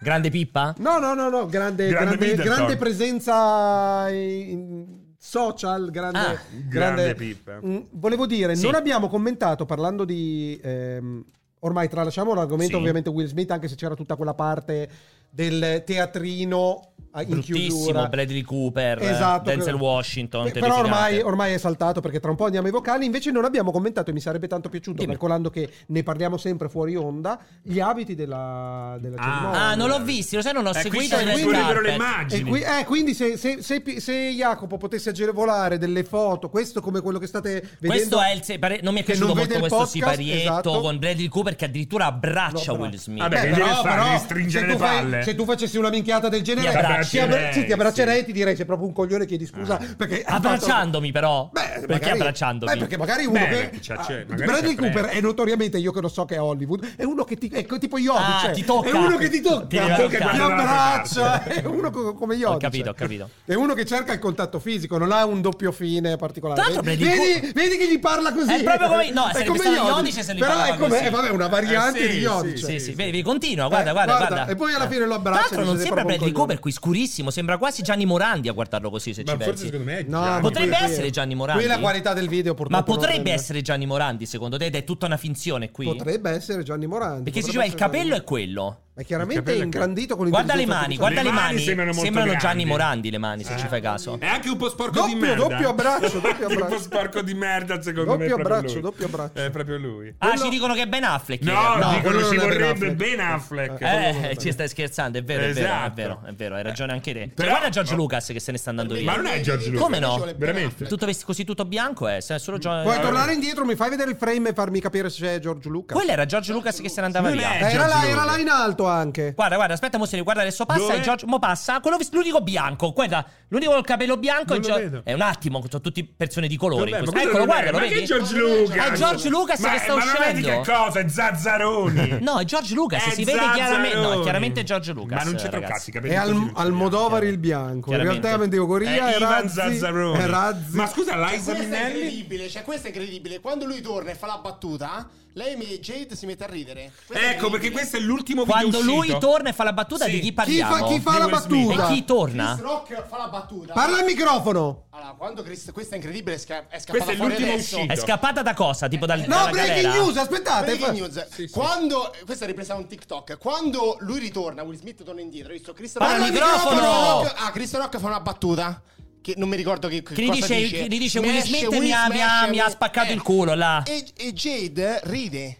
Speaker 1: Grande pippa?
Speaker 3: No, no, no, no, grande,
Speaker 2: Grande
Speaker 3: grande,
Speaker 2: Middleton.
Speaker 3: grande presenza in social, grande,
Speaker 1: Ah.
Speaker 2: Grande Pippa.
Speaker 3: Mm, volevo dire,
Speaker 1: Sì.
Speaker 3: non abbiamo commentato parlando di... ehm, ormai tralasciamo l'argomento
Speaker 1: Sì.
Speaker 3: ovviamente Will Smith, anche se c'era tutta quella parte del teatrino eh, in
Speaker 1: Bruttissimo,
Speaker 3: chiusura.
Speaker 1: Bradley Cooper,
Speaker 3: Esatto,
Speaker 1: Denzel
Speaker 3: però-
Speaker 1: Washington.
Speaker 3: Eh, Però
Speaker 1: terrificante.
Speaker 3: ormai, ormai è saltato perché tra un po' andiamo ai vocali. Invece non abbiamo commentato e mi sarebbe tanto piaciuto,
Speaker 1: Dimmi.
Speaker 3: calcolando che ne parliamo sempre fuori onda, gli abiti della, della
Speaker 2: Ah.
Speaker 3: cerimonia.
Speaker 1: Ah, non l'ho visto, lo sai, non ho
Speaker 2: Eh, qui
Speaker 1: seguito
Speaker 2: ci
Speaker 1: il red
Speaker 2: scorrevano le
Speaker 1: carpet.
Speaker 3: E
Speaker 2: immagini.
Speaker 3: qui- eh, quindi se, se- se- se Jacopo potesse agevolare delle foto, questo come quello che state vedendo...
Speaker 1: Questo è il se- pare- non mi è
Speaker 3: che
Speaker 1: piaciuto
Speaker 3: non
Speaker 1: molto
Speaker 3: vede il
Speaker 1: questo
Speaker 3: podcast,
Speaker 1: siparietto
Speaker 3: esatto.
Speaker 1: con Bradley Cooper che addirittura abbraccia
Speaker 3: No, bravo.
Speaker 1: Will Smith.
Speaker 2: Vabbè,
Speaker 3: Beh,
Speaker 2: che deve fare? Devi stringere
Speaker 3: se tu
Speaker 2: le
Speaker 3: fai-
Speaker 2: palle.
Speaker 3: se tu facessi una minchiata del genere,
Speaker 1: Ti abbracci. eh,
Speaker 3: ti, abbra- sì, ti abbraccerei
Speaker 2: Sì.
Speaker 3: e ti direi sei proprio un coglione, chiedi scusa.
Speaker 2: Ah.
Speaker 3: Perché hai fatto-
Speaker 1: Abbracciandomi però.
Speaker 3: Beh,
Speaker 1: perché
Speaker 3: magari-
Speaker 1: abbracciandomi?
Speaker 3: Beh, perché magari uno
Speaker 2: Beh,
Speaker 3: che
Speaker 2: perché c'ha- c'è-
Speaker 3: ah,
Speaker 2: magari
Speaker 3: Bradley
Speaker 2: c'ha fretta.
Speaker 3: Cooper è notoriamente io che lo so che è Hollywood, è uno che ti è co- tipo Iodice,
Speaker 1: Ah, ti tocca.
Speaker 3: è uno che ti tocca, ti,
Speaker 1: Ti deve toccare.
Speaker 3: abbraccia, è uno co- come Iodice.
Speaker 1: Ho capito, ho capito.
Speaker 3: È uno che cerca il contatto fisico, non ha un doppio fine particolare.
Speaker 1: Tanto
Speaker 3: vedi,
Speaker 1: Brady
Speaker 3: vedi- vedi che gli parla così.
Speaker 1: È proprio come- no,
Speaker 3: È
Speaker 1: sarebbe
Speaker 3: come
Speaker 1: stato
Speaker 3: Iodice,
Speaker 1: Iodice se lui
Speaker 3: Però
Speaker 1: parlava
Speaker 3: è come
Speaker 1: così.
Speaker 3: è vabbè, una variante
Speaker 2: Eh, sì,
Speaker 3: di
Speaker 2: sì,
Speaker 3: Iodice.
Speaker 1: Sì, sì,
Speaker 2: sì.
Speaker 1: vedi, vedi, continua, guarda,
Speaker 3: Eh,
Speaker 1: guarda,
Speaker 3: guarda,
Speaker 1: guarda.
Speaker 3: e poi alla fine lo abbraccia
Speaker 1: Tra
Speaker 3: e
Speaker 1: l'altro
Speaker 3: dice,
Speaker 1: non
Speaker 3: "Sei proprio
Speaker 1: sembra Bradley
Speaker 3: un coglione".
Speaker 1: Cooper qui scurissimo, sembra quasi Gianni Morandi a guardarlo così se
Speaker 2: Ma
Speaker 1: ci
Speaker 2: forse
Speaker 1: pensi.
Speaker 2: secondo me è
Speaker 3: No,
Speaker 2: Gianni.
Speaker 3: ma
Speaker 1: Potrebbe
Speaker 3: qui-
Speaker 1: essere Gianni Morandi?
Speaker 3: Qui la qualità del video
Speaker 1: Ma
Speaker 3: purtroppo non
Speaker 1: potrebbe
Speaker 3: è-
Speaker 1: essere Gianni Morandi secondo te ed è tutta una finzione qui?
Speaker 3: Potrebbe essere Gianni Morandi.
Speaker 1: Perché si
Speaker 3: potrebbe
Speaker 1: diceva il
Speaker 3: essere Gianni
Speaker 1: capello è quello.
Speaker 3: Morandi. È
Speaker 2: Il
Speaker 3: chiaramente
Speaker 2: capello è
Speaker 3: ingrandito con
Speaker 1: Guarda le
Speaker 3: l'intelligenza
Speaker 1: mani, guarda
Speaker 3: artificiale.
Speaker 1: le,
Speaker 2: Le mani
Speaker 1: mani.
Speaker 2: sembrano molto
Speaker 1: Sembrano
Speaker 2: grandi.
Speaker 1: Gianni Morandi le mani, se
Speaker 2: Eh.
Speaker 1: ci fai caso.
Speaker 2: È anche un po' sporco
Speaker 3: Doppio-
Speaker 2: di merda.
Speaker 3: doppio abbraccio, doppio
Speaker 2: Anche un po'
Speaker 3: abbraccio.
Speaker 2: sporco di merda, secondo me.
Speaker 3: Doppio
Speaker 2: è proprio
Speaker 3: abbraccio,
Speaker 2: lui.
Speaker 3: doppio abbraccio.
Speaker 2: È proprio lui.
Speaker 1: Ah,
Speaker 3: Quello-
Speaker 1: ci dicono che è Ben Affleck.
Speaker 2: No,
Speaker 1: era.
Speaker 3: no,
Speaker 2: dicono
Speaker 3: quello non
Speaker 2: ci
Speaker 3: è Ben
Speaker 2: vorrebbe
Speaker 3: Affleck.
Speaker 2: Ben Affleck.
Speaker 1: Eh, ci stai scherzando, è vero, è vero, è
Speaker 2: Esatto.
Speaker 1: vero, è vero, hai ragione anche te.
Speaker 2: Però-
Speaker 1: Però, guarda George Lucas che se ne sta andando via.
Speaker 2: Ma non è George Lucas.
Speaker 1: Come no?
Speaker 2: Veramente?
Speaker 1: Tutto vesti- così tutto bianco è, se- solo Gio-
Speaker 3: Puoi tornare indietro, mi fai vedere il frame e farmi capire se c'è George Lucas.
Speaker 1: Quello era George Lucas che se ne andava
Speaker 2: Non
Speaker 1: via.
Speaker 2: è.
Speaker 3: Eh, era, là,
Speaker 2: George
Speaker 3: era là
Speaker 2: Lucas.
Speaker 3: in alto anche.
Speaker 1: Guarda, guarda, aspetta, mo se ne guarda adesso passa
Speaker 2: Dove?
Speaker 1: e George mo passa, quello vis- l'unico bianco, guarda, l'unico col capello bianco
Speaker 2: Non
Speaker 1: è
Speaker 2: lo
Speaker 1: Gio-
Speaker 2: vedo.
Speaker 1: è un attimo, sono tutti persone di colore. in
Speaker 2: Vabbè, ma
Speaker 1: questo-
Speaker 2: quello
Speaker 1: Eccolo,
Speaker 2: non è-
Speaker 1: guarda, lo
Speaker 2: ma che
Speaker 1: vedi?
Speaker 2: è George Lucas?
Speaker 1: È George Lucas
Speaker 2: ma,
Speaker 1: che sta
Speaker 2: ma Ma vedi che
Speaker 1: uscendo.
Speaker 2: cosa? È Zazzaroni.
Speaker 1: No, è George Lucas,
Speaker 2: È
Speaker 1: si vede chiaramente. No, è
Speaker 2: Eh, Zazzaroni.
Speaker 1: chiaramente George Lucas.
Speaker 2: Ma non c'entra un cazzo,
Speaker 1: ragazzi.
Speaker 2: i capelli
Speaker 3: E
Speaker 2: così
Speaker 3: al,
Speaker 2: non ce li ha.
Speaker 3: Almodovar il bianco. In
Speaker 1: Chiaramente.
Speaker 3: realtà Mendicoria
Speaker 2: È
Speaker 3: era
Speaker 2: Eh, Ivan Zazzaroni.
Speaker 3: eh, Razzi.
Speaker 2: Ma scusa, Liza
Speaker 5: Questa è
Speaker 2: Minnelli?
Speaker 5: incredibile, cioè questa è incredibile. Quando lui torna e fa la battuta, lei mi Jade si mette a ridere. Questa è
Speaker 2: Ecco, perché
Speaker 5: incredibile.
Speaker 2: questo è l'ultimo video
Speaker 1: Quando lui
Speaker 2: uscito.
Speaker 1: torna e fa la battuta,
Speaker 2: Sì.
Speaker 1: di chi
Speaker 3: chi
Speaker 1: parliamo?
Speaker 3: fa, chi fa
Speaker 2: Di
Speaker 3: la
Speaker 2: Will Smith.
Speaker 3: battuta?
Speaker 1: E chi torna?
Speaker 5: Chris Rock fa la battuta.
Speaker 3: Parla al microfono.
Speaker 5: Allora, quando Chris, questa è incredibile, è sca- è scappata
Speaker 2: Questo è
Speaker 5: fuori
Speaker 2: l'ultimo
Speaker 5: adesso.
Speaker 2: uscito.
Speaker 1: È scappata da cosa? Tipo dal,
Speaker 3: No,
Speaker 1: Eh, dalla
Speaker 3: breaking
Speaker 1: galera?
Speaker 3: news, aspettate.
Speaker 5: Breaking
Speaker 3: fa-
Speaker 5: news. Quando questa è ripresa da un TikTok, quando lui ritorna, Will Smith torna indietro. Ho visto Chris Rock.
Speaker 1: Parla al
Speaker 5: Chris Rock-
Speaker 1: microfono!
Speaker 5: Chris Rock- Ah, Chris Rock fa una battuta. Che non mi ricordo che,
Speaker 1: Che gli
Speaker 5: cosa
Speaker 1: dice,
Speaker 5: dice.
Speaker 1: gli dice
Speaker 5: Smash,
Speaker 1: Will Smith
Speaker 5: Will
Speaker 1: mi ha, mi ha-
Speaker 5: smash,
Speaker 1: mi ha
Speaker 5: Will-
Speaker 1: spaccato
Speaker 5: eh.
Speaker 1: il culo là.
Speaker 5: E, e Jade ride.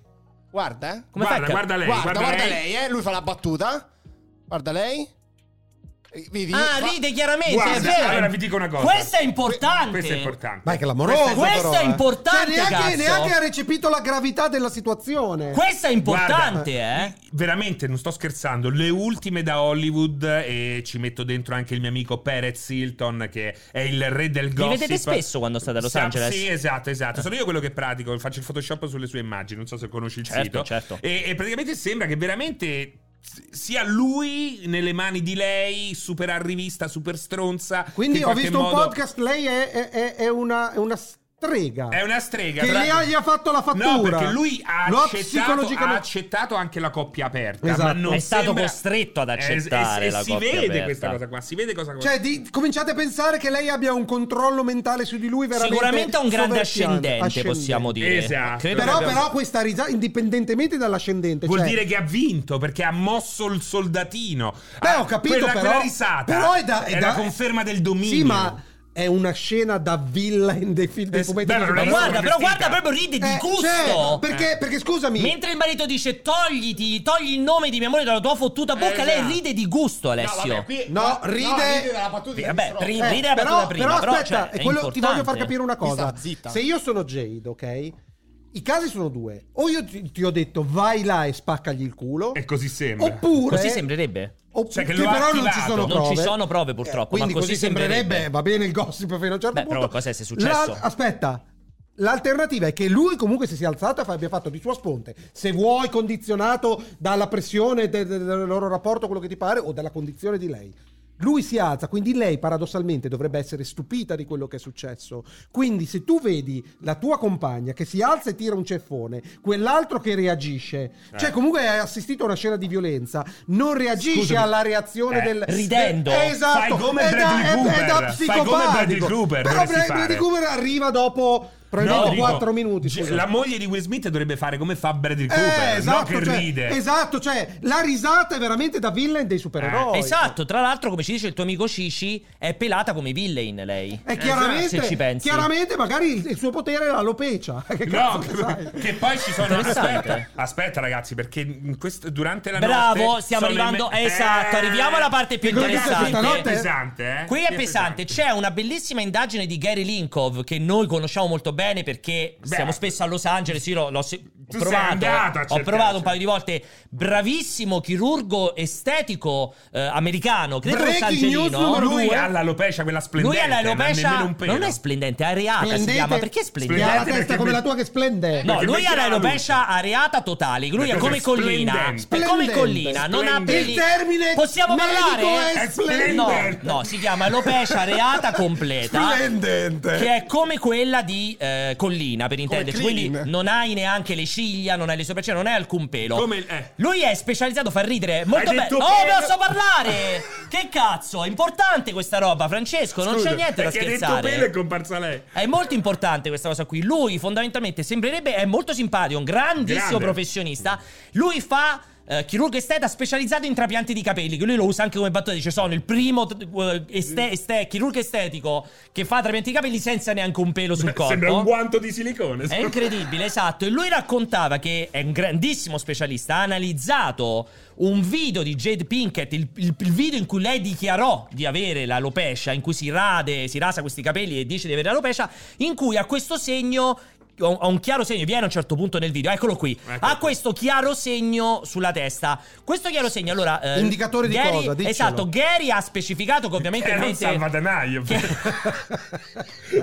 Speaker 5: Guarda, eh.
Speaker 1: Come
Speaker 2: guarda,
Speaker 1: fai? a-
Speaker 2: guarda lei,
Speaker 5: guarda,
Speaker 2: guarda, lei.
Speaker 5: eh. Lui fa la battuta. Guarda lei. E Vedi,
Speaker 1: Ah,
Speaker 5: fa-
Speaker 1: ride chiaramente,
Speaker 2: Guarda,
Speaker 1: è vero.
Speaker 2: allora vi dico una cosa.
Speaker 1: Questo è importante.
Speaker 2: Questo è importante.
Speaker 3: Ma è che l'amoroso.
Speaker 1: Questo è
Speaker 3: però, eh.
Speaker 1: importante,
Speaker 3: Cioè, neanche,
Speaker 1: cazzo.
Speaker 3: neanche ha recepito la gravità della situazione.
Speaker 1: Questo è importante,
Speaker 2: Guarda,
Speaker 1: eh.
Speaker 2: Veramente, non sto scherzando. Le ultime da Hollywood, e ci metto dentro anche il mio amico Perez Hilton, che è il re del gossip.
Speaker 1: vedete spesso quando state a Los
Speaker 2: Sì,
Speaker 1: Angeles? Eh.
Speaker 2: Sì, esatto, esatto. Sono io quello che pratico, faccio il Photoshop sulle sue immagini. Non so se conosci il
Speaker 1: Certo,
Speaker 2: sito.
Speaker 1: certo.
Speaker 2: E, e praticamente sembra che veramente. s- Sia lui nelle mani di lei, super arrivista, super stronza. che
Speaker 3: Quindi
Speaker 2: in
Speaker 3: ho
Speaker 2: qualche
Speaker 3: visto un
Speaker 2: modo-
Speaker 3: podcast, lei è, è- è- è una, è una strega.
Speaker 2: È una strega.
Speaker 3: Che
Speaker 2: tra-
Speaker 3: lei ha- gli ha fatto la fattura.
Speaker 2: No, perché lui ha
Speaker 3: Lo ha
Speaker 2: accettato,
Speaker 3: psicologicamente-
Speaker 2: ha accettato anche la coppia aperta.
Speaker 3: Esatto.
Speaker 2: Ma non
Speaker 1: È stato
Speaker 2: sembra-
Speaker 1: costretto ad
Speaker 2: Eh,
Speaker 1: accettare
Speaker 2: e- e
Speaker 1: la
Speaker 2: si
Speaker 1: coppia
Speaker 2: vede
Speaker 1: aperta.
Speaker 2: questa cosa qua. Si vede cosa
Speaker 3: Cioè, di- cominciate a pensare che lei abbia un controllo mentale su di lui veramente
Speaker 1: Sicuramente ha un grande
Speaker 3: sovverchiante.
Speaker 1: ascendente, possiamo dire.
Speaker 2: Esatto.
Speaker 1: Credo
Speaker 3: Però,
Speaker 1: che abbia-
Speaker 3: però questa risa, indipendentemente dall'ascendente,
Speaker 2: Vuol
Speaker 3: cioè-
Speaker 2: dire che ha vinto perché ha mosso il soldatino.
Speaker 3: Beh,
Speaker 2: Ah,
Speaker 3: ho capito,
Speaker 2: quella,
Speaker 3: però,
Speaker 2: quella risata
Speaker 3: però è, da, è
Speaker 2: la
Speaker 3: da-
Speaker 2: conferma del dominio.
Speaker 3: Sì, ma è una scena da villa in dei film dei
Speaker 2: Eh,
Speaker 3: fumetti
Speaker 2: beh,
Speaker 3: di
Speaker 2: non è
Speaker 1: Ma
Speaker 2: una
Speaker 3: supereroi.
Speaker 1: guarda,
Speaker 2: sono
Speaker 1: però
Speaker 2: vestita.
Speaker 1: guarda proprio ride di
Speaker 3: Eh,
Speaker 1: gusto.
Speaker 3: cioè, perché, perché scusami,
Speaker 1: Mentre il marito dice togliti, togli il nome di mia moglie dalla tua fottuta bocca, lei
Speaker 5: Esatto.
Speaker 1: ride di gusto,
Speaker 5: No,
Speaker 1: Alessio.
Speaker 5: vabbè, qui-
Speaker 3: No, ride-
Speaker 5: dalla battuta di
Speaker 1: Sì, vabbè,
Speaker 5: Chris Rock.
Speaker 1: ride-
Speaker 3: Eh,
Speaker 1: la battuta prima, però,
Speaker 3: aspetta,
Speaker 1: cioè,
Speaker 3: è
Speaker 1: è
Speaker 3: quello- ti voglio far
Speaker 1: importante.
Speaker 3: capire una cosa.
Speaker 5: Mi sta zitta.
Speaker 3: Se io sono Jade, ok? I casi sono due. O io ti, ti ho detto vai là e spaccagli il culo.
Speaker 2: E così sembra.
Speaker 3: Oppure
Speaker 1: Così sembrerebbe.
Speaker 3: oppure-
Speaker 2: Cioè, che
Speaker 3: che
Speaker 2: lo ha
Speaker 3: però non ci
Speaker 2: attivato.
Speaker 3: sono
Speaker 2: Non
Speaker 1: ci
Speaker 3: prove. Eh,
Speaker 1: sono prove, purtroppo,
Speaker 3: quindi
Speaker 1: ma così
Speaker 3: sembrerebbe,
Speaker 1: sembrerebbe.
Speaker 3: va bene il gossip fino a un certo
Speaker 1: Beh,
Speaker 3: punto.
Speaker 1: però qualcosa è successo.
Speaker 3: aspetta. L'alternativa è che lui comunque si sia alzato e fa- abbia fatto di sua sponte. Se vuoi condizionato dalla pressione de- de- del loro rapporto, quello che ti pare, o dalla condizione di lei. Lui si alza, quindi lei paradossalmente dovrebbe essere stupita di quello che è successo. Quindi se tu vedi la tua compagna che si alza e tira un ceffone, quell'altro che reagisce,
Speaker 2: Eh.
Speaker 3: cioè comunque hai assistito a una scena di violenza, non reagisci
Speaker 2: Scusami.
Speaker 3: alla reazione
Speaker 2: Eh,
Speaker 3: del...
Speaker 1: ridendo.
Speaker 3: Eh, esatto,
Speaker 2: Fai come
Speaker 3: è da,
Speaker 2: Bradley
Speaker 3: è- è
Speaker 2: Cooper.
Speaker 3: da
Speaker 2: Fai
Speaker 3: psicopatico.
Speaker 2: come Bradley Cooper,
Speaker 3: Però
Speaker 2: dovresti
Speaker 3: Bradley,
Speaker 2: fare.
Speaker 3: Cooper arriva dopo
Speaker 2: No,
Speaker 3: probabilmente
Speaker 2: dico,
Speaker 3: 4 minuti.
Speaker 2: G-
Speaker 3: scusa.
Speaker 2: la moglie di Will Smith dovrebbe fare come fa Bradley
Speaker 3: Eh,
Speaker 2: Cooper,
Speaker 3: esatto,
Speaker 2: no che
Speaker 3: cioè,
Speaker 2: ride.
Speaker 3: esatto, cioè la risata è veramente da villain dei
Speaker 2: Eh,
Speaker 3: supereroi.
Speaker 1: Esatto, tra l'altro, come ci dice il tuo amico Cici, è pelata come i villain lei.
Speaker 3: E Eh, chiaramente,
Speaker 1: Eh, Se ci pensi.
Speaker 3: chiaramente magari il, il suo potere è l'alopecia. Che
Speaker 2: No,
Speaker 3: cazzo sai?
Speaker 2: che, che poi ci sono.
Speaker 1: Interessante.
Speaker 2: Aspetta, aspetta, ragazzi, perché in questo- durante la notte.
Speaker 1: Bravo, stiamo
Speaker 2: sono le
Speaker 1: arrivando-
Speaker 2: me-
Speaker 1: esatto, arriviamo alla parte più
Speaker 2: Che cosa
Speaker 1: interessante.
Speaker 2: cazzo, questa
Speaker 3: Notte-
Speaker 2: è pesante, eh?
Speaker 1: Qui è pesante, c'è una bellissima indagine di Gary Linkov che noi conosciamo molto bene perché siamo spesso a Los Angeles, io l'ho, l'ho se- ho
Speaker 2: sei
Speaker 1: provato,
Speaker 2: andato a
Speaker 1: ho
Speaker 2: cercarci.
Speaker 1: provato un paio di volte, bravissimo chirurgo estetico eh, americano, credo
Speaker 3: Breaking
Speaker 1: Rosangelino.
Speaker 3: news numero
Speaker 2: Lui
Speaker 3: due.
Speaker 2: ha l'alopecia, quella
Speaker 1: Lui
Speaker 2: splendente.
Speaker 1: ha la
Speaker 2: non ha nemmeno un pelo.
Speaker 1: non è splendente, è areata Ah, si chiama, perché
Speaker 3: Che
Speaker 1: è
Speaker 3: ha
Speaker 1: splendente?
Speaker 3: la testa
Speaker 2: Perché-
Speaker 3: come la tua che splende.
Speaker 1: No,
Speaker 2: Perché
Speaker 1: lui
Speaker 2: mette
Speaker 1: ha la
Speaker 2: la luce.
Speaker 1: rovescia areata totale. Lui
Speaker 2: Perché
Speaker 1: è come
Speaker 2: è
Speaker 1: collina.
Speaker 2: splendente.
Speaker 1: È come
Speaker 3: Splendente.
Speaker 1: collina. Non ha
Speaker 2: Splendente.
Speaker 1: peli.
Speaker 3: Il termine
Speaker 1: Possiamo
Speaker 3: medico
Speaker 1: parlare?
Speaker 3: è
Speaker 2: È splendente.
Speaker 1: No, no, si chiama alopecia areata completa.
Speaker 3: Splendente.
Speaker 1: Che è come quella di eh, collina, per intenderci.
Speaker 5: Clean.
Speaker 1: Quindi non hai neanche le ciglia, non hai le sopracciglia, non hai alcun pelo.
Speaker 2: Come il- eh.
Speaker 1: Lui è specializzato, fa ridere. Molto bello.
Speaker 2: detto
Speaker 1: Oh,
Speaker 2: pelo.
Speaker 1: posso parlare! che cazzo, è importante questa roba, Francesco. Non c'è niente da
Speaker 2: perché ha detto
Speaker 1: scherzare.
Speaker 2: pelo è comparsa lei.
Speaker 1: È molto importante questa cosa qui. Lui fondamentalmente sembrerebbe è molto simpatico, un grandissimo
Speaker 2: Grande.
Speaker 1: professionista. Lui fa eh, chirurgo esteta specializzato in trapianti di capelli, che lui lo usa anche come battuta, dice sono il primo eh, este- este- chirurgo estetico che fa trapianti di capelli senza neanche un pelo sul corpo.
Speaker 2: Cioè, Sembra un guanto di silicone.
Speaker 1: È incredibile, esatto. E lui raccontava che è un grandissimo specialista. Ha analizzato un video di Jade Pinkett, il, il- il video in cui lei dichiarò di avere l'alopecia, in cui si rade, si rasa questi capelli e dice di avere l'alopecia, in cui ha questo segno. Ha un chiaro segno, viene a un certo punto nel video, eccolo qui.
Speaker 2: Ecco
Speaker 1: Ha
Speaker 2: qui.
Speaker 1: questo chiaro segno sulla testa. Questo chiaro segno, allora. eh,
Speaker 3: Indicatore di
Speaker 1: Gary-
Speaker 3: cosa? Diccelo.
Speaker 1: Esatto, Gary ha specificato che ovviamente.
Speaker 2: Era un
Speaker 1: mette-
Speaker 2: salvadanaio.
Speaker 1: che-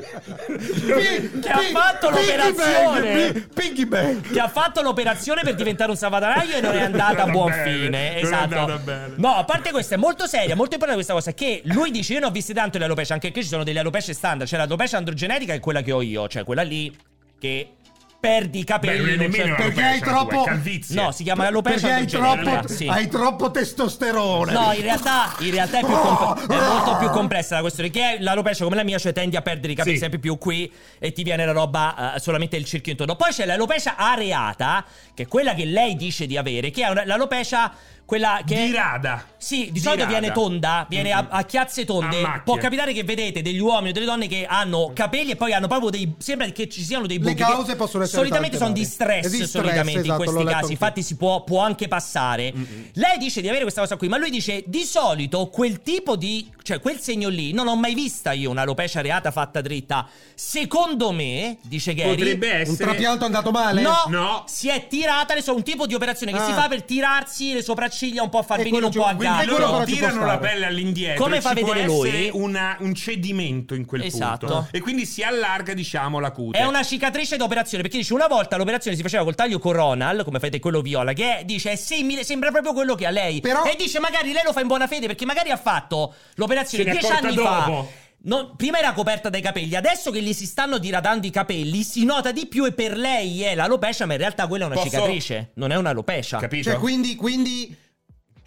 Speaker 3: Pi-
Speaker 1: Che ha
Speaker 3: pi-
Speaker 1: fatto
Speaker 3: piggy
Speaker 1: l'operazione.
Speaker 3: bank, pi- Piggy bank.
Speaker 1: che ha fatto l'operazione per diventare un salvatanaio e non è andata
Speaker 2: Non è
Speaker 1: a
Speaker 2: andata
Speaker 1: buon
Speaker 2: bene, non
Speaker 1: fine.
Speaker 2: è andata
Speaker 1: Esatto.
Speaker 2: bene.
Speaker 1: No, a parte questo, è molto seria, molto importante questa cosa. Che lui dice: Io ne ho viste tanto le alopecia, anche che ci sono delle alopecia standard. Cioè, l'alopecia androgenetica è quella che ho io, cioè quella lì che perdi i
Speaker 2: Beh, non
Speaker 1: capelli.
Speaker 2: è
Speaker 1: in un
Speaker 2: nemmeno
Speaker 1: certo-
Speaker 2: una
Speaker 3: Perché hai
Speaker 2: alopecia,
Speaker 3: troppo-
Speaker 2: è calvizie.
Speaker 1: No, si chiama alopecia
Speaker 3: Perché hai
Speaker 1: androgenetica.
Speaker 3: troppo,
Speaker 1: sì.
Speaker 3: hai troppo testosterone.
Speaker 1: No, in realtà, in realtà è, più comp-
Speaker 2: Ah!
Speaker 1: è molto più complessa la questione. Che è l'alopecia come la mia, cioè tendi a perdere i capelli
Speaker 2: Sì.
Speaker 1: sempre più qui e ti viene la roba eh, solamente il cerchio intorno. Poi c'è l'alopecia areata, che è quella che lei dice di avere, che è una- l'alopecia quella che.
Speaker 2: Di rada.
Speaker 1: Sì, di
Speaker 2: Di
Speaker 1: solito
Speaker 2: rada.
Speaker 1: viene tonda, viene a,
Speaker 2: Mhm.
Speaker 1: a chiazze
Speaker 2: A
Speaker 1: tonde.
Speaker 2: macchie. Mm.
Speaker 1: Può capitare che vedete degli uomini o delle donne che hanno capelli e poi hanno proprio dei. Sembra che ci siano dei
Speaker 3: Le
Speaker 1: buchi. che
Speaker 3: cause possono essere
Speaker 1: Solitamente
Speaker 3: tante
Speaker 1: sono di
Speaker 3: varie.
Speaker 1: stress,
Speaker 3: E di stress,
Speaker 1: solitamente in
Speaker 3: esatto, l'ho
Speaker 1: questi
Speaker 3: letto
Speaker 1: casi.
Speaker 3: anch'io.
Speaker 1: Infatti si può, può anche passare. Lei dice di avere questa cosa qui, ma lui dice di solito quel tipo di. cioè quel segno lì non ho mai vista io una alopecia areata fatta dritta. Secondo me, dice Gary.
Speaker 2: Potrebbe essere.
Speaker 3: Un trapianto andato male?
Speaker 1: No,
Speaker 2: No.
Speaker 1: si è tirata le so- un tipo di operazione che
Speaker 3: Ah.
Speaker 1: si fa per tirarsi le sopracciglia un po' a far
Speaker 3: E
Speaker 1: venire un
Speaker 3: quello
Speaker 1: po' a
Speaker 3: giù- quindi
Speaker 1: gatto.
Speaker 2: Quindi
Speaker 3: Quello
Speaker 2: loro
Speaker 3: però ci può
Speaker 2: tirano la
Speaker 3: stare.
Speaker 2: pelle all'indietro.
Speaker 1: Come
Speaker 2: e
Speaker 1: fa
Speaker 2: ci può
Speaker 1: vedere lui?
Speaker 2: essere una- un cedimento in quel
Speaker 1: Esatto.
Speaker 2: punto. E quindi si allarga, diciamo, la cute.
Speaker 1: È una cicatrice d'operazione perché dice una volta l'operazione si faceva col taglio coronal, come fate quello viola, che è- dice è simile, sembra proprio quello che ha lei.
Speaker 3: Però-
Speaker 1: E dice magari lei lo fa in buona fede perché magari ha fatto l'operazione
Speaker 2: Se ne è
Speaker 1: dieci
Speaker 2: accorta
Speaker 1: anni
Speaker 2: dopo.
Speaker 1: fa. Non- prima era coperta dai capelli, adesso che gli si stanno diradando i capelli si nota di più e per lei è l'alopecia, ma in realtà quella è una
Speaker 2: Posso-
Speaker 1: cicatrice, non è un'alopecia.
Speaker 2: Capito?
Speaker 3: Cioè, quindi, quindi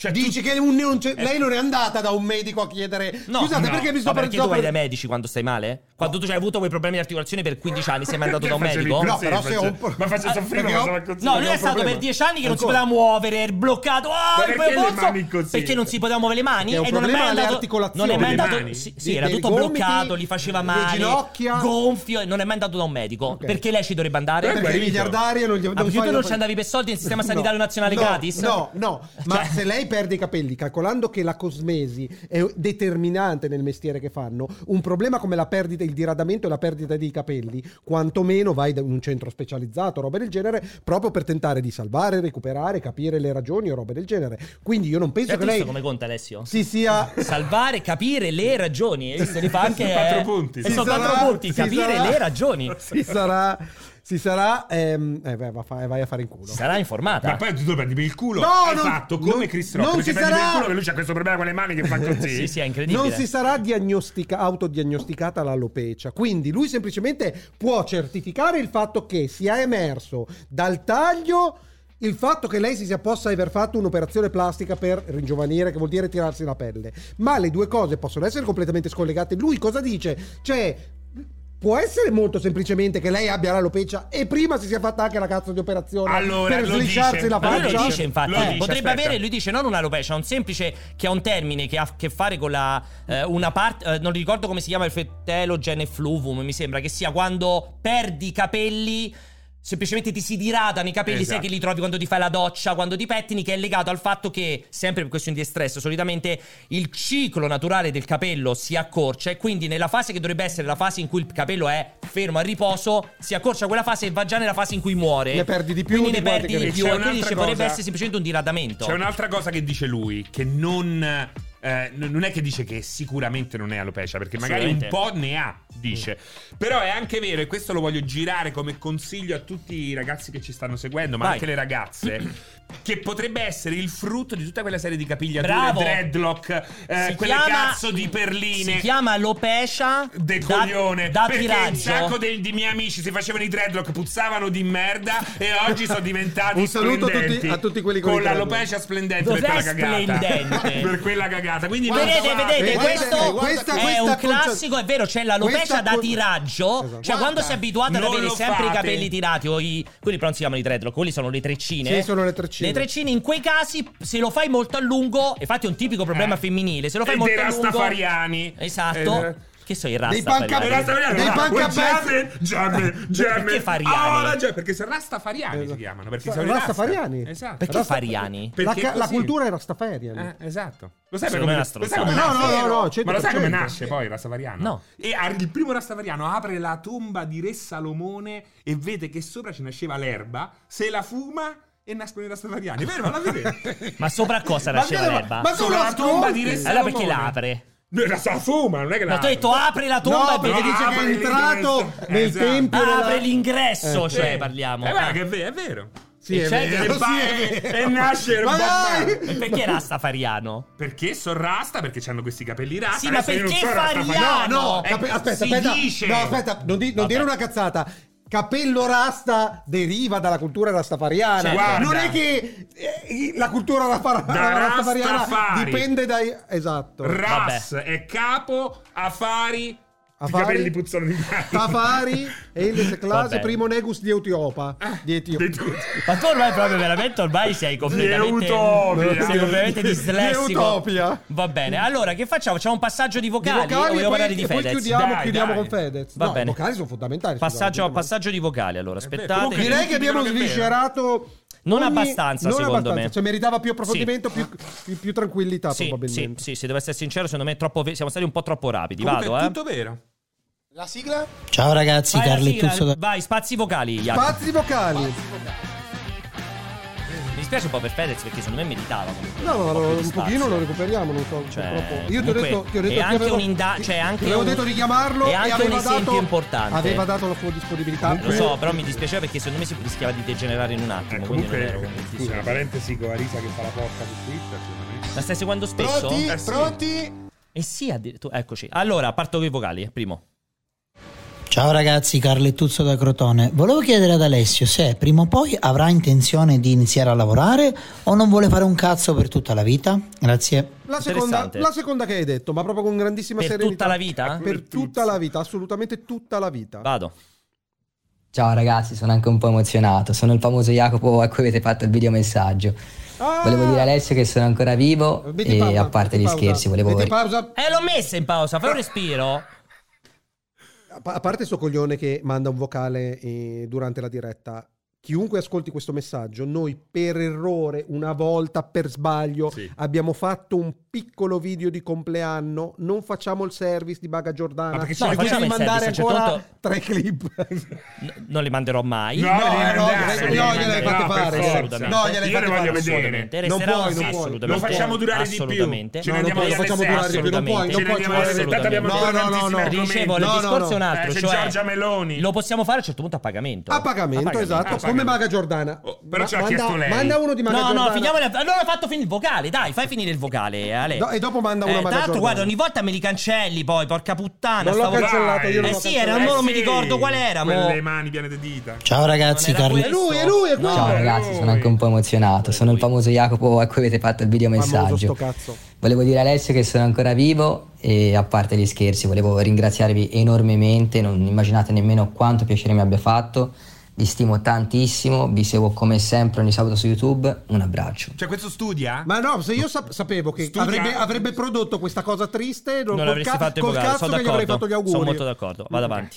Speaker 2: Cioè,
Speaker 3: dici
Speaker 2: tu- Eh.
Speaker 3: che un- non c'è- lei non è andata da un medico a chiedere
Speaker 1: No,
Speaker 3: scusate
Speaker 1: no.
Speaker 3: perché mi sto
Speaker 1: Ma perché tu vai
Speaker 3: per-
Speaker 1: dai medici quando stai male? Quando tu hai avuto quei problemi di articolazione per 15 anni sei mai andato da un
Speaker 2: Facevi
Speaker 1: medico?
Speaker 2: così,
Speaker 3: No, però se ho un
Speaker 2: face- Ma faccio
Speaker 3: Ah,
Speaker 2: soffrire
Speaker 3: perché
Speaker 2: ma
Speaker 3: ho- Eh,
Speaker 2: sono così.
Speaker 1: No,
Speaker 3: Sì,
Speaker 1: lui
Speaker 3: abbiamo
Speaker 1: è
Speaker 3: un
Speaker 1: stato
Speaker 3: problema.
Speaker 1: per dieci anni che non si
Speaker 3: Ancora.
Speaker 1: poteva muoverre, è bloccato. Ah,
Speaker 2: Ma
Speaker 1: il
Speaker 2: perché le
Speaker 1: polso!
Speaker 2: mani così?
Speaker 1: Perché non si poteva muovere le mani
Speaker 3: Perché è un
Speaker 1: e non è mai
Speaker 3: problema alle
Speaker 1: andato.
Speaker 3: articolazioni.
Speaker 1: Non è mai
Speaker 2: Delle
Speaker 1: andato.
Speaker 2: mani?
Speaker 1: Sì,
Speaker 3: Dei-
Speaker 1: sì, era
Speaker 3: dei
Speaker 1: tutto
Speaker 3: gomiti,
Speaker 1: bloccato, gli faceva
Speaker 3: le
Speaker 1: male.
Speaker 3: ginocchia.
Speaker 1: Gonfio, e non è mai andato da un medico.
Speaker 3: Ok. Eh,
Speaker 1: Perché lei ci dovrebbe andare?
Speaker 2: Perché
Speaker 3: perché i miliardari non gli
Speaker 1: Ah, perché
Speaker 3: fai
Speaker 1: tu
Speaker 3: la-
Speaker 1: non ci andavi per soldi nel sistema sanitario
Speaker 3: No,
Speaker 1: nazionale
Speaker 3: no,
Speaker 1: gratis?
Speaker 3: No, no, ma
Speaker 1: Cioè-
Speaker 3: se lei perde i capelli, calcolando che la cosmesi è determinante nel mestiere che fanno, un problema come la perdita, il diradamento e la perdita dei capelli, quantomeno vai da- in un centro specializzato, roba del genere, proprio per tentare di salvare, recuperare, capire le ragioni o robe del genere. Quindi io non penso
Speaker 1: Hai
Speaker 3: che
Speaker 1: visto
Speaker 3: lei
Speaker 1: come conta Alessio?
Speaker 3: si sia
Speaker 1: Salvare, capire le ragioni. E se li fa anche.
Speaker 2: Sono quattro
Speaker 1: eh,
Speaker 2: punti.
Speaker 1: e
Speaker 2: Si
Speaker 1: Sono
Speaker 3: sarà-
Speaker 1: quattro punti.
Speaker 3: si
Speaker 1: Capire
Speaker 3: sarà-
Speaker 1: le ragioni.
Speaker 3: si sarà si sarà ehm, eh, beh, va a fa- vai a fare in culo.
Speaker 1: Si sarà informata.
Speaker 2: Ma poi tu lo prendi per il culo.
Speaker 3: No,
Speaker 2: Hai
Speaker 3: non-
Speaker 2: fatto come
Speaker 3: non-
Speaker 2: Chris Rock.
Speaker 3: non
Speaker 2: perché
Speaker 3: si
Speaker 2: prendi per il
Speaker 3: sarà-
Speaker 2: culo che lui c'ha questo problema con le mani che fa così.
Speaker 1: Sì, sì, è incredibile.
Speaker 3: non si sarà diagnostica- autodiagnosticata l'alopecia. Quindi lui semplicemente può certificare il fatto che sia emerso dal taglio il fatto che lei si sia possa aver fatto un'operazione plastica per ringiovanire, che vuol dire tirarsi la pelle. Ma le due cose possono essere completamente scollegate. Lui cosa dice? Cioè. Può essere molto semplicemente che lei abbia l'alopecia e prima si sia fatta anche la cazzo di operazione
Speaker 2: Allora,
Speaker 3: per
Speaker 2: lo
Speaker 3: slisciarsi
Speaker 2: dice.
Speaker 3: la
Speaker 1: Ma
Speaker 3: faccia.
Speaker 1: lui lo dice infatti,
Speaker 2: Lo
Speaker 1: eh,
Speaker 2: dice,
Speaker 1: potrebbe
Speaker 2: aspetta.
Speaker 1: avere, lui dice non un'alopecia, un semplice che ha un termine che ha a che fare con la eh, una parte, eh, non ricordo come si chiama il fettelogene fluvum, mi sembra che sia quando perdi i capelli Semplicemente ti si diradano i capelli, sai
Speaker 2: Esatto.
Speaker 1: che li trovi quando ti fai la doccia, quando ti pettini, che è legato al fatto che, sempre per questioni di stress, solitamente il ciclo naturale del capello si accorcia e quindi nella fase che dovrebbe essere la fase in cui il capello è fermo a riposo, si accorcia quella fase e va già nella fase in cui muore.
Speaker 3: Ne perdi di più
Speaker 1: Quindi
Speaker 3: di
Speaker 1: ne
Speaker 3: quanti
Speaker 1: perdi
Speaker 3: che-
Speaker 1: di
Speaker 2: E
Speaker 1: più.
Speaker 2: c'è
Speaker 1: E
Speaker 2: Cioè, un'altra
Speaker 1: quindi dice, potrebbe
Speaker 2: cosa-
Speaker 1: essere semplicemente un diradamento.
Speaker 2: C'è un'altra cosa che dice lui, che non, eh, n- non è che dice che sicuramente non è alopecia, perché magari un po'
Speaker 1: Assolutamente. Mm.
Speaker 2: ne ha, dice. Però è anche vero, e questo lo voglio girare come consiglio a tutti i ragazzi che ci stanno seguendo, ma
Speaker 1: Vai.
Speaker 2: anche le ragazze, che potrebbe essere il frutto di tutta quella serie di capigliature,
Speaker 1: Bravo.
Speaker 2: dreadlock, eh,
Speaker 1: Si
Speaker 2: quelle
Speaker 1: chiama-
Speaker 2: cazzo di perline.
Speaker 1: Si chiama alopecia
Speaker 2: Del
Speaker 1: da-
Speaker 2: coglione
Speaker 1: da,
Speaker 2: Perché un sacco
Speaker 1: tiraggio.
Speaker 2: dei, di miei amici Si facevano i dreadlock Puzzavano di merda E oggi sono diventati
Speaker 3: Un saluto a tutti-
Speaker 2: splendenti,
Speaker 3: a tutti quelli con i
Speaker 2: Con
Speaker 3: dreadlock.
Speaker 2: l'alopecia splendente
Speaker 1: Cos'è
Speaker 2: Per quella cagata
Speaker 1: splendente?
Speaker 2: Per quella cagata Quindi
Speaker 1: Vedete,
Speaker 2: pensavate-
Speaker 1: vedete,
Speaker 3: Guarda,
Speaker 1: questo
Speaker 3: guarda,
Speaker 1: è
Speaker 3: questa
Speaker 1: un
Speaker 3: conce-
Speaker 1: classico, è vero, c'è l'alopecia lei ci ha
Speaker 3: stacco-
Speaker 1: dati tiraggio.
Speaker 3: Esatto.
Speaker 1: Cioè, quando
Speaker 5: Guarda,
Speaker 1: si è abituata ad
Speaker 2: non
Speaker 1: avere
Speaker 2: lo
Speaker 1: sempre i
Speaker 2: fate.
Speaker 1: capelli tirati, o i... quelli però non si chiamano i dreadlock, quelli sono le treccine.
Speaker 3: Sì, sono le treccine.
Speaker 1: Le treccine, in quei casi, se lo fai molto a lungo, infatti è un tipico problema
Speaker 2: Eh.
Speaker 1: femminile. Se lo fai
Speaker 2: E
Speaker 1: molto
Speaker 2: dei
Speaker 1: a lungo.
Speaker 2: rastafariani.
Speaker 1: Esatto.
Speaker 2: Eh,
Speaker 1: Che so, i
Speaker 3: panca-
Speaker 1: rastafariani.
Speaker 2: Rastafariani
Speaker 3: Dei
Speaker 2: no,
Speaker 3: panca-
Speaker 2: quel Giamme, Giamme, Giamme.
Speaker 1: Perché Fariani?
Speaker 2: Oh, la Giamme, perché se Rastafariani si
Speaker 3: Esatto.
Speaker 2: chiamano, perché
Speaker 3: Fa-
Speaker 2: sono i Rasta.
Speaker 3: Rastafariani.
Speaker 2: Esatto.
Speaker 1: Perché
Speaker 3: Rasta-
Speaker 1: Fariani?
Speaker 3: La,
Speaker 2: Perché
Speaker 3: ca- la
Speaker 2: così.
Speaker 3: cultura era Staferian.
Speaker 2: Eh, esatto. Lo sai, come,
Speaker 1: Secondo me è una
Speaker 2: lo sai come
Speaker 3: stronzata.
Speaker 2: nasce?
Speaker 3: No, no, no, no,
Speaker 2: Ma lo sai come
Speaker 3: 100%.
Speaker 2: nasce poi il Rastafariano?
Speaker 1: No.
Speaker 2: E ar- il primo Rastafariano apre la tomba di Re Salomone e vede che sopra ci nasceva l'erba, se la fuma e nascono i Rastafariani. Vero, alla fine.
Speaker 1: Ma sopra cosa nasceva
Speaker 3: vede, ma-
Speaker 1: l'erba?
Speaker 3: ma- tu
Speaker 2: Sopra
Speaker 3: lo
Speaker 2: la tomba di Re
Speaker 3: ascolti?
Speaker 2: Salomone.
Speaker 1: Allora perché l'apre?
Speaker 2: No, la sa- fuma, non è che la
Speaker 1: No, tu hai detto apri la tomba
Speaker 3: No,
Speaker 1: e
Speaker 3: perché
Speaker 1: vedi.
Speaker 2: No,
Speaker 3: dice che
Speaker 2: apri
Speaker 3: è entrato
Speaker 2: l'ingresso.
Speaker 3: nel
Speaker 2: Esatto.
Speaker 3: tempio. della-
Speaker 1: Apre l'ingresso,
Speaker 3: Eh,
Speaker 1: cioè parliamo.
Speaker 2: Eh,
Speaker 1: Ah.
Speaker 2: guarda che è vero, è vero.
Speaker 3: Sì,
Speaker 1: E
Speaker 3: è
Speaker 1: c'è
Speaker 3: vero,
Speaker 2: E,
Speaker 3: sì,
Speaker 2: va-
Speaker 3: è vero.
Speaker 2: e nasce il
Speaker 3: Ma
Speaker 2: Batman.
Speaker 3: dai!
Speaker 1: E perché Rastafariano?
Speaker 2: Perché sono rasta? Perché hanno questi capelli rasta.
Speaker 1: Sì, ma
Speaker 2: Adesso io non
Speaker 1: perché
Speaker 2: so rasta- No,
Speaker 1: Fariano?
Speaker 2: no,
Speaker 1: Eh,
Speaker 3: Cape-
Speaker 2: eh,
Speaker 3: aspetta,
Speaker 2: si
Speaker 3: aspetta.
Speaker 2: dice.
Speaker 3: No, aspetta, non, di- non
Speaker 1: Vabbè.
Speaker 3: dire una cazzata. Capello rasta deriva dalla cultura rastafariana.
Speaker 2: Cioè, guarda.
Speaker 3: non è che eh, la cultura rastafar-
Speaker 2: Da
Speaker 3: rastafariana
Speaker 2: Rastafari.
Speaker 3: dipende dai. Esatto.
Speaker 2: Ras è capo, Afari,
Speaker 3: Afari?
Speaker 2: i capelli puzzano di
Speaker 3: Tafari e Indes Clase,
Speaker 1: Vabbè.
Speaker 3: primo negus di Etiopa.
Speaker 2: Ah,
Speaker 3: Di Etiopa.
Speaker 2: Di tutti.
Speaker 1: Ma tu ormai proprio veramente ormai sei completamente
Speaker 2: Utopia.
Speaker 1: sei completamente dislessico.
Speaker 3: Di Utopia.
Speaker 1: Va bene. Allora, che facciamo? Facciamo un passaggio di
Speaker 3: Di
Speaker 1: vocali, o
Speaker 3: vocali e
Speaker 1: vogliamo parlare
Speaker 3: poi,
Speaker 1: di
Speaker 3: e poi
Speaker 1: Fedez?
Speaker 3: chiudiamo,
Speaker 2: Dai,
Speaker 3: chiudiamo
Speaker 2: dai.
Speaker 3: con Fedez.
Speaker 1: Va
Speaker 3: no,
Speaker 1: bene.
Speaker 3: i vocali sono fondamentali. Eh,
Speaker 1: Passaggio,
Speaker 3: scusate,
Speaker 1: passaggio di vocali, allora, aspettate.
Speaker 2: comunque-
Speaker 1: che-
Speaker 3: Direi che abbiamo
Speaker 2: Dicono che è vero.
Speaker 3: sviscerato.
Speaker 1: Non
Speaker 3: ogni-
Speaker 1: abbastanza,
Speaker 3: non
Speaker 1: secondo
Speaker 3: abbastanza.
Speaker 1: me.
Speaker 3: Cioè, meritava più approfondimento, più, più- più tranquillità,
Speaker 1: Sì, sì,
Speaker 3: probabilmente.
Speaker 1: sì, se devo essere sincero, secondo me è troppo ve- siamo stati un po' troppo rapidi.
Speaker 2: Comunque
Speaker 1: Vado,
Speaker 2: è
Speaker 1: eh.
Speaker 2: tutto vero.
Speaker 5: La sigla?
Speaker 7: Ciao ragazzi,
Speaker 1: Vai, la
Speaker 7: Carlettuzzo
Speaker 1: sigla,
Speaker 7: da...
Speaker 1: vai, spazi vocali, Jacopo.
Speaker 3: Spazi vocali.
Speaker 1: Mi dispiace un po' per Fedez perché secondo me meritava comunque.
Speaker 3: No, no,
Speaker 1: po' più
Speaker 3: no,
Speaker 1: di
Speaker 3: un
Speaker 1: spazio.
Speaker 3: pochino lo recuperiamo, non so,
Speaker 1: Cioè,
Speaker 3: purtroppo. Io ti ho
Speaker 1: comunque,
Speaker 3: detto, ti ho
Speaker 1: è
Speaker 3: detto che
Speaker 1: anche
Speaker 3: avevo-
Speaker 1: un'inda- cioè, anche
Speaker 3: ti avevo
Speaker 1: un-
Speaker 3: detto di chiamarlo
Speaker 1: è
Speaker 3: e
Speaker 1: anche
Speaker 3: aveva
Speaker 1: un esempio
Speaker 3: dato,
Speaker 1: importante.
Speaker 3: Aveva dato la sua disponibilità.
Speaker 1: Eh, Lo so, però mi dispiaceva perché secondo me si rischiava di degenerare in un attimo.
Speaker 2: Eh,
Speaker 1: quindi non ero
Speaker 2: comunque, scusa, una
Speaker 1: convintissimo.
Speaker 2: parentesi con Arisa che fa la porta su Twitter. secondo me.
Speaker 1: La stai seguendo spesso?
Speaker 5: Pronti?
Speaker 2: Eh sì.
Speaker 5: Pronti?
Speaker 1: Eh sì, addirittura. Eccoci. Allora, parto con i vocali. Primo.
Speaker 7: Ciao ragazzi, Carlettuzzo da Crotone. Volevo chiedere ad Alessio se prima o poi avrà intenzione di iniziare a lavorare o non vuole fare un cazzo per tutta la vita. Grazie.
Speaker 3: La seconda,
Speaker 1: Interessante.
Speaker 3: la seconda che hai detto, ma proprio con grandissima
Speaker 1: Per
Speaker 3: serenità.
Speaker 1: tutta la vita?
Speaker 3: Per tutta la vita, assolutamente tutta la vita.
Speaker 1: Vado.
Speaker 8: Ciao ragazzi, sono anche un po' emozionato. Sono il famoso Jacopo a cui avete fatto il videomessaggio.
Speaker 3: Ah!
Speaker 8: Volevo dire a Alessio che sono ancora vivo
Speaker 3: Metti
Speaker 8: e
Speaker 3: pausa,
Speaker 8: a parte
Speaker 3: metti
Speaker 8: gli
Speaker 3: pausa.
Speaker 8: scherzi, volevo
Speaker 3: Metti pausa.
Speaker 1: Eh, l'ho messa in pausa. Fai un respiro.
Speaker 3: A pa- a parte sto coglione che manda un vocale eh, durante la diretta. Chiunque ascolti questo messaggio, noi per errore, una volta per sbaglio,
Speaker 2: Sì.
Speaker 3: abbiamo fatto un piccolo video di compleanno. Non facciamo il service di Baga Giordana.
Speaker 2: Ma perché ci
Speaker 3: ci
Speaker 1: No,
Speaker 3: devi
Speaker 1: facciamo il
Speaker 3: mandare
Speaker 1: service, a un
Speaker 3: ancora
Speaker 1: certo
Speaker 3: tre clip.
Speaker 1: N- non le manderò mai.
Speaker 3: No,
Speaker 2: devi
Speaker 3: eh, no,
Speaker 2: mandare,
Speaker 1: gliele-
Speaker 2: devi
Speaker 1: no,
Speaker 2: mandare.
Speaker 1: gliel'hai fatte
Speaker 2: per
Speaker 1: fare,
Speaker 2: forza.
Speaker 1: assolutamente.
Speaker 3: No, gliel'hai
Speaker 2: Io le
Speaker 3: fatte
Speaker 2: voglio
Speaker 3: fare,
Speaker 2: vedere.
Speaker 1: Assolutamente.
Speaker 3: Non
Speaker 1: Resterà
Speaker 3: puoi,
Speaker 1: così,
Speaker 3: non puoi.
Speaker 1: assolutamente.
Speaker 2: Lo facciamo durare di più.
Speaker 1: Assolutamente.
Speaker 2: Ce ne
Speaker 3: No, non
Speaker 2: andiamo
Speaker 3: puoi,
Speaker 2: alle
Speaker 3: lo facciamo
Speaker 2: sette.
Speaker 3: durare di più, non puoi,
Speaker 2: Ce
Speaker 3: non
Speaker 2: ne
Speaker 3: puoi,
Speaker 2: andiamo
Speaker 3: ci
Speaker 2: alle
Speaker 3: vuole
Speaker 2: sette,
Speaker 3: sette.
Speaker 2: abbiamo
Speaker 3: No,
Speaker 2: ancora
Speaker 3: no, no,
Speaker 2: tantissimi
Speaker 3: no.
Speaker 2: argomenti.
Speaker 1: Dicevo, il
Speaker 3: No, no,
Speaker 1: discorso è un
Speaker 3: no.
Speaker 1: altro.
Speaker 2: Eh, c'è
Speaker 1: cioè,
Speaker 2: Giorgia Meloni.
Speaker 1: Lo possiamo fare a un certo punto a pagamento.
Speaker 3: A pagamento, esatto,
Speaker 2: A
Speaker 3: come
Speaker 2: pagamento.
Speaker 3: Maga Giordana.
Speaker 2: Oh, però
Speaker 3: Ma-
Speaker 2: ce l'ha
Speaker 3: manda,
Speaker 2: chiesto lei.
Speaker 3: Manda uno di Maga
Speaker 1: No,
Speaker 3: Giordana.
Speaker 1: no, finiamole. Allora ho fatto finire il vocale, dai, fai finire il vocale, Ale.
Speaker 3: No, e dopo manda una
Speaker 1: Eh,
Speaker 3: Maga
Speaker 1: Tra l'altro,
Speaker 3: Giordana.
Speaker 1: guarda, ogni volta me li cancelli poi, porca puttana.
Speaker 3: Non l'ho
Speaker 1: stavo-
Speaker 2: Vai.
Speaker 3: cancellato, io non
Speaker 1: Eh
Speaker 3: l'ho
Speaker 1: sì,
Speaker 3: cancellato.
Speaker 1: era un mo-
Speaker 2: Eh
Speaker 1: non mi
Speaker 2: sì,
Speaker 1: ricordo qual era, mo.
Speaker 2: Quelle mani piene di dita.
Speaker 7: Ciao ragazzi,
Speaker 1: Non era
Speaker 7: Carlettuzzo.
Speaker 3: È lui, è lui, è lui.
Speaker 1: No,
Speaker 8: Ciao
Speaker 2: eh,
Speaker 8: ragazzi,
Speaker 2: lui.
Speaker 8: sono anche un po' emozionato. Sono il famoso Jacopo a cui avete fatto il
Speaker 3: Famoso sto
Speaker 8: videomessaggio.
Speaker 3: cazzo.
Speaker 8: Volevo dire a Alessio che sono ancora vivo e a parte gli scherzi, volevo ringraziarvi enormemente. Non immaginate nemmeno quanto piacere mi abbia fatto. Vi stimo tantissimo, vi seguo come sempre ogni sabato su YouTube. Un abbraccio.
Speaker 2: Cioè, questo studia?
Speaker 3: Ma no, se io sap- sapevo che
Speaker 2: Studia-
Speaker 3: avrebbe, avrebbe prodotto questa cosa triste,
Speaker 1: Non
Speaker 3: col
Speaker 1: l'avresti
Speaker 3: ca-
Speaker 1: fatto in
Speaker 3: col
Speaker 1: vocale,
Speaker 3: cazzo
Speaker 1: sono
Speaker 3: che gli avrei fatto gli
Speaker 1: d'accordo.
Speaker 3: auguri.
Speaker 1: Sono molto d'accordo, vado avanti.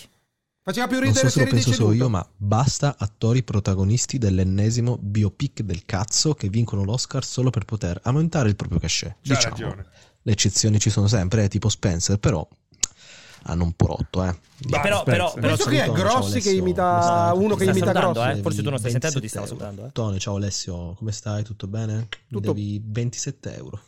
Speaker 3: Faceva più
Speaker 9: Non
Speaker 3: ridere
Speaker 9: so se lo
Speaker 3: serie di
Speaker 9: penso solo
Speaker 3: seduto.
Speaker 9: io, ma basta attori protagonisti dell'ennesimo biopic del cazzo che vincono l'Oscar solo per poter aumentare il proprio cachet.
Speaker 2: C'ha
Speaker 9: diciamo,
Speaker 2: ragione.
Speaker 9: le eccezioni ci sono sempre, eh, tipo Spencer, però hanno un po' rotto, eh.
Speaker 2: Bah,
Speaker 1: però-
Speaker 2: Spencer.
Speaker 1: però- però-
Speaker 3: Questo qui è
Speaker 9: Ciao,
Speaker 3: Grossi
Speaker 9: Alessio.
Speaker 3: che imita-
Speaker 9: Come stai?
Speaker 3: uno
Speaker 9: Tutto
Speaker 3: che
Speaker 9: bene?
Speaker 1: imita Grossi.
Speaker 9: Devi
Speaker 1: Forse tu non stai sentendo, ti stavo
Speaker 9: 27 euro.
Speaker 1: salutando, eh.
Speaker 9: Tone, ciao Alessio, come stai? Tutto bene? Mi
Speaker 3: Tutto-
Speaker 9: devi 27 euro.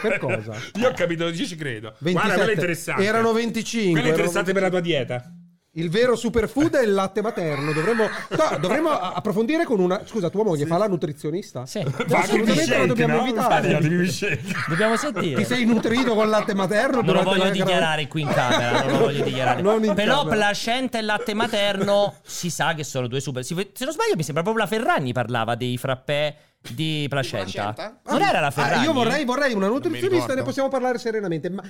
Speaker 3: Per cosa?
Speaker 2: Io ho capito, io ci credo.
Speaker 3: 27.
Speaker 2: Guarda, quello è interessante.
Speaker 3: Erano 25,
Speaker 2: Quello è
Speaker 3: erano
Speaker 2: interessante per la tua dieta.
Speaker 3: Il vero superfood è il latte materno. Dovremmo, no, dovremmo a- approfondire con una. Scusa, tua moglie fa la nutrizionista?
Speaker 1: Sì.
Speaker 2: Ma
Speaker 3: Assolutamente
Speaker 2: che
Speaker 3: la
Speaker 2: vicente,
Speaker 3: dobbiamo
Speaker 2: no?
Speaker 3: invitare.
Speaker 2: Infatti, devi vicente.
Speaker 1: Dobbiamo
Speaker 3: Ti
Speaker 1: sentire.
Speaker 3: sei nutrito col latte materno?
Speaker 1: Non lo
Speaker 3: durante
Speaker 1: voglio
Speaker 3: la-
Speaker 1: dichiarare qui in camera, non lo voglio dichiarare.
Speaker 3: Non in
Speaker 1: Però
Speaker 3: camera.
Speaker 1: placenta e latte materno si sa che sono due super. si- Se non sbaglio, mi sembra proprio la Ferragni parlava dei frappè di placenta.
Speaker 5: placenta?
Speaker 1: Non era la
Speaker 3: Ah,
Speaker 1: Ferragni.
Speaker 3: io vorrei, vorrei una nutrizionista,
Speaker 5: ricordo.
Speaker 3: ne possiamo parlare serenamente. Ma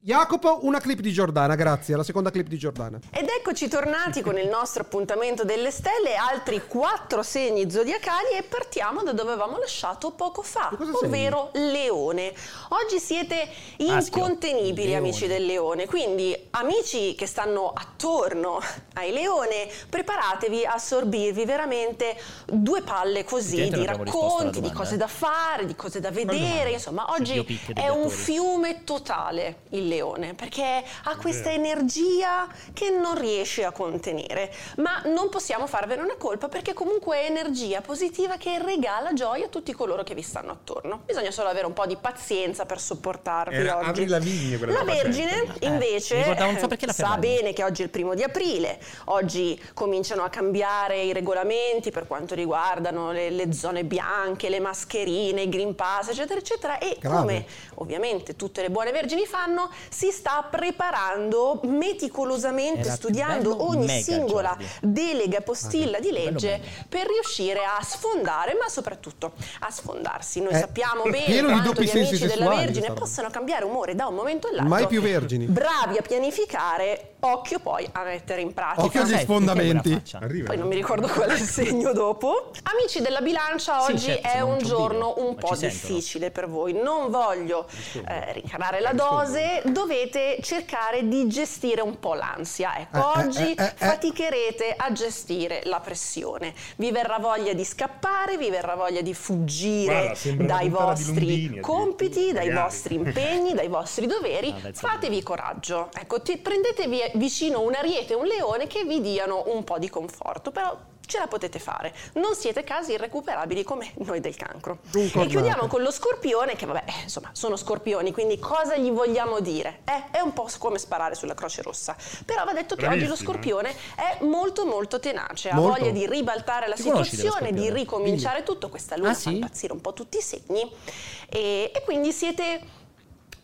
Speaker 3: Jacopo, una clip di Giordana, grazie. La seconda clip di Giordana.
Speaker 4: Ed eccoci tornati con il nostro appuntamento delle stelle, altri quattro segni zodiacali e partiamo da dove avevamo lasciato poco fa,
Speaker 3: Che cosa sei?
Speaker 4: ovvero Leone. Oggi siete
Speaker 1: Maschio.
Speaker 4: incontenibili
Speaker 1: Leone.
Speaker 4: amici del Leone, quindi amici che stanno attorno ai Leone, preparatevi a assorbirvi veramente due palle così
Speaker 1: Effettivamente
Speaker 4: di
Speaker 1: non abbiamo risposto alla
Speaker 4: racconti, di
Speaker 1: domanda,
Speaker 4: cose
Speaker 1: eh.
Speaker 4: da fare, di cose da vedere, insomma
Speaker 1: Dio
Speaker 4: oggi
Speaker 1: picche degli
Speaker 4: è un
Speaker 1: attori.
Speaker 4: fiume totale il leone perché ha questa energia che non riesce a contenere ma non possiamo farvene una colpa perché comunque è energia positiva che regala gioia a tutti coloro che vi stanno attorno bisogna solo avere un po' di pazienza per sopportarvi
Speaker 2: Era
Speaker 4: oggi
Speaker 2: Avril Lavigne quella
Speaker 4: la
Speaker 2: roba
Speaker 4: Vergine
Speaker 2: sempre.
Speaker 1: mi
Speaker 4: invece
Speaker 1: ricordavo, non so perché la
Speaker 4: sa
Speaker 1: Ferragni.
Speaker 4: bene che oggi è il primo di aprile oggi cominciano a cambiare i regolamenti per quanto riguardano le, le zone bianche le mascherine il green pass eccetera eccetera e
Speaker 3: Grave.
Speaker 4: come ovviamente tutte le buone vergini fanno, si sta preparando meticolosamente,
Speaker 1: Era più
Speaker 4: studiando
Speaker 1: bello
Speaker 4: ogni
Speaker 1: mega,
Speaker 4: singola
Speaker 1: Giordi.
Speaker 4: delega,
Speaker 3: Ah,
Speaker 4: postilla di
Speaker 1: bello
Speaker 4: legge
Speaker 1: mega.
Speaker 4: per riuscire a sfondare, ma soprattutto a sfondarsi. Noi
Speaker 3: Eh,
Speaker 4: sappiamo bene
Speaker 3: pieno di
Speaker 4: quanto
Speaker 3: doppi
Speaker 4: gli
Speaker 3: sensi
Speaker 4: amici della
Speaker 3: sessuali,
Speaker 4: Vergine
Speaker 3: questa roba.
Speaker 4: possono cambiare umore da un momento
Speaker 1: Esatto.
Speaker 4: all'altro.
Speaker 3: Mai più vergini.
Speaker 4: Bravi a pianificare, occhio poi a mettere in pratica.
Speaker 3: Occhio agli
Speaker 1: Sai,
Speaker 3: sfondamenti.
Speaker 1: che faccia?
Speaker 2: Arriva.
Speaker 4: Poi non mi ricordo qual è il segno dopo. Amici della bilancia,
Speaker 1: Sì,
Speaker 4: oggi
Speaker 1: certo,
Speaker 4: è
Speaker 1: sono un
Speaker 4: un giorno
Speaker 1: ciondino,
Speaker 4: un
Speaker 1: ma
Speaker 4: po'
Speaker 1: ci sentono.
Speaker 4: difficile per voi. Non voglio eh, rincarare la dose, dovete cercare di gestire un po' l'ansia. Ecco,
Speaker 3: Eh, eh,
Speaker 4: oggi
Speaker 3: eh, eh, eh.
Speaker 4: faticherete a gestire la pressione. Vi verrà voglia di scappare, vi verrà voglia di fuggire
Speaker 2: Guarda, sembra una
Speaker 4: dai
Speaker 2: puntata di Lundini,
Speaker 4: vostri
Speaker 2: addirittura,
Speaker 4: compiti, dai
Speaker 2: magari.
Speaker 4: vostri impegni, dai vostri doveri.
Speaker 1: Ah, beh, insomma.
Speaker 4: Fatevi coraggio. Ecco, ti- prendetevi vicino un ariete e un leone che vi diano un po' di conforto, però ce la potete fare. Non siete casi irrecuperabili come noi del cancro.
Speaker 3: Dunque,
Speaker 4: e chiudiamo
Speaker 3: ormai.
Speaker 4: con lo scorpione, che vabbè, eh, insomma, sono scorpioni, quindi cosa gli vogliamo dire? Eh, è un po' come sparare sulla Croce Rossa. Però va detto che oggi lo
Speaker 2: Bravissima.
Speaker 4: scorpione è molto molto tenace, ha
Speaker 3: Molto.
Speaker 4: voglia di ribaltare la
Speaker 1: Ti conosci dello
Speaker 4: situazione, di
Speaker 1: scorpione?
Speaker 4: ricominciare tutto. Questa luna
Speaker 1: Ah,
Speaker 4: fa
Speaker 1: sì?
Speaker 4: impazzire un po' tutti i segni. E, e quindi siete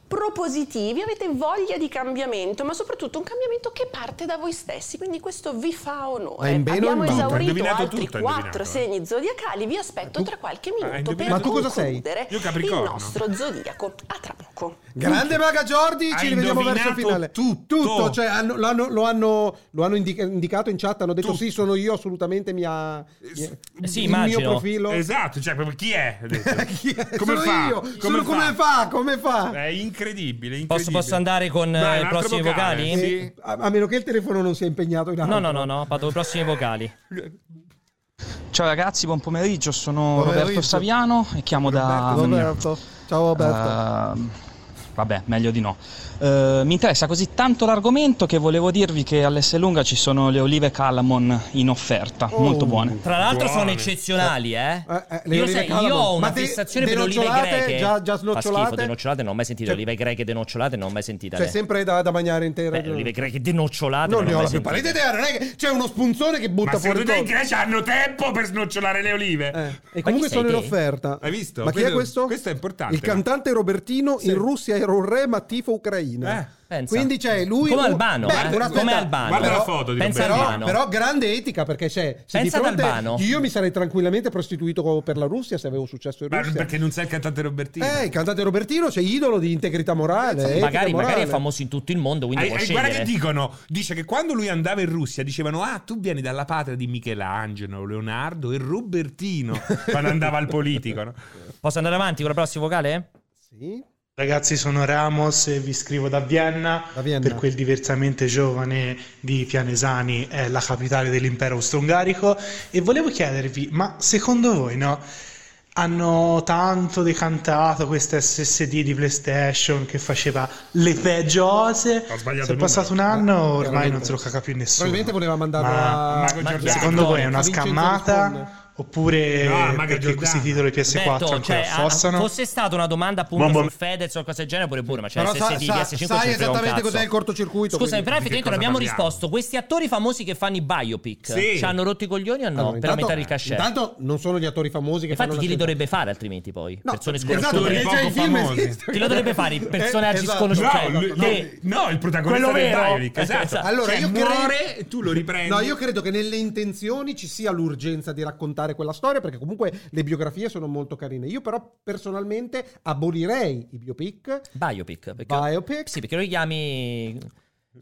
Speaker 4: propositivi, avete voglia di cambiamento, ma soprattutto un cambiamento che parte da voi stessi, quindi questo vi fa
Speaker 3: Ma
Speaker 4: onore.
Speaker 3: in bene o in
Speaker 4: Abbiamo
Speaker 3: male?
Speaker 2: Ha
Speaker 4: esaurito
Speaker 2: indovinato
Speaker 4: altri
Speaker 2: tutto, ha
Speaker 4: quattro
Speaker 2: indovinato, eh.
Speaker 4: segni zodiacali, vi aspetto tra qualche minuto per
Speaker 2: indovinato.
Speaker 3: Ma tu cosa sei?
Speaker 4: concludere
Speaker 2: Io
Speaker 4: il
Speaker 2: Capricorno.
Speaker 4: nostro zodiaco. A tra poco.
Speaker 3: Grande Maga Giordi,
Speaker 2: Ha
Speaker 3: ci rivediamo verso il
Speaker 2: indovinato
Speaker 3: finale.
Speaker 2: tutto.
Speaker 3: cioè, hanno- lo hanno, lo hanno- lo hanno indica- indicato in chat, hanno detto
Speaker 2: Tutto. Eh,
Speaker 3: sì, sono io, assolutamente mi ha... mi-
Speaker 1: Eh, sì,
Speaker 3: il
Speaker 1: immagino.
Speaker 3: mio profilo.
Speaker 2: Esatto, cioè proprio chi è? Ha detto.
Speaker 3: Chi è?
Speaker 2: Come
Speaker 3: sono
Speaker 2: fa?
Speaker 3: io,
Speaker 2: Come
Speaker 3: sono
Speaker 2: fa?
Speaker 3: come fa, come fa?
Speaker 1: Eh,
Speaker 2: È incredibile, incredibile.
Speaker 1: Posso, posso andare con
Speaker 2: Vai, un
Speaker 1: eh, i
Speaker 2: altro
Speaker 1: prossimi
Speaker 2: vocale,
Speaker 1: vocali?
Speaker 2: sì.
Speaker 3: Eh, A, a meno che il telefono non sia impegnato in altro.
Speaker 1: No, no, no, no, vado con i prossimi vocali.
Speaker 10: Ciao ragazzi, buon pomeriggio, sono
Speaker 3: Buon pomeriggio.
Speaker 10: Roberto Saviano e chiamo da...
Speaker 3: Roberto, ciao Roberto.
Speaker 10: Ehm, vabbè, meglio di no. Eh, mi interessa così tanto l'argomento che volevo dirvi che all'Esselunga ci sono le olive Calamon in offerta,
Speaker 3: Oh.
Speaker 10: molto buone.
Speaker 1: Tra l'altro sono
Speaker 2: Buone.
Speaker 1: eccezionali, eh.
Speaker 3: Eh, eh, le
Speaker 1: io,
Speaker 3: olive
Speaker 1: sai,
Speaker 3: Calabro.
Speaker 1: io ho
Speaker 3: Ma
Speaker 1: una
Speaker 3: de-
Speaker 1: fissazione per le olive
Speaker 3: denocciolate,
Speaker 1: greche.
Speaker 3: già- già
Speaker 1: Fa
Speaker 3: snocciolate?
Speaker 1: schifo, denocciolate, non ho mai sentito.
Speaker 3: Cioè-
Speaker 1: olive greche denocciolate, non ho mai sentite.
Speaker 3: Cioè, sempre da, da mangiare intere.
Speaker 1: Beh, le olive greche denocciolate,
Speaker 3: non
Speaker 1: non,
Speaker 3: ne ho
Speaker 1: mai
Speaker 3: la più
Speaker 1: sentite.
Speaker 3: pallida idea, non è che c'è uno spunzone che butta
Speaker 2: Ma
Speaker 3: fuori
Speaker 2: secondo te in
Speaker 3: tutto.
Speaker 2: Grecia hanno tempo per snocciolare le olive?
Speaker 3: Eh,
Speaker 1: chi
Speaker 3: E comunque
Speaker 1: sei
Speaker 3: sono in
Speaker 1: te?
Speaker 3: offerta.
Speaker 2: Hai visto?
Speaker 3: Ma chi
Speaker 2: Questo-
Speaker 3: è questo?
Speaker 2: questo è importante.
Speaker 3: Il cantante Robertino in Russia era un re, ma tifo Ucraina.
Speaker 2: Eh,
Speaker 1: pensa.
Speaker 3: Quindi c'è lui.
Speaker 1: Come
Speaker 3: un-
Speaker 1: Albano, eh?
Speaker 3: una-
Speaker 1: Come
Speaker 3: aspetta,
Speaker 1: Albano.
Speaker 2: Guarda
Speaker 3: però-
Speaker 2: la foto di
Speaker 1: pensa
Speaker 2: Roberto.
Speaker 1: a
Speaker 3: Però,
Speaker 1: Albano.
Speaker 3: però grande etica perché c'è. Se di
Speaker 1: Pensa ad
Speaker 3: fronte,
Speaker 1: Albano.
Speaker 3: io mi sarei tranquillamente prostituito co- per la Russia se avevo successo in
Speaker 2: Ma
Speaker 3: Russia.
Speaker 2: perché non sei il cantante Robertino?
Speaker 3: Eh, il cantante Robertino c'è idolo di integrità morale. etica
Speaker 1: magari, magari
Speaker 3: morale.
Speaker 1: è famoso in tutto il mondo, quindi
Speaker 2: Eh,
Speaker 1: può
Speaker 2: eh,
Speaker 1: scegliere.
Speaker 2: guarda che dicono, dice che quando lui andava in Russia dicevano ah tu vieni dalla patria di Michelangelo, Leonardo e Robertino quando andava al politico. no?
Speaker 1: Posso andare avanti con la prossima vocale?
Speaker 3: Sì,
Speaker 11: Ragazzi, sono Ramos e vi scrivo da Vienna,
Speaker 3: Da Vienna.
Speaker 11: per quel diversamente giovane di Pianesani, è la capitale dell'impero austro-ungarico. E volevo chiedervi, ma secondo voi, no? Hanno tanto decantato questa SSD di PlayStation che faceva le peggio cose.
Speaker 2: Ho sbagliato
Speaker 11: Se è
Speaker 2: il
Speaker 11: passato un
Speaker 3: numero.
Speaker 11: anno,
Speaker 3: Eh,
Speaker 11: ormai non
Speaker 3: veramente.
Speaker 11: se lo caga più nessuno.
Speaker 3: probabilmente voleva mandarlo a.
Speaker 11: Ma-
Speaker 2: Mago
Speaker 1: ma-
Speaker 2: Giordano.
Speaker 11: Secondo voi è una
Speaker 3: Vincenzo risponde.
Speaker 11: scammata? Oppure
Speaker 2: No, Maga
Speaker 11: perché
Speaker 2: Giordano.
Speaker 11: questi titoli PS4
Speaker 1: Betto,
Speaker 11: ancora
Speaker 1: cioè, ah,
Speaker 11: affossano?
Speaker 1: fosse stata una domanda appunto
Speaker 11: Buon
Speaker 1: su
Speaker 11: bom-
Speaker 1: Fedez o cose del genere, pure pure, ma cioè
Speaker 3: Però sa-
Speaker 1: SSD,
Speaker 3: sa-
Speaker 1: PS5
Speaker 3: sai
Speaker 1: ci frega un
Speaker 3: esattamente
Speaker 1: cazzo.
Speaker 3: cos'è il cortocircuito,
Speaker 1: Scusami,
Speaker 3: quindi.
Speaker 1: però
Speaker 2: Di che
Speaker 1: effettivamente non abbiamo
Speaker 2: cosa parliamo?
Speaker 1: risposto. Questi attori famosi che fanno i biopic
Speaker 2: Sì.
Speaker 1: ci hanno rotto i coglioni o no?
Speaker 3: Allora,
Speaker 1: per aumentare il cachet.
Speaker 3: Intanto non sono gli attori famosi che
Speaker 1: Infatti,
Speaker 3: fanno
Speaker 1: chi li
Speaker 3: la-
Speaker 1: dovrebbe fare altrimenti poi?
Speaker 3: No,
Speaker 1: Persone
Speaker 3: esatto,
Speaker 1: sconosciute.
Speaker 3: perché
Speaker 2: Poco
Speaker 3: già i film
Speaker 2: famosi.
Speaker 3: esistono.
Speaker 1: Chi lo dovrebbe fare? I
Speaker 3: Eh,
Speaker 1: personaggi
Speaker 3: esatto.
Speaker 1: sconosciuti.
Speaker 2: No,
Speaker 1: Cioè,
Speaker 2: lui-
Speaker 1: te.
Speaker 2: no, il protagonista
Speaker 1: Quello
Speaker 2: del
Speaker 1: vero.
Speaker 2: Diaric, esatto.
Speaker 1: Esatto.
Speaker 3: Allora,
Speaker 2: Cioè,
Speaker 3: io cre-
Speaker 2: muore, tu lo riprendi.
Speaker 3: No, io credo che nelle intenzioni ci sia l'urgenza di raccontare raccontare quella storia, perché comunque le biografie sono molto carine. Io però personalmente abolirei i biopic.
Speaker 1: Biopic. Perché,
Speaker 3: Biopic.
Speaker 1: Sì, perché lo chiami...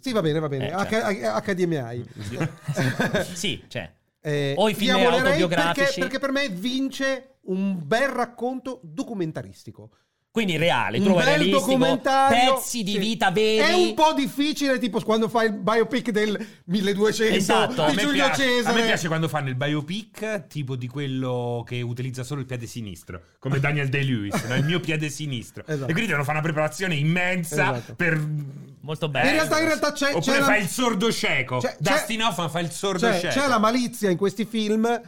Speaker 3: Sì, va bene, va bene.
Speaker 1: Eh, certo.
Speaker 3: H- HDMI.
Speaker 1: sì, cioè...
Speaker 3: Eh,
Speaker 1: o i film
Speaker 3: li abolirei
Speaker 1: autobiografici.
Speaker 3: Perché, perché per me vince un bel racconto documentaristico.
Speaker 1: Quindi reale,
Speaker 3: un
Speaker 1: tu lo
Speaker 3: bel
Speaker 1: realistico,
Speaker 3: documentario
Speaker 1: pezzi di
Speaker 3: sì.
Speaker 1: vita veri.
Speaker 3: È un po' difficile, tipo quando fai il biopic del 1200
Speaker 1: Esatto.
Speaker 3: di
Speaker 2: me
Speaker 3: Giulio
Speaker 2: piace-
Speaker 3: Cesare. Cioè,
Speaker 2: A me piace quando fanno il biopic tipo di quello che utilizza solo il piede sinistro, come Daniel Day-Lewis, no? il mio piede sinistro.
Speaker 3: Esatto.
Speaker 2: E quindi devono fare una preparazione immensa
Speaker 3: Esatto.
Speaker 2: per...
Speaker 1: Molto bello.
Speaker 3: In realtà, in realtà c'è,
Speaker 2: Oppure
Speaker 3: c'è la-
Speaker 2: fa il sordo cieco.
Speaker 3: C'è- c'è-
Speaker 2: Dustin Hoffman fa il sordo
Speaker 3: c'è-
Speaker 2: cieco.
Speaker 3: c'è la malizia in questi film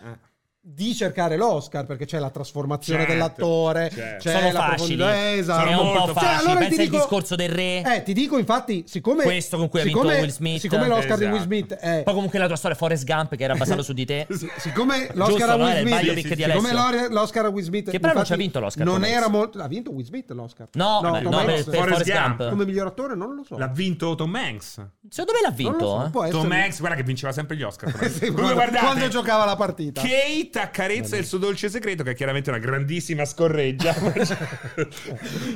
Speaker 3: di cercare l'oscar perché c'è la trasformazione
Speaker 2: Certo,
Speaker 3: dell'attore
Speaker 2: certo.
Speaker 3: c'è
Speaker 1: sono
Speaker 3: la
Speaker 1: facili.
Speaker 3: profondità eh, esatto.
Speaker 1: Sono un po'
Speaker 3: Cioè,
Speaker 1: facili.
Speaker 3: allora ti
Speaker 1: Pensa al
Speaker 3: dico-
Speaker 1: discorso del re.
Speaker 3: eh ti dico infatti siccome
Speaker 1: Questo con cui ha vinto
Speaker 3: siccome-
Speaker 1: Will Smith.
Speaker 3: siccome l'oscar di Will
Speaker 2: Esatto.
Speaker 3: Smith è
Speaker 1: Poi comunque la tua storia Forrest Gump che era basato su di te.
Speaker 3: Siccome l'Oscar
Speaker 1: Giusto,
Speaker 3: a
Speaker 1: no?
Speaker 3: Will
Speaker 1: Era il
Speaker 3: Smith,
Speaker 1: biopic di
Speaker 3: siccome
Speaker 1: Alessio.
Speaker 3: l'or- l'Oscar a Will Smith,
Speaker 1: Che però non
Speaker 3: infatti,
Speaker 1: ci ha vinto l'Oscar,
Speaker 3: Non
Speaker 1: Tom
Speaker 3: era
Speaker 1: Hanks.
Speaker 3: molto. Ha vinto Will Smith l'Oscar?
Speaker 1: No,
Speaker 3: Tom
Speaker 1: beh, no, per,
Speaker 3: Hanks.
Speaker 1: per Forrest
Speaker 2: Forrest
Speaker 1: Gump.
Speaker 2: Gump.
Speaker 3: come miglior attore non lo so.
Speaker 2: L'ha vinto Tom Hanks.
Speaker 1: Secondo me l'ha
Speaker 3: Non
Speaker 1: vinto.
Speaker 3: lo so,
Speaker 1: eh.
Speaker 3: può essere.
Speaker 2: Tom Hanks, guarda che vinceva sempre gli Oscar. Tom Hanks.
Speaker 3: Sì,
Speaker 2: Comunque,
Speaker 3: quando,
Speaker 2: guardate,
Speaker 3: quando giocava la partita.
Speaker 2: Kate accarezza il suo dolce segreto, che è chiaramente una grandissima scorreggia.
Speaker 1: Perché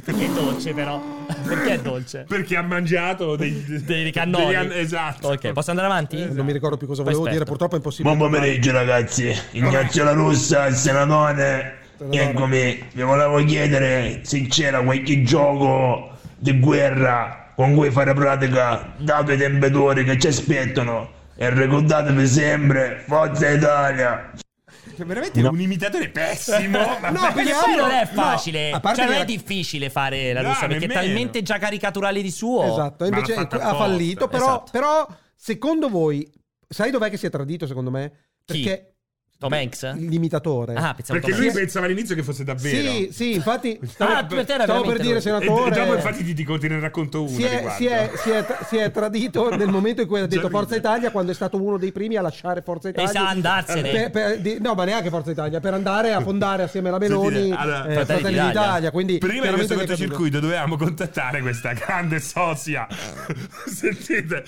Speaker 1: è dolce, però. Perché è dolce?
Speaker 2: perché ha mangiato dei,
Speaker 1: Dei cannoni.
Speaker 2: degli an- esatto.
Speaker 1: Ok, posso andare avanti?
Speaker 3: Eh, Non mi ricordo più cosa volevo
Speaker 1: Aspetta.
Speaker 3: dire, purtroppo è impossibile. tornare.
Speaker 12: ragazzi, Ignazio La Russa, il senatore, eccomi, vi volevo chiedere se c'era qualche gioco di guerra con cui fare pratica dato i temperatori che ci aspettano e ricordatevi sempre, Forza Italia!
Speaker 2: Cioè, veramente un imitatore pessimo. ma-
Speaker 3: No,
Speaker 1: Perché
Speaker 3: pigliando-
Speaker 1: poi non è
Speaker 3: no,
Speaker 1: facile,
Speaker 3: a parte
Speaker 1: cioè non
Speaker 3: che
Speaker 1: è
Speaker 3: la-
Speaker 1: difficile fare la
Speaker 2: No,
Speaker 1: russa perché è
Speaker 2: nemmeno.
Speaker 1: talmente già caricaturale di suo.
Speaker 3: Esatto, e
Speaker 2: Ma
Speaker 3: invece
Speaker 2: l'ha fatta
Speaker 3: ha
Speaker 2: apposta.
Speaker 3: fallito. Però,
Speaker 1: Esatto.
Speaker 3: però, secondo voi, sai dov'è che si è tradito? Secondo me?
Speaker 1: Chi?
Speaker 3: Perché
Speaker 1: Tom Hanks?
Speaker 3: l'imitatore.
Speaker 1: Ah, pensavo
Speaker 2: Perché
Speaker 1: Tom
Speaker 2: lui
Speaker 1: Hanks.
Speaker 2: pensava all'inizio che fosse davvero.
Speaker 3: sì, sì, infatti, stavo,
Speaker 1: Ah, per te era
Speaker 3: stavo per
Speaker 1: veramente
Speaker 3: dire
Speaker 1: lui.
Speaker 2: E,
Speaker 3: senatore.
Speaker 2: e dopo infatti ti dico, te ne racconto uno
Speaker 3: si è,
Speaker 2: riguardo.
Speaker 3: si è- si è tra- si è tradito nel momento in cui ha detto
Speaker 2: Già
Speaker 3: Forza
Speaker 2: ride.
Speaker 3: Italia quando è stato uno dei primi a lasciare Forza Italia
Speaker 1: Esatto, andarsene.
Speaker 3: Per- per- di- no ma neanche Forza Italia per andare a fondare assieme alla Meloni
Speaker 2: Sentite, allora,
Speaker 3: eh,
Speaker 1: Fratelli
Speaker 3: Fratelli
Speaker 1: d'Italia.
Speaker 3: d'Italia quindi
Speaker 2: Prima di
Speaker 3: chiaramente
Speaker 2: questo
Speaker 3: mi hai capito.
Speaker 2: cortocircuito dovevamo contattare questa grande socia. Sentite,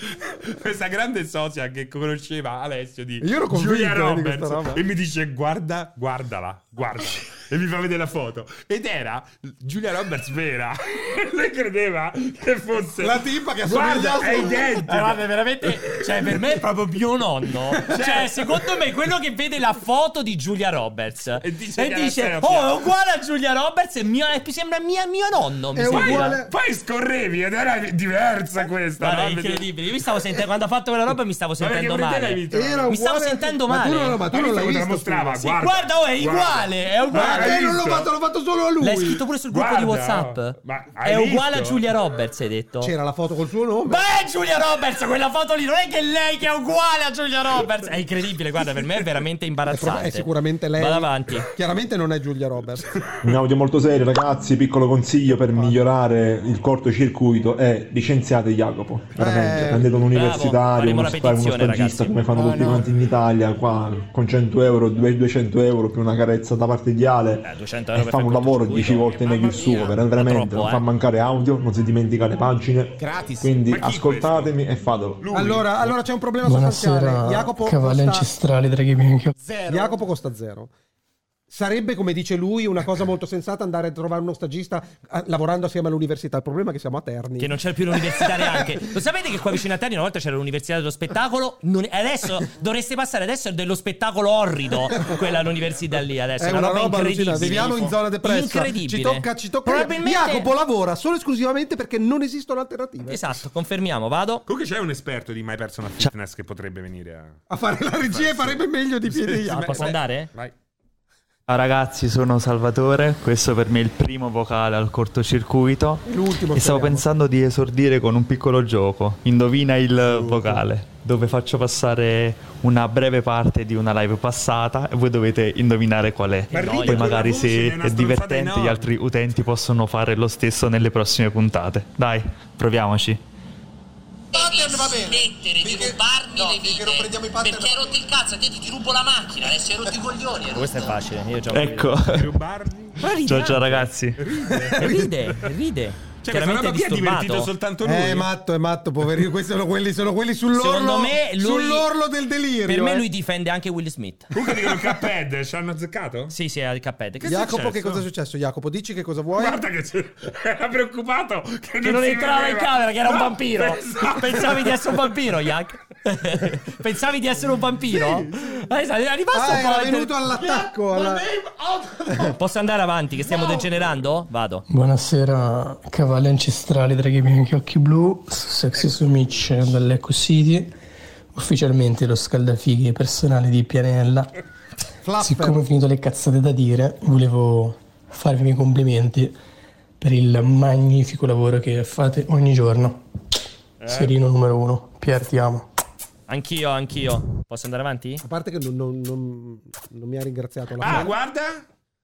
Speaker 2: questa grande socia che conosceva Alessio di
Speaker 3: Io ero convinto,
Speaker 2: Giulia
Speaker 3: eh, di
Speaker 2: Roberts
Speaker 3: questa roba.
Speaker 2: e mi dice guarda, guardala, guarda. e mi fa vedere la foto. Ed era Giulia Roberts vera. Lei credeva che fosse
Speaker 3: La tipa che
Speaker 2: Guarda,
Speaker 3: assomigliava
Speaker 2: è
Speaker 3: su-
Speaker 1: Eh,
Speaker 2: identica.
Speaker 1: vabbè, veramente, cioè, per me è proprio mio nonno. Cioè, secondo me, quello che vede la foto di Giulia Roberts e
Speaker 2: dice
Speaker 1: dice:
Speaker 2: che la sera
Speaker 1: Oh, è
Speaker 2: piange."
Speaker 1: uguale a Giulia Roberts, e mia, e sembra mia, mio nonno. Mi
Speaker 3: È
Speaker 1: sembra.
Speaker 3: uguale-
Speaker 2: Poi scorrevi ed era diversa questa.
Speaker 1: Guarda,
Speaker 2: no?
Speaker 1: è incredibile. Io mi stavo sentendo, quando ha fatto quella roba, mi stavo
Speaker 2: Ma perché
Speaker 1: sentendo
Speaker 2: per te
Speaker 1: male.
Speaker 2: l'hai vinto?
Speaker 3: Era
Speaker 1: Mi stavo
Speaker 3: uguale-
Speaker 1: sentendo
Speaker 3: ma tu
Speaker 1: male.
Speaker 3: non, lo- ma tu
Speaker 2: Ma
Speaker 3: non
Speaker 2: io
Speaker 3: l'hai
Speaker 2: te la
Speaker 3: visto
Speaker 2: mostrava,
Speaker 3: prima?
Speaker 1: Sì, guarda, oh, è uguale, è
Speaker 3: ma
Speaker 1: uguale.
Speaker 2: hai
Speaker 3: io non l'ho
Speaker 2: Ah, visto?
Speaker 3: fatto l'ho fatto solo a lui
Speaker 1: L'hai scritto pure sul gruppo di
Speaker 2: Guarda,
Speaker 1: WhatsApp.
Speaker 2: ma hai
Speaker 1: È uguale a
Speaker 2: visto?
Speaker 1: Giulia Roberts, hai detto.
Speaker 3: c'era la foto col suo nome
Speaker 1: Ma è Giulia Roberts, quella foto lì, non è che è lei che è uguale a Giulia Roberts. È incredibile, guarda, per me è veramente
Speaker 3: è, pro-
Speaker 1: imbarazzante.
Speaker 3: è sicuramente lei
Speaker 1: Vado avanti.
Speaker 3: chiaramente non è Giulia Roberts
Speaker 13: Un audio molto serio, ragazzi. Piccolo consiglio per migliorare il cortocircuito è licenziate Jacopo. Veramente,
Speaker 3: Eh,
Speaker 13: prendete un universitario,
Speaker 1: faremo
Speaker 13: uno,
Speaker 1: la
Speaker 13: sta- uno
Speaker 1: petizione,
Speaker 13: stagista
Speaker 1: ragazzi.
Speaker 13: come fanno
Speaker 3: No,
Speaker 13: tutti
Speaker 3: no.
Speaker 13: quanti in Italia, qua con 100 euro, due- 200 euro più una carezza da parte di Ale.
Speaker 1: Eh, 200 euro
Speaker 13: E
Speaker 1: per
Speaker 13: fa un
Speaker 1: fare il
Speaker 13: lavoro
Speaker 1: cortocircuito.
Speaker 13: 10 volte meglio il suo, ver- veramente.
Speaker 1: troppo,
Speaker 13: non
Speaker 1: eh.
Speaker 13: fa mancare audio, non si dimentica le pagine.
Speaker 5: Gratis.
Speaker 13: Quindi
Speaker 2: Ma chi
Speaker 13: ascoltatemi e fatelo.
Speaker 2: Lui.
Speaker 3: allora, allora c'è un problema sostanziale Jacopo costa-
Speaker 12: ancestrali, draghi bianchi.
Speaker 5: Zero.
Speaker 3: Jacopo costa zero. Sarebbe, come dice lui, una cosa molto sensata andare a trovare uno stagista eh, lavorando assieme all'università. Il problema è che siamo a Terni.
Speaker 1: Che non c'è più l'università neanche. Lo sapete che qua vicino a Terni una volta c'era l'università dello spettacolo? Non- adesso dovreste passare, adesso è dello spettacolo orrido, quella all'università lì. Adesso
Speaker 3: È
Speaker 1: una,
Speaker 3: una roba
Speaker 1: incredibile.
Speaker 3: allucinante. Viviamo in zona depressa.
Speaker 1: Incredibile.
Speaker 3: Ci tocca, ci tocca.
Speaker 1: Probabilmente.
Speaker 3: Jacopo lavora solo e esclusivamente perché non esistono alternative.
Speaker 1: Esatto, confermiamo, vado.
Speaker 2: Comunque c'è un esperto di My Personal Fitness che potrebbe venire a...
Speaker 3: A fare la regia e farebbe meglio di piedi di Jacopo.
Speaker 1: Ah,
Speaker 3: Eh,
Speaker 1: Posso andare?
Speaker 2: Vai.
Speaker 12: Ciao ragazzi, sono Salvatore, questo per me è il primo vocale al cortocircuito
Speaker 3: L'ultimo.
Speaker 12: e stavo
Speaker 3: speriamo.
Speaker 12: pensando di esordire con un piccolo gioco, indovina il vocale, dove faccio passare una breve parte di una live passata e voi dovete indovinare qual
Speaker 1: Eh,
Speaker 12: è.
Speaker 2: Ma ridi
Speaker 12: Poi
Speaker 2: con la
Speaker 12: magari
Speaker 2: voce, è
Speaker 12: se
Speaker 2: una
Speaker 12: è
Speaker 2: stronzata
Speaker 12: divertente
Speaker 2: enorme.
Speaker 12: gli altri utenti possono fare lo stesso nelle prossime puntate. Dai, proviaci.
Speaker 5: pattern va bene. Smettere di rubarmi le vite. non prendiamo i pattern. Perché hai rotto il cazzo, a te ti rubo la macchina, adesso hai rotto i coglioni.
Speaker 1: Questo è facile, io già
Speaker 12: Ecco.
Speaker 2: Rubarli?
Speaker 1: Ma ride
Speaker 12: Ciao ciao
Speaker 1: anche.
Speaker 12: ragazzi.
Speaker 1: Ride, ride.
Speaker 2: Cioè, questa
Speaker 1: chiaramente
Speaker 2: roba qui è divertito
Speaker 1: disturbato.
Speaker 2: soltanto lui.
Speaker 3: Eh, matto, è matto, poverino. Questi sono quelli, sono quelli sull'orlo,
Speaker 1: Secondo me lui-
Speaker 3: sull'orlo del delirio.
Speaker 1: Per me
Speaker 3: eh.
Speaker 1: lui difende anche Will Smith.
Speaker 2: Comunque dicono Cuphead, ci hanno azzeccato?
Speaker 1: Sì, sì, è il Cuphead. Che
Speaker 3: Jacopo, che
Speaker 1: successo?
Speaker 3: cosa è successo? Jacopo, dici che cosa vuoi?
Speaker 2: Guarda che c'è- era preoccupato che,
Speaker 1: Che non
Speaker 2: si
Speaker 1: entrava in
Speaker 2: vedeva.
Speaker 1: camera, che era un
Speaker 2: No, esatto.
Speaker 1: vampiro.
Speaker 3: Esatto.
Speaker 2: pensavo-
Speaker 1: Pensavi di essere un vampiro, Jack? Pensavi di essere un vampiro? Ah, esatto, È rimasto
Speaker 3: Ah,
Speaker 1: un po'
Speaker 3: era
Speaker 1: la-
Speaker 3: venuto all'attacco. alla-
Speaker 1: Posso andare avanti, che stiamo degenerando? Vado.
Speaker 14: Buonasera, cavalli ancestrali tra i bianchi e occhi blu, su Sexy Sumic dall'Eco City, ufficialmente lo scaldafighi personale di Pianella. Siccome ho finito le cazzate da dire, volevo farvi i miei complimenti per il magnifico lavoro che fate ogni giorno.
Speaker 2: Eh.
Speaker 14: Serino numero uno, Pier ti amo.
Speaker 1: Anch'io, anch'io. Posso andare avanti?
Speaker 3: A parte che non, non- non- non mi ha ringraziato. La
Speaker 2: Ah,
Speaker 3: fine. Mm.
Speaker 2: guarda,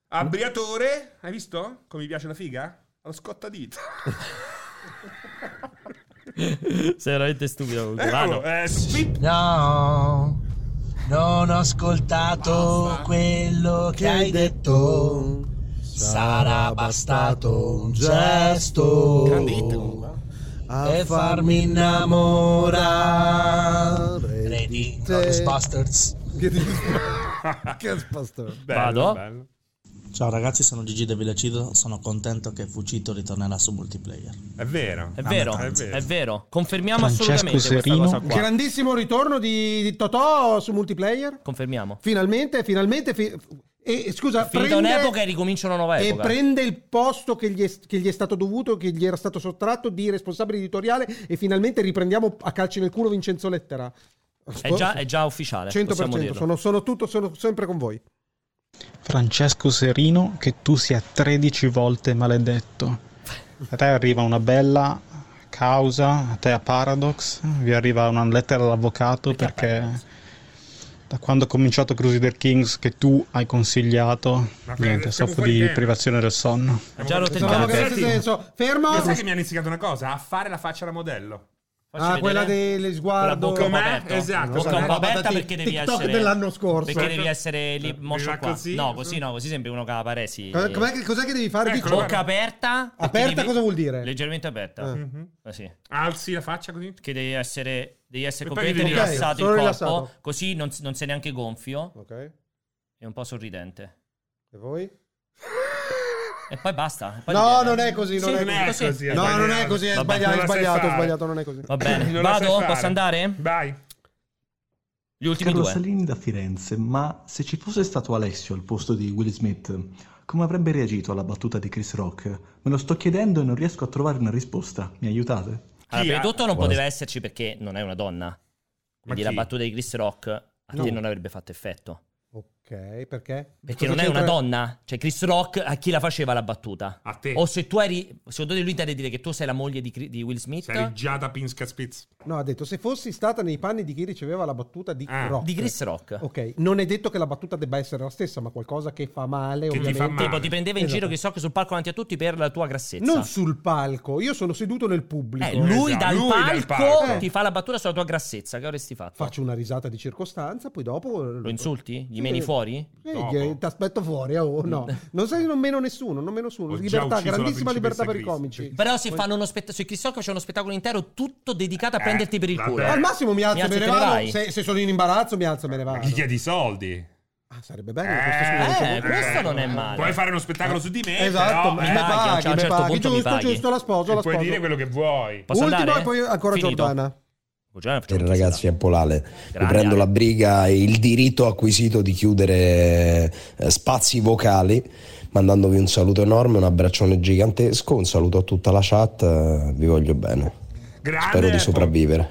Speaker 2: abbriatore, hai visto come mi piace la figa? Allo scottadito.
Speaker 1: Sei veramente stupido.
Speaker 3: Ecco.
Speaker 1: comunque.
Speaker 2: Eccolo,
Speaker 1: Vado.
Speaker 2: eh, spip.
Speaker 15: No, non ho ascoltato quello che hai detto. Sarà bastato un gesto e farmi innamorare di Ghostbusters.
Speaker 14: Vado.
Speaker 16: Ciao ragazzi, sono Gigi De Villacido, sono contento che Fucito ritornerà su multiplayer.
Speaker 2: È vero.
Speaker 1: È vero,
Speaker 16: Ah,
Speaker 1: è
Speaker 16: ma
Speaker 1: vero,
Speaker 16: tanto.
Speaker 1: Confermiamo
Speaker 16: Francesco
Speaker 1: assolutamente
Speaker 16: Serino.
Speaker 1: questa cosa qua.
Speaker 3: Grandissimo ritorno di, di Totò su multiplayer.
Speaker 1: Confermiamo.
Speaker 3: Finalmente, finalmente. fi- e scusa,
Speaker 1: Finita
Speaker 3: prende-
Speaker 1: un'epoca e ricomincia una nuova
Speaker 3: e
Speaker 1: epoca.
Speaker 3: prende il posto che gli, è, che gli è stato dovuto, che gli era stato sottratto di responsabile editoriale e finalmente riprendiamo a calci nel culo Vincenzo Lettera.
Speaker 1: È già, è già ufficiale. 100%
Speaker 3: 100%, sono, sono tutto, sono sempre con voi.
Speaker 17: Francesco Serino, che tu sia 13 volte maledetto. A te arriva una bella causa, a te a Paradox, vi arriva una lettera all'avvocato perché, da quando ho cominciato Crusader Kings che tu hai consigliato, niente, soffro di privazione del sonno.
Speaker 1: già
Speaker 3: Sono che nel senso, fermo.
Speaker 2: Ma sai che mi hanno insegnato una cosa? A fare la faccia da modello.
Speaker 3: Ah, quella delle sguardo.
Speaker 2: Bocca aperta.
Speaker 3: Esatto.
Speaker 2: Bocca
Speaker 3: esatto.
Speaker 1: aperta
Speaker 3: Ti-
Speaker 1: perché devi
Speaker 3: TikTok
Speaker 1: essere
Speaker 3: dell'anno scorso.
Speaker 1: Perché devi essere lì motion qua.
Speaker 3: così?
Speaker 1: no, così no, così sembri uno che ha la paresi.
Speaker 3: Eh, com'è che- cos'è che devi fare? Dici-
Speaker 1: Bocca aperta.
Speaker 3: Aperta
Speaker 1: perché
Speaker 3: cosa vuol dire?
Speaker 1: Leggermente aperta.
Speaker 3: Eh.
Speaker 1: Così.
Speaker 2: Alzi la faccia così.
Speaker 1: Che devi essere devi essere
Speaker 2: E poi
Speaker 1: completamente
Speaker 2: devi- Ok,
Speaker 1: rilassato
Speaker 2: sono
Speaker 1: il corpo,
Speaker 2: rilassato.
Speaker 1: così non, non sei neanche gonfio
Speaker 3: Ok.
Speaker 1: e un po' sorridente.
Speaker 3: E voi?
Speaker 1: E poi basta. e poi
Speaker 3: No,
Speaker 1: riviene.
Speaker 3: non è così, non
Speaker 1: Sì,
Speaker 3: è così.
Speaker 1: così.
Speaker 3: No, non è così, è
Speaker 1: Vabbè.
Speaker 3: sbagliato,
Speaker 1: Non
Speaker 3: è
Speaker 1: la sai
Speaker 3: sbagliato, è
Speaker 1: fare.
Speaker 3: sbagliato, non è così.
Speaker 1: Va bene,
Speaker 2: Non la sai
Speaker 1: vado,
Speaker 2: fare.
Speaker 1: posso andare?
Speaker 2: Vai.
Speaker 1: Gli ultimi
Speaker 18: Carlo
Speaker 1: due.
Speaker 18: Salini da Firenze, ma se ci fosse stato Alessio al posto di Will Smith, come avrebbe reagito alla battuta di Chris Rock? Me lo sto chiedendo e non riesco a trovare una risposta. Mi aiutate?
Speaker 1: Allora, prima di tutto non
Speaker 18: Buona-
Speaker 1: poteva esserci perché non è una donna. Quindi
Speaker 18: chi?
Speaker 1: la battuta di Chris Rock a
Speaker 3: No.
Speaker 1: te non avrebbe fatto effetto.
Speaker 3: Ok, perché?
Speaker 1: Perché
Speaker 3: Cosa
Speaker 1: non è
Speaker 3: c'entra-
Speaker 1: una donna. Cioè, Chris Rock a chi la faceva la battuta?
Speaker 2: A te.
Speaker 1: O se tu eri. Secondo te lui deve dire che tu sei la moglie di, Cri- di Will Smith?
Speaker 2: Sei già da Pinska Spitz.
Speaker 3: No, ha detto se fossi stata nei panni di chi riceveva la battuta di
Speaker 2: Ah,
Speaker 3: Rock.
Speaker 1: di Chris Rock.
Speaker 3: Ok, non è detto che la battuta debba essere la stessa, ma qualcosa che fa male,
Speaker 1: Che ti
Speaker 3: ovviamente.
Speaker 1: fa male. Tipo, ti prendeva in giro Chris Rock sul palco davanti a tutti per la tua grassezza.
Speaker 3: Esatto. Non sul palco, io sono seduto nel pubblico. Esatto.
Speaker 1: Eh, lui dal palco,
Speaker 3: Eh,
Speaker 1: ti fa la battuta sulla tua grassezza. Che avresti fatto?
Speaker 3: Faccio una risata di circostanza, poi dopo...
Speaker 1: Lo insulti? Gli meni fuori? Dopo.
Speaker 3: Ti aspetto fuori, oh, no. Non sei non meno nessuno, non meno nessuno.
Speaker 1: Ho già
Speaker 3: Libertà,
Speaker 1: ucciso la
Speaker 3: grandissima libertà
Speaker 1: principessa
Speaker 3: per i
Speaker 1: Chris.
Speaker 3: comici.
Speaker 1: Però se fanno uno spettacolo. Se Chris Rock faceva uno spettacolo intero tutto dedicato a prenderti per il culo.
Speaker 3: Eh, Al massimo mi alzo e me
Speaker 1: e
Speaker 3: ne
Speaker 1: te ne
Speaker 3: vado.
Speaker 1: vai.
Speaker 3: Se, se sono in imbarazzo mi alzo e me ne vado.
Speaker 2: Gli chiedi i soldi.
Speaker 3: Ah, sarebbe bello. questo, scusa,
Speaker 1: eh,
Speaker 3: dicevo-
Speaker 1: questo non è male.
Speaker 2: Puoi fare uno spettacolo su di me.
Speaker 3: Esatto,
Speaker 2: però,
Speaker 3: mi
Speaker 2: eh,
Speaker 3: paghi,
Speaker 2: a
Speaker 3: mi
Speaker 2: un certo
Speaker 3: paghi.
Speaker 2: punto mi
Speaker 3: Giusto,
Speaker 2: paghi.
Speaker 3: giusto, la sposo,
Speaker 2: E
Speaker 3: la
Speaker 2: Puoi
Speaker 3: sposo.
Speaker 2: dire quello che vuoi.
Speaker 3: Ultimo e poi ancora Giordana.
Speaker 19: Buonasera, ragazzi, è Polale. Riprendo
Speaker 1: Ale.
Speaker 19: la briga e il diritto acquisito di chiudere eh, spazi vocali, mandandovi un saluto enorme, un abbraccione gigantesco, un saluto a tutta la chat, eh, vi voglio bene. Spero di sopravvivere.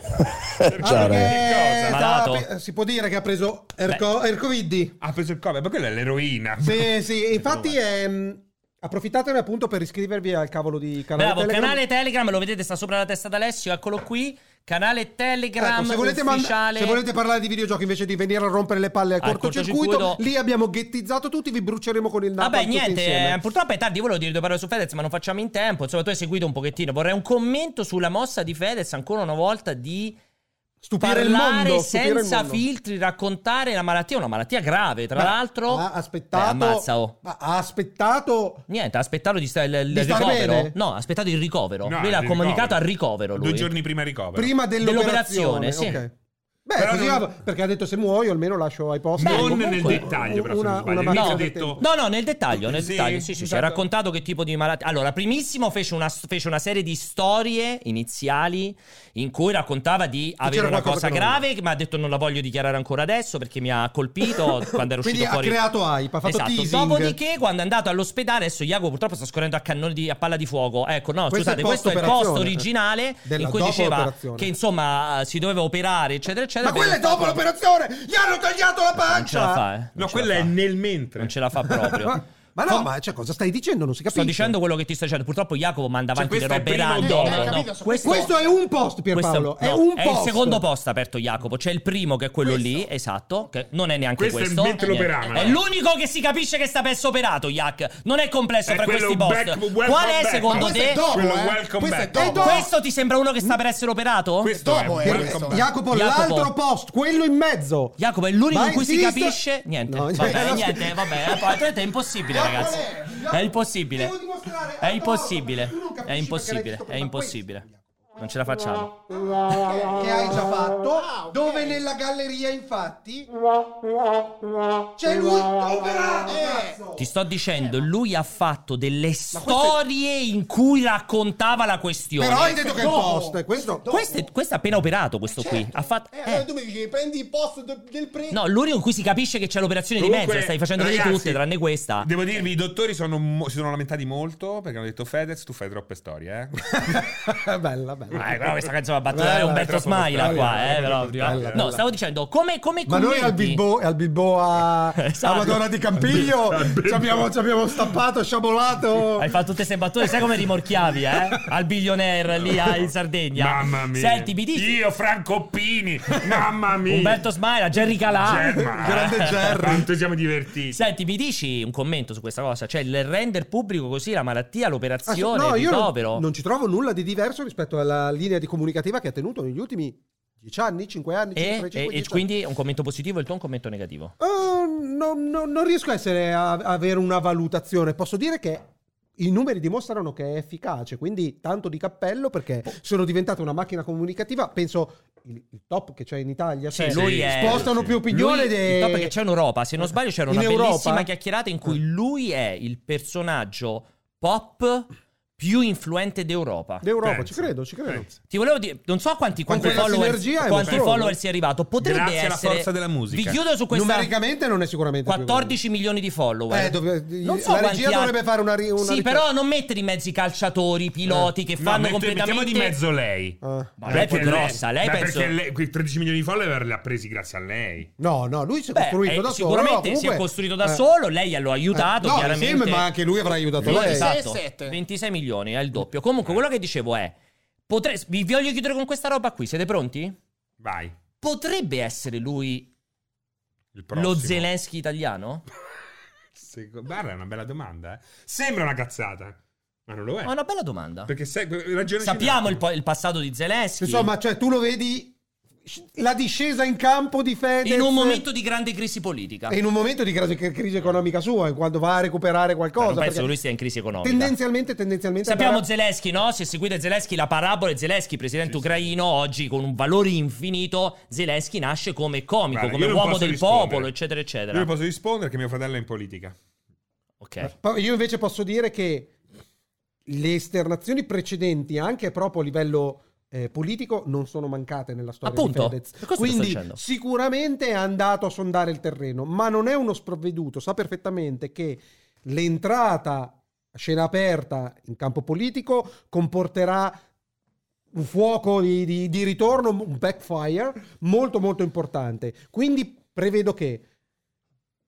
Speaker 3: Ah,
Speaker 19: Ciao ragazzi.
Speaker 3: Eh,
Speaker 2: cosa?
Speaker 3: stava
Speaker 2: Malato?
Speaker 3: pe- si può dire che ha preso Erco- Ercoviddi.
Speaker 2: Ha preso il Covid, ma quella è l'eroina.
Speaker 3: Sì, sì, infatti ehm, approfittatene appunto per iscrivervi al cavolo di canale
Speaker 1: Bravo,
Speaker 3: Telegram.
Speaker 1: canale Telegram, lo vedete, sta sopra la testa d'Alessio, eccolo qui. Canale Telegram
Speaker 3: Ecco, se, volete mand-
Speaker 1: ufficiale.
Speaker 3: se volete parlare di videogiochi invece di venire a rompere le palle al,
Speaker 1: Al
Speaker 3: cortocircuito,
Speaker 1: cortocircuito.
Speaker 3: lì abbiamo ghettizzato tutti, vi bruceremo con il naso.
Speaker 1: Vabbè,
Speaker 3: tutti
Speaker 1: niente,
Speaker 3: insieme.
Speaker 1: eh, purtroppo è tardi, io volevo dire due parole su Fedez, ma non facciamo in tempo. Insomma, tu hai seguito un pochettino. Vorrei un commento sulla mossa di Fedez ancora una volta di
Speaker 3: stupire il
Speaker 1: parlare
Speaker 3: mondo. stupire il
Speaker 1: senza
Speaker 3: mondo.
Speaker 1: filtri, raccontare la malattia, una malattia grave, tra
Speaker 3: Beh,
Speaker 1: l'altro.
Speaker 3: ha aspettato-
Speaker 1: Beh, ammazza, oh.
Speaker 3: Ma ha aspettato.
Speaker 1: Niente, ha aspettato di sta- il, il
Speaker 3: Di star
Speaker 1: ricovero.
Speaker 3: bene?
Speaker 1: No, ha aspettato il ricovero.
Speaker 2: No,
Speaker 1: lui l'ha
Speaker 2: il
Speaker 1: comunicato
Speaker 2: ricovero.
Speaker 1: al ricovero. Lui.
Speaker 2: Due giorni prima del ricovero.
Speaker 3: Prima dell'operazione,
Speaker 1: sì.
Speaker 3: ok. Beh,
Speaker 2: Però
Speaker 3: così
Speaker 2: non-
Speaker 3: va- perché ha detto se muoio almeno lascio ai posti.
Speaker 2: Non
Speaker 3: Comunque,
Speaker 2: nel dettaglio, però, se non sbaglio.
Speaker 3: una
Speaker 2: Lì
Speaker 3: mano
Speaker 2: ha
Speaker 3: di
Speaker 2: detto-
Speaker 3: tempo.
Speaker 1: No, no, nel dettaglio, nel
Speaker 2: Sì,
Speaker 1: dettaglio. Sì, sì, sì,
Speaker 2: esatto.
Speaker 1: ha
Speaker 3: certo.
Speaker 1: raccontato che tipo di malattia. Allora, primissimo fece una, fece una serie di storie iniziali in cui raccontava di avere
Speaker 3: c'era
Speaker 1: una
Speaker 3: qualcosa
Speaker 1: cosa
Speaker 3: che non era.
Speaker 1: grave, ma ha detto non la voglio dichiarare ancora adesso perché mi ha colpito quando era uscito
Speaker 3: Quindi ha
Speaker 1: fuori.
Speaker 3: creato hype, ha fatto
Speaker 1: esatto.
Speaker 3: teasing.
Speaker 1: Dopodiché, quando è andato all'ospedale, adesso Iago purtroppo sta scorrendo a cannone di- a palla di fuoco. Ecco, no,
Speaker 3: Questo è
Speaker 1: scusate,
Speaker 3: il
Speaker 1: questo è il
Speaker 3: post-operazione.
Speaker 1: post originale
Speaker 3: Della
Speaker 1: in cui
Speaker 3: dopo
Speaker 1: diceva
Speaker 3: operazione.
Speaker 1: che insomma si doveva operare, eccetera, eccetera.
Speaker 3: Ma quella è dopo l'operazione! Gli hanno tagliato la pancia!
Speaker 1: Non ce la fa, eh. Non
Speaker 2: No,
Speaker 1: ce la
Speaker 2: quella
Speaker 1: fa.
Speaker 2: è nel mentre.
Speaker 1: Non ce la fa proprio.
Speaker 3: Ma no, ma cioè, cosa stai dicendo? Non si capisce.
Speaker 1: Sto dicendo quello che ti sto dicendo. Purtroppo Jacopo manda
Speaker 3: Cioè,
Speaker 1: avanti le
Speaker 3: questo è
Speaker 1: robe
Speaker 3: prima o
Speaker 1: random.
Speaker 3: dopo?
Speaker 1: no?
Speaker 3: Eh, capito, so-
Speaker 1: Questo,
Speaker 3: questo è un post,
Speaker 1: questo-
Speaker 3: Pierpaolo. è
Speaker 1: no,
Speaker 3: un
Speaker 1: è
Speaker 3: post.
Speaker 1: il secondo post aperto Jacopo. C'è il primo che è quello lì, esatto, che non è neanche
Speaker 2: Questo è il
Speaker 1: questo.
Speaker 2: mentre
Speaker 1: Eh, niente.
Speaker 2: l'operama.
Speaker 1: È l'unico che si capisce che sta per operato, Jack. Non è complesso
Speaker 2: È
Speaker 1: fra
Speaker 2: quello
Speaker 1: questi post.
Speaker 2: back- welcome
Speaker 1: Qual è
Speaker 2: back.
Speaker 1: secondo
Speaker 2: Ma questo
Speaker 1: te?
Speaker 2: è dopo, Quello eh. welcome Questo è back. dopo.
Speaker 1: Questo ti sembra uno che sta per essere operato?
Speaker 2: Questo è Dopo, eh, welcome questo. back.
Speaker 3: Jacopo, l'altro post, quello in mezzo.
Speaker 1: Jacopo è l'unico
Speaker 3: Ma
Speaker 1: in cui
Speaker 3: esiste-
Speaker 1: si capisce niente.
Speaker 3: No, cioè,
Speaker 1: vabbè,
Speaker 3: no,
Speaker 1: niente, vabbè, altrimenti è impossibile, ragazzi. È impossibile. È impossibile. È impossibile. È impossibile. Non ce la facciamo.
Speaker 3: che hai già fatto,
Speaker 1: Ah,
Speaker 3: dove nella galleria infatti c'è lui operato. cazzo.
Speaker 1: Eh. Ti sto
Speaker 3: Eh,
Speaker 1: dicendo, lui ha fatto delle storie in cui raccontava la questione.
Speaker 3: Però hai detto che è il post, questo
Speaker 1: Questo è, questo è appena operato, questo qui.
Speaker 3: certo.
Speaker 1: Ha fatto.
Speaker 20: Eh, allora tu mi dici, prendi il posto de- del pre.
Speaker 1: No, l'unico in cui si capisce che c'è l'operazione di
Speaker 2: Comunque,
Speaker 1: mezzo. Stai facendo vedere
Speaker 2: ragazzi,
Speaker 1: tutte, tranne questa.
Speaker 2: Devo dirvi, i dottori sono mo- si sono lamentati molto perché hanno detto Fedez, tu fai troppe storie, eh.
Speaker 3: bella, bella.
Speaker 1: Ah, però questa canzone ha battuto
Speaker 3: Bella,
Speaker 1: Umberto
Speaker 3: troppo
Speaker 1: Smaila
Speaker 3: bella,
Speaker 1: qua, eh,
Speaker 3: bella,
Speaker 1: però,
Speaker 3: bella,
Speaker 1: no,
Speaker 3: bella.
Speaker 1: stavo dicendo, come, come
Speaker 3: Ma noi
Speaker 1: commenti?
Speaker 3: al Bilbo, al Bilboa,
Speaker 1: Esatto.
Speaker 3: a Madonna di Campiglio
Speaker 1: Al Bilbo.
Speaker 3: ci abbiamo, ci abbiamo stappato, sciabolato.
Speaker 1: Hai fatto tutte queste battute, sai come rimorchiavi, eh? Al billionaire lì a- in Sardegna.
Speaker 2: Mamma mia.
Speaker 1: Senti, mi dici...
Speaker 2: Io, Franco Pini, mamma mia.
Speaker 1: Umberto Smaila, Jerry Calà.
Speaker 2: Gemma. Quanto siamo divertiti.
Speaker 1: Senti, mi dici un commento su questa cosa? Cioè, il render pubblico così, la malattia,
Speaker 3: Ah, sì,
Speaker 1: l'operazione,
Speaker 3: no,
Speaker 1: il
Speaker 3: io non-
Speaker 1: ricovero.
Speaker 3: non, ci trovo nulla di diverso rispetto alla linea di comunicativa che ha tenuto negli ultimi 10 anni, 5 anni, 5,
Speaker 1: eh, E, e- e quindi un commento positivo e il tuo un commento negativo.
Speaker 3: non, Ehm, non- non riesco a, essere, a avere una valutazione. Posso dire che i numeri dimostrano che è efficace, quindi tanto di cappello perché sono diventata una macchina comunicativa. Penso il, il top che c'è in Italia.
Speaker 1: Sì,
Speaker 3: cioè,
Speaker 1: lui è-
Speaker 3: spostano
Speaker 1: sì.
Speaker 3: più opinione.
Speaker 1: Lui-
Speaker 3: de- Eh,
Speaker 1: il top è che c'è in Europa. Se non sbaglio, c'era
Speaker 3: In
Speaker 1: una
Speaker 3: Europa? Eh.
Speaker 1: bellissima chiacchierata in cui lui è il personaggio pop più influente d'Europa.
Speaker 3: D'Europa, ci
Speaker 1: Pensa.
Speaker 3: credo, ci credo.
Speaker 1: Ti volevo dire, non so quanti,
Speaker 3: Con
Speaker 1: quanti
Speaker 3: quella
Speaker 1: follower,
Speaker 3: sinergia è
Speaker 1: quanti
Speaker 3: mostruoso.
Speaker 1: follower sia arrivato. Potrebbe
Speaker 2: Grazie alla
Speaker 1: essere-
Speaker 2: forza della musica.
Speaker 1: Vi chiudo su questa
Speaker 3: Numericamente non è sicuramente più
Speaker 1: 14 milioni di follower.
Speaker 3: Eh, dove-
Speaker 1: non so
Speaker 3: la regia
Speaker 1: quanti
Speaker 3: dovrebbe fare una ri- una
Speaker 1: Sì,
Speaker 3: ricerca. Eh.
Speaker 1: però non mettere in mezzo i calciatori, i piloti che
Speaker 2: No,
Speaker 1: fanno
Speaker 2: mette-
Speaker 1: completamente
Speaker 2: Mettiamo di mezzo lei.
Speaker 3: Ah.
Speaker 1: Ma lei è più
Speaker 2: Perché
Speaker 1: grossa, lei
Speaker 2: beh,
Speaker 1: penso-
Speaker 2: Perché lei, quei 13 milioni di follower li ha presi grazie a lei.
Speaker 3: No, no, lui si è
Speaker 1: Beh,
Speaker 3: costruito
Speaker 1: eh,
Speaker 3: da solo.
Speaker 1: sicuramente
Speaker 3: no, comunque-
Speaker 1: si è costruito da
Speaker 3: eh.
Speaker 1: solo, lei lo ha aiutato
Speaker 3: Eh, no,
Speaker 1: chiaramente.
Speaker 3: insieme, ma anche lui avrà aiutato lei.
Speaker 1: 26, 26 milioni, è il doppio. Comunque quello che dicevo è potre- vi voglio chiudere con questa roba qui, siete pronti?
Speaker 2: Vai.
Speaker 1: Potrebbe essere lui
Speaker 2: Il prossimo. Eh.
Speaker 1: lo Zelensky italiano?
Speaker 2: Se- Guarda, è una bella domanda. eh. Sembra una cazzata, ma non lo è.
Speaker 1: Ma è una bella domanda.
Speaker 2: Perché se, ragione
Speaker 1: Sappiamo il, po- il passato di Zelensky.
Speaker 3: Insomma, cioè, tu lo vedi la discesa in campo di Fedez
Speaker 1: in un momento di grande crisi politica.
Speaker 3: E in un momento di crisi, crisi economica sua, quando va a recuperare
Speaker 1: Beh,
Speaker 3: qualcosa.
Speaker 1: non penso
Speaker 3: perché
Speaker 1: che lui stia in crisi economica.
Speaker 3: tendenzialmente, tendenzialmente
Speaker 1: Sappiamo
Speaker 3: andrà-
Speaker 1: Zelensky, no? Se seguite Zelensky, la parabola è Zelensky, presidente ucraino, oggi con un valore infinito, Zelensky nasce come comico,
Speaker 2: Guarda,
Speaker 1: come
Speaker 2: io non
Speaker 1: uomo
Speaker 2: posso
Speaker 1: del
Speaker 2: rispondere.
Speaker 1: popolo,
Speaker 2: Io
Speaker 1: eccetera, eccetera.
Speaker 2: non posso rispondere che mio fratello è in politica.
Speaker 1: Ok.
Speaker 3: Pa- Io invece posso dire che le esternazioni precedenti, anche proprio a livello eh, politico, non sono mancate nella storia
Speaker 1: Appunto,
Speaker 3: di
Speaker 1: per
Speaker 3: Fedez.
Speaker 1: questo che sto
Speaker 3: Quindi
Speaker 1: dicendo.
Speaker 3: sicuramente è andato a sondare il terreno, ma non è uno sprovveduto, sa perfettamente che l'entrata a scena aperta in campo politico comporterà un fuoco di, di- di ritorno, un backfire molto molto importante. Quindi prevedo che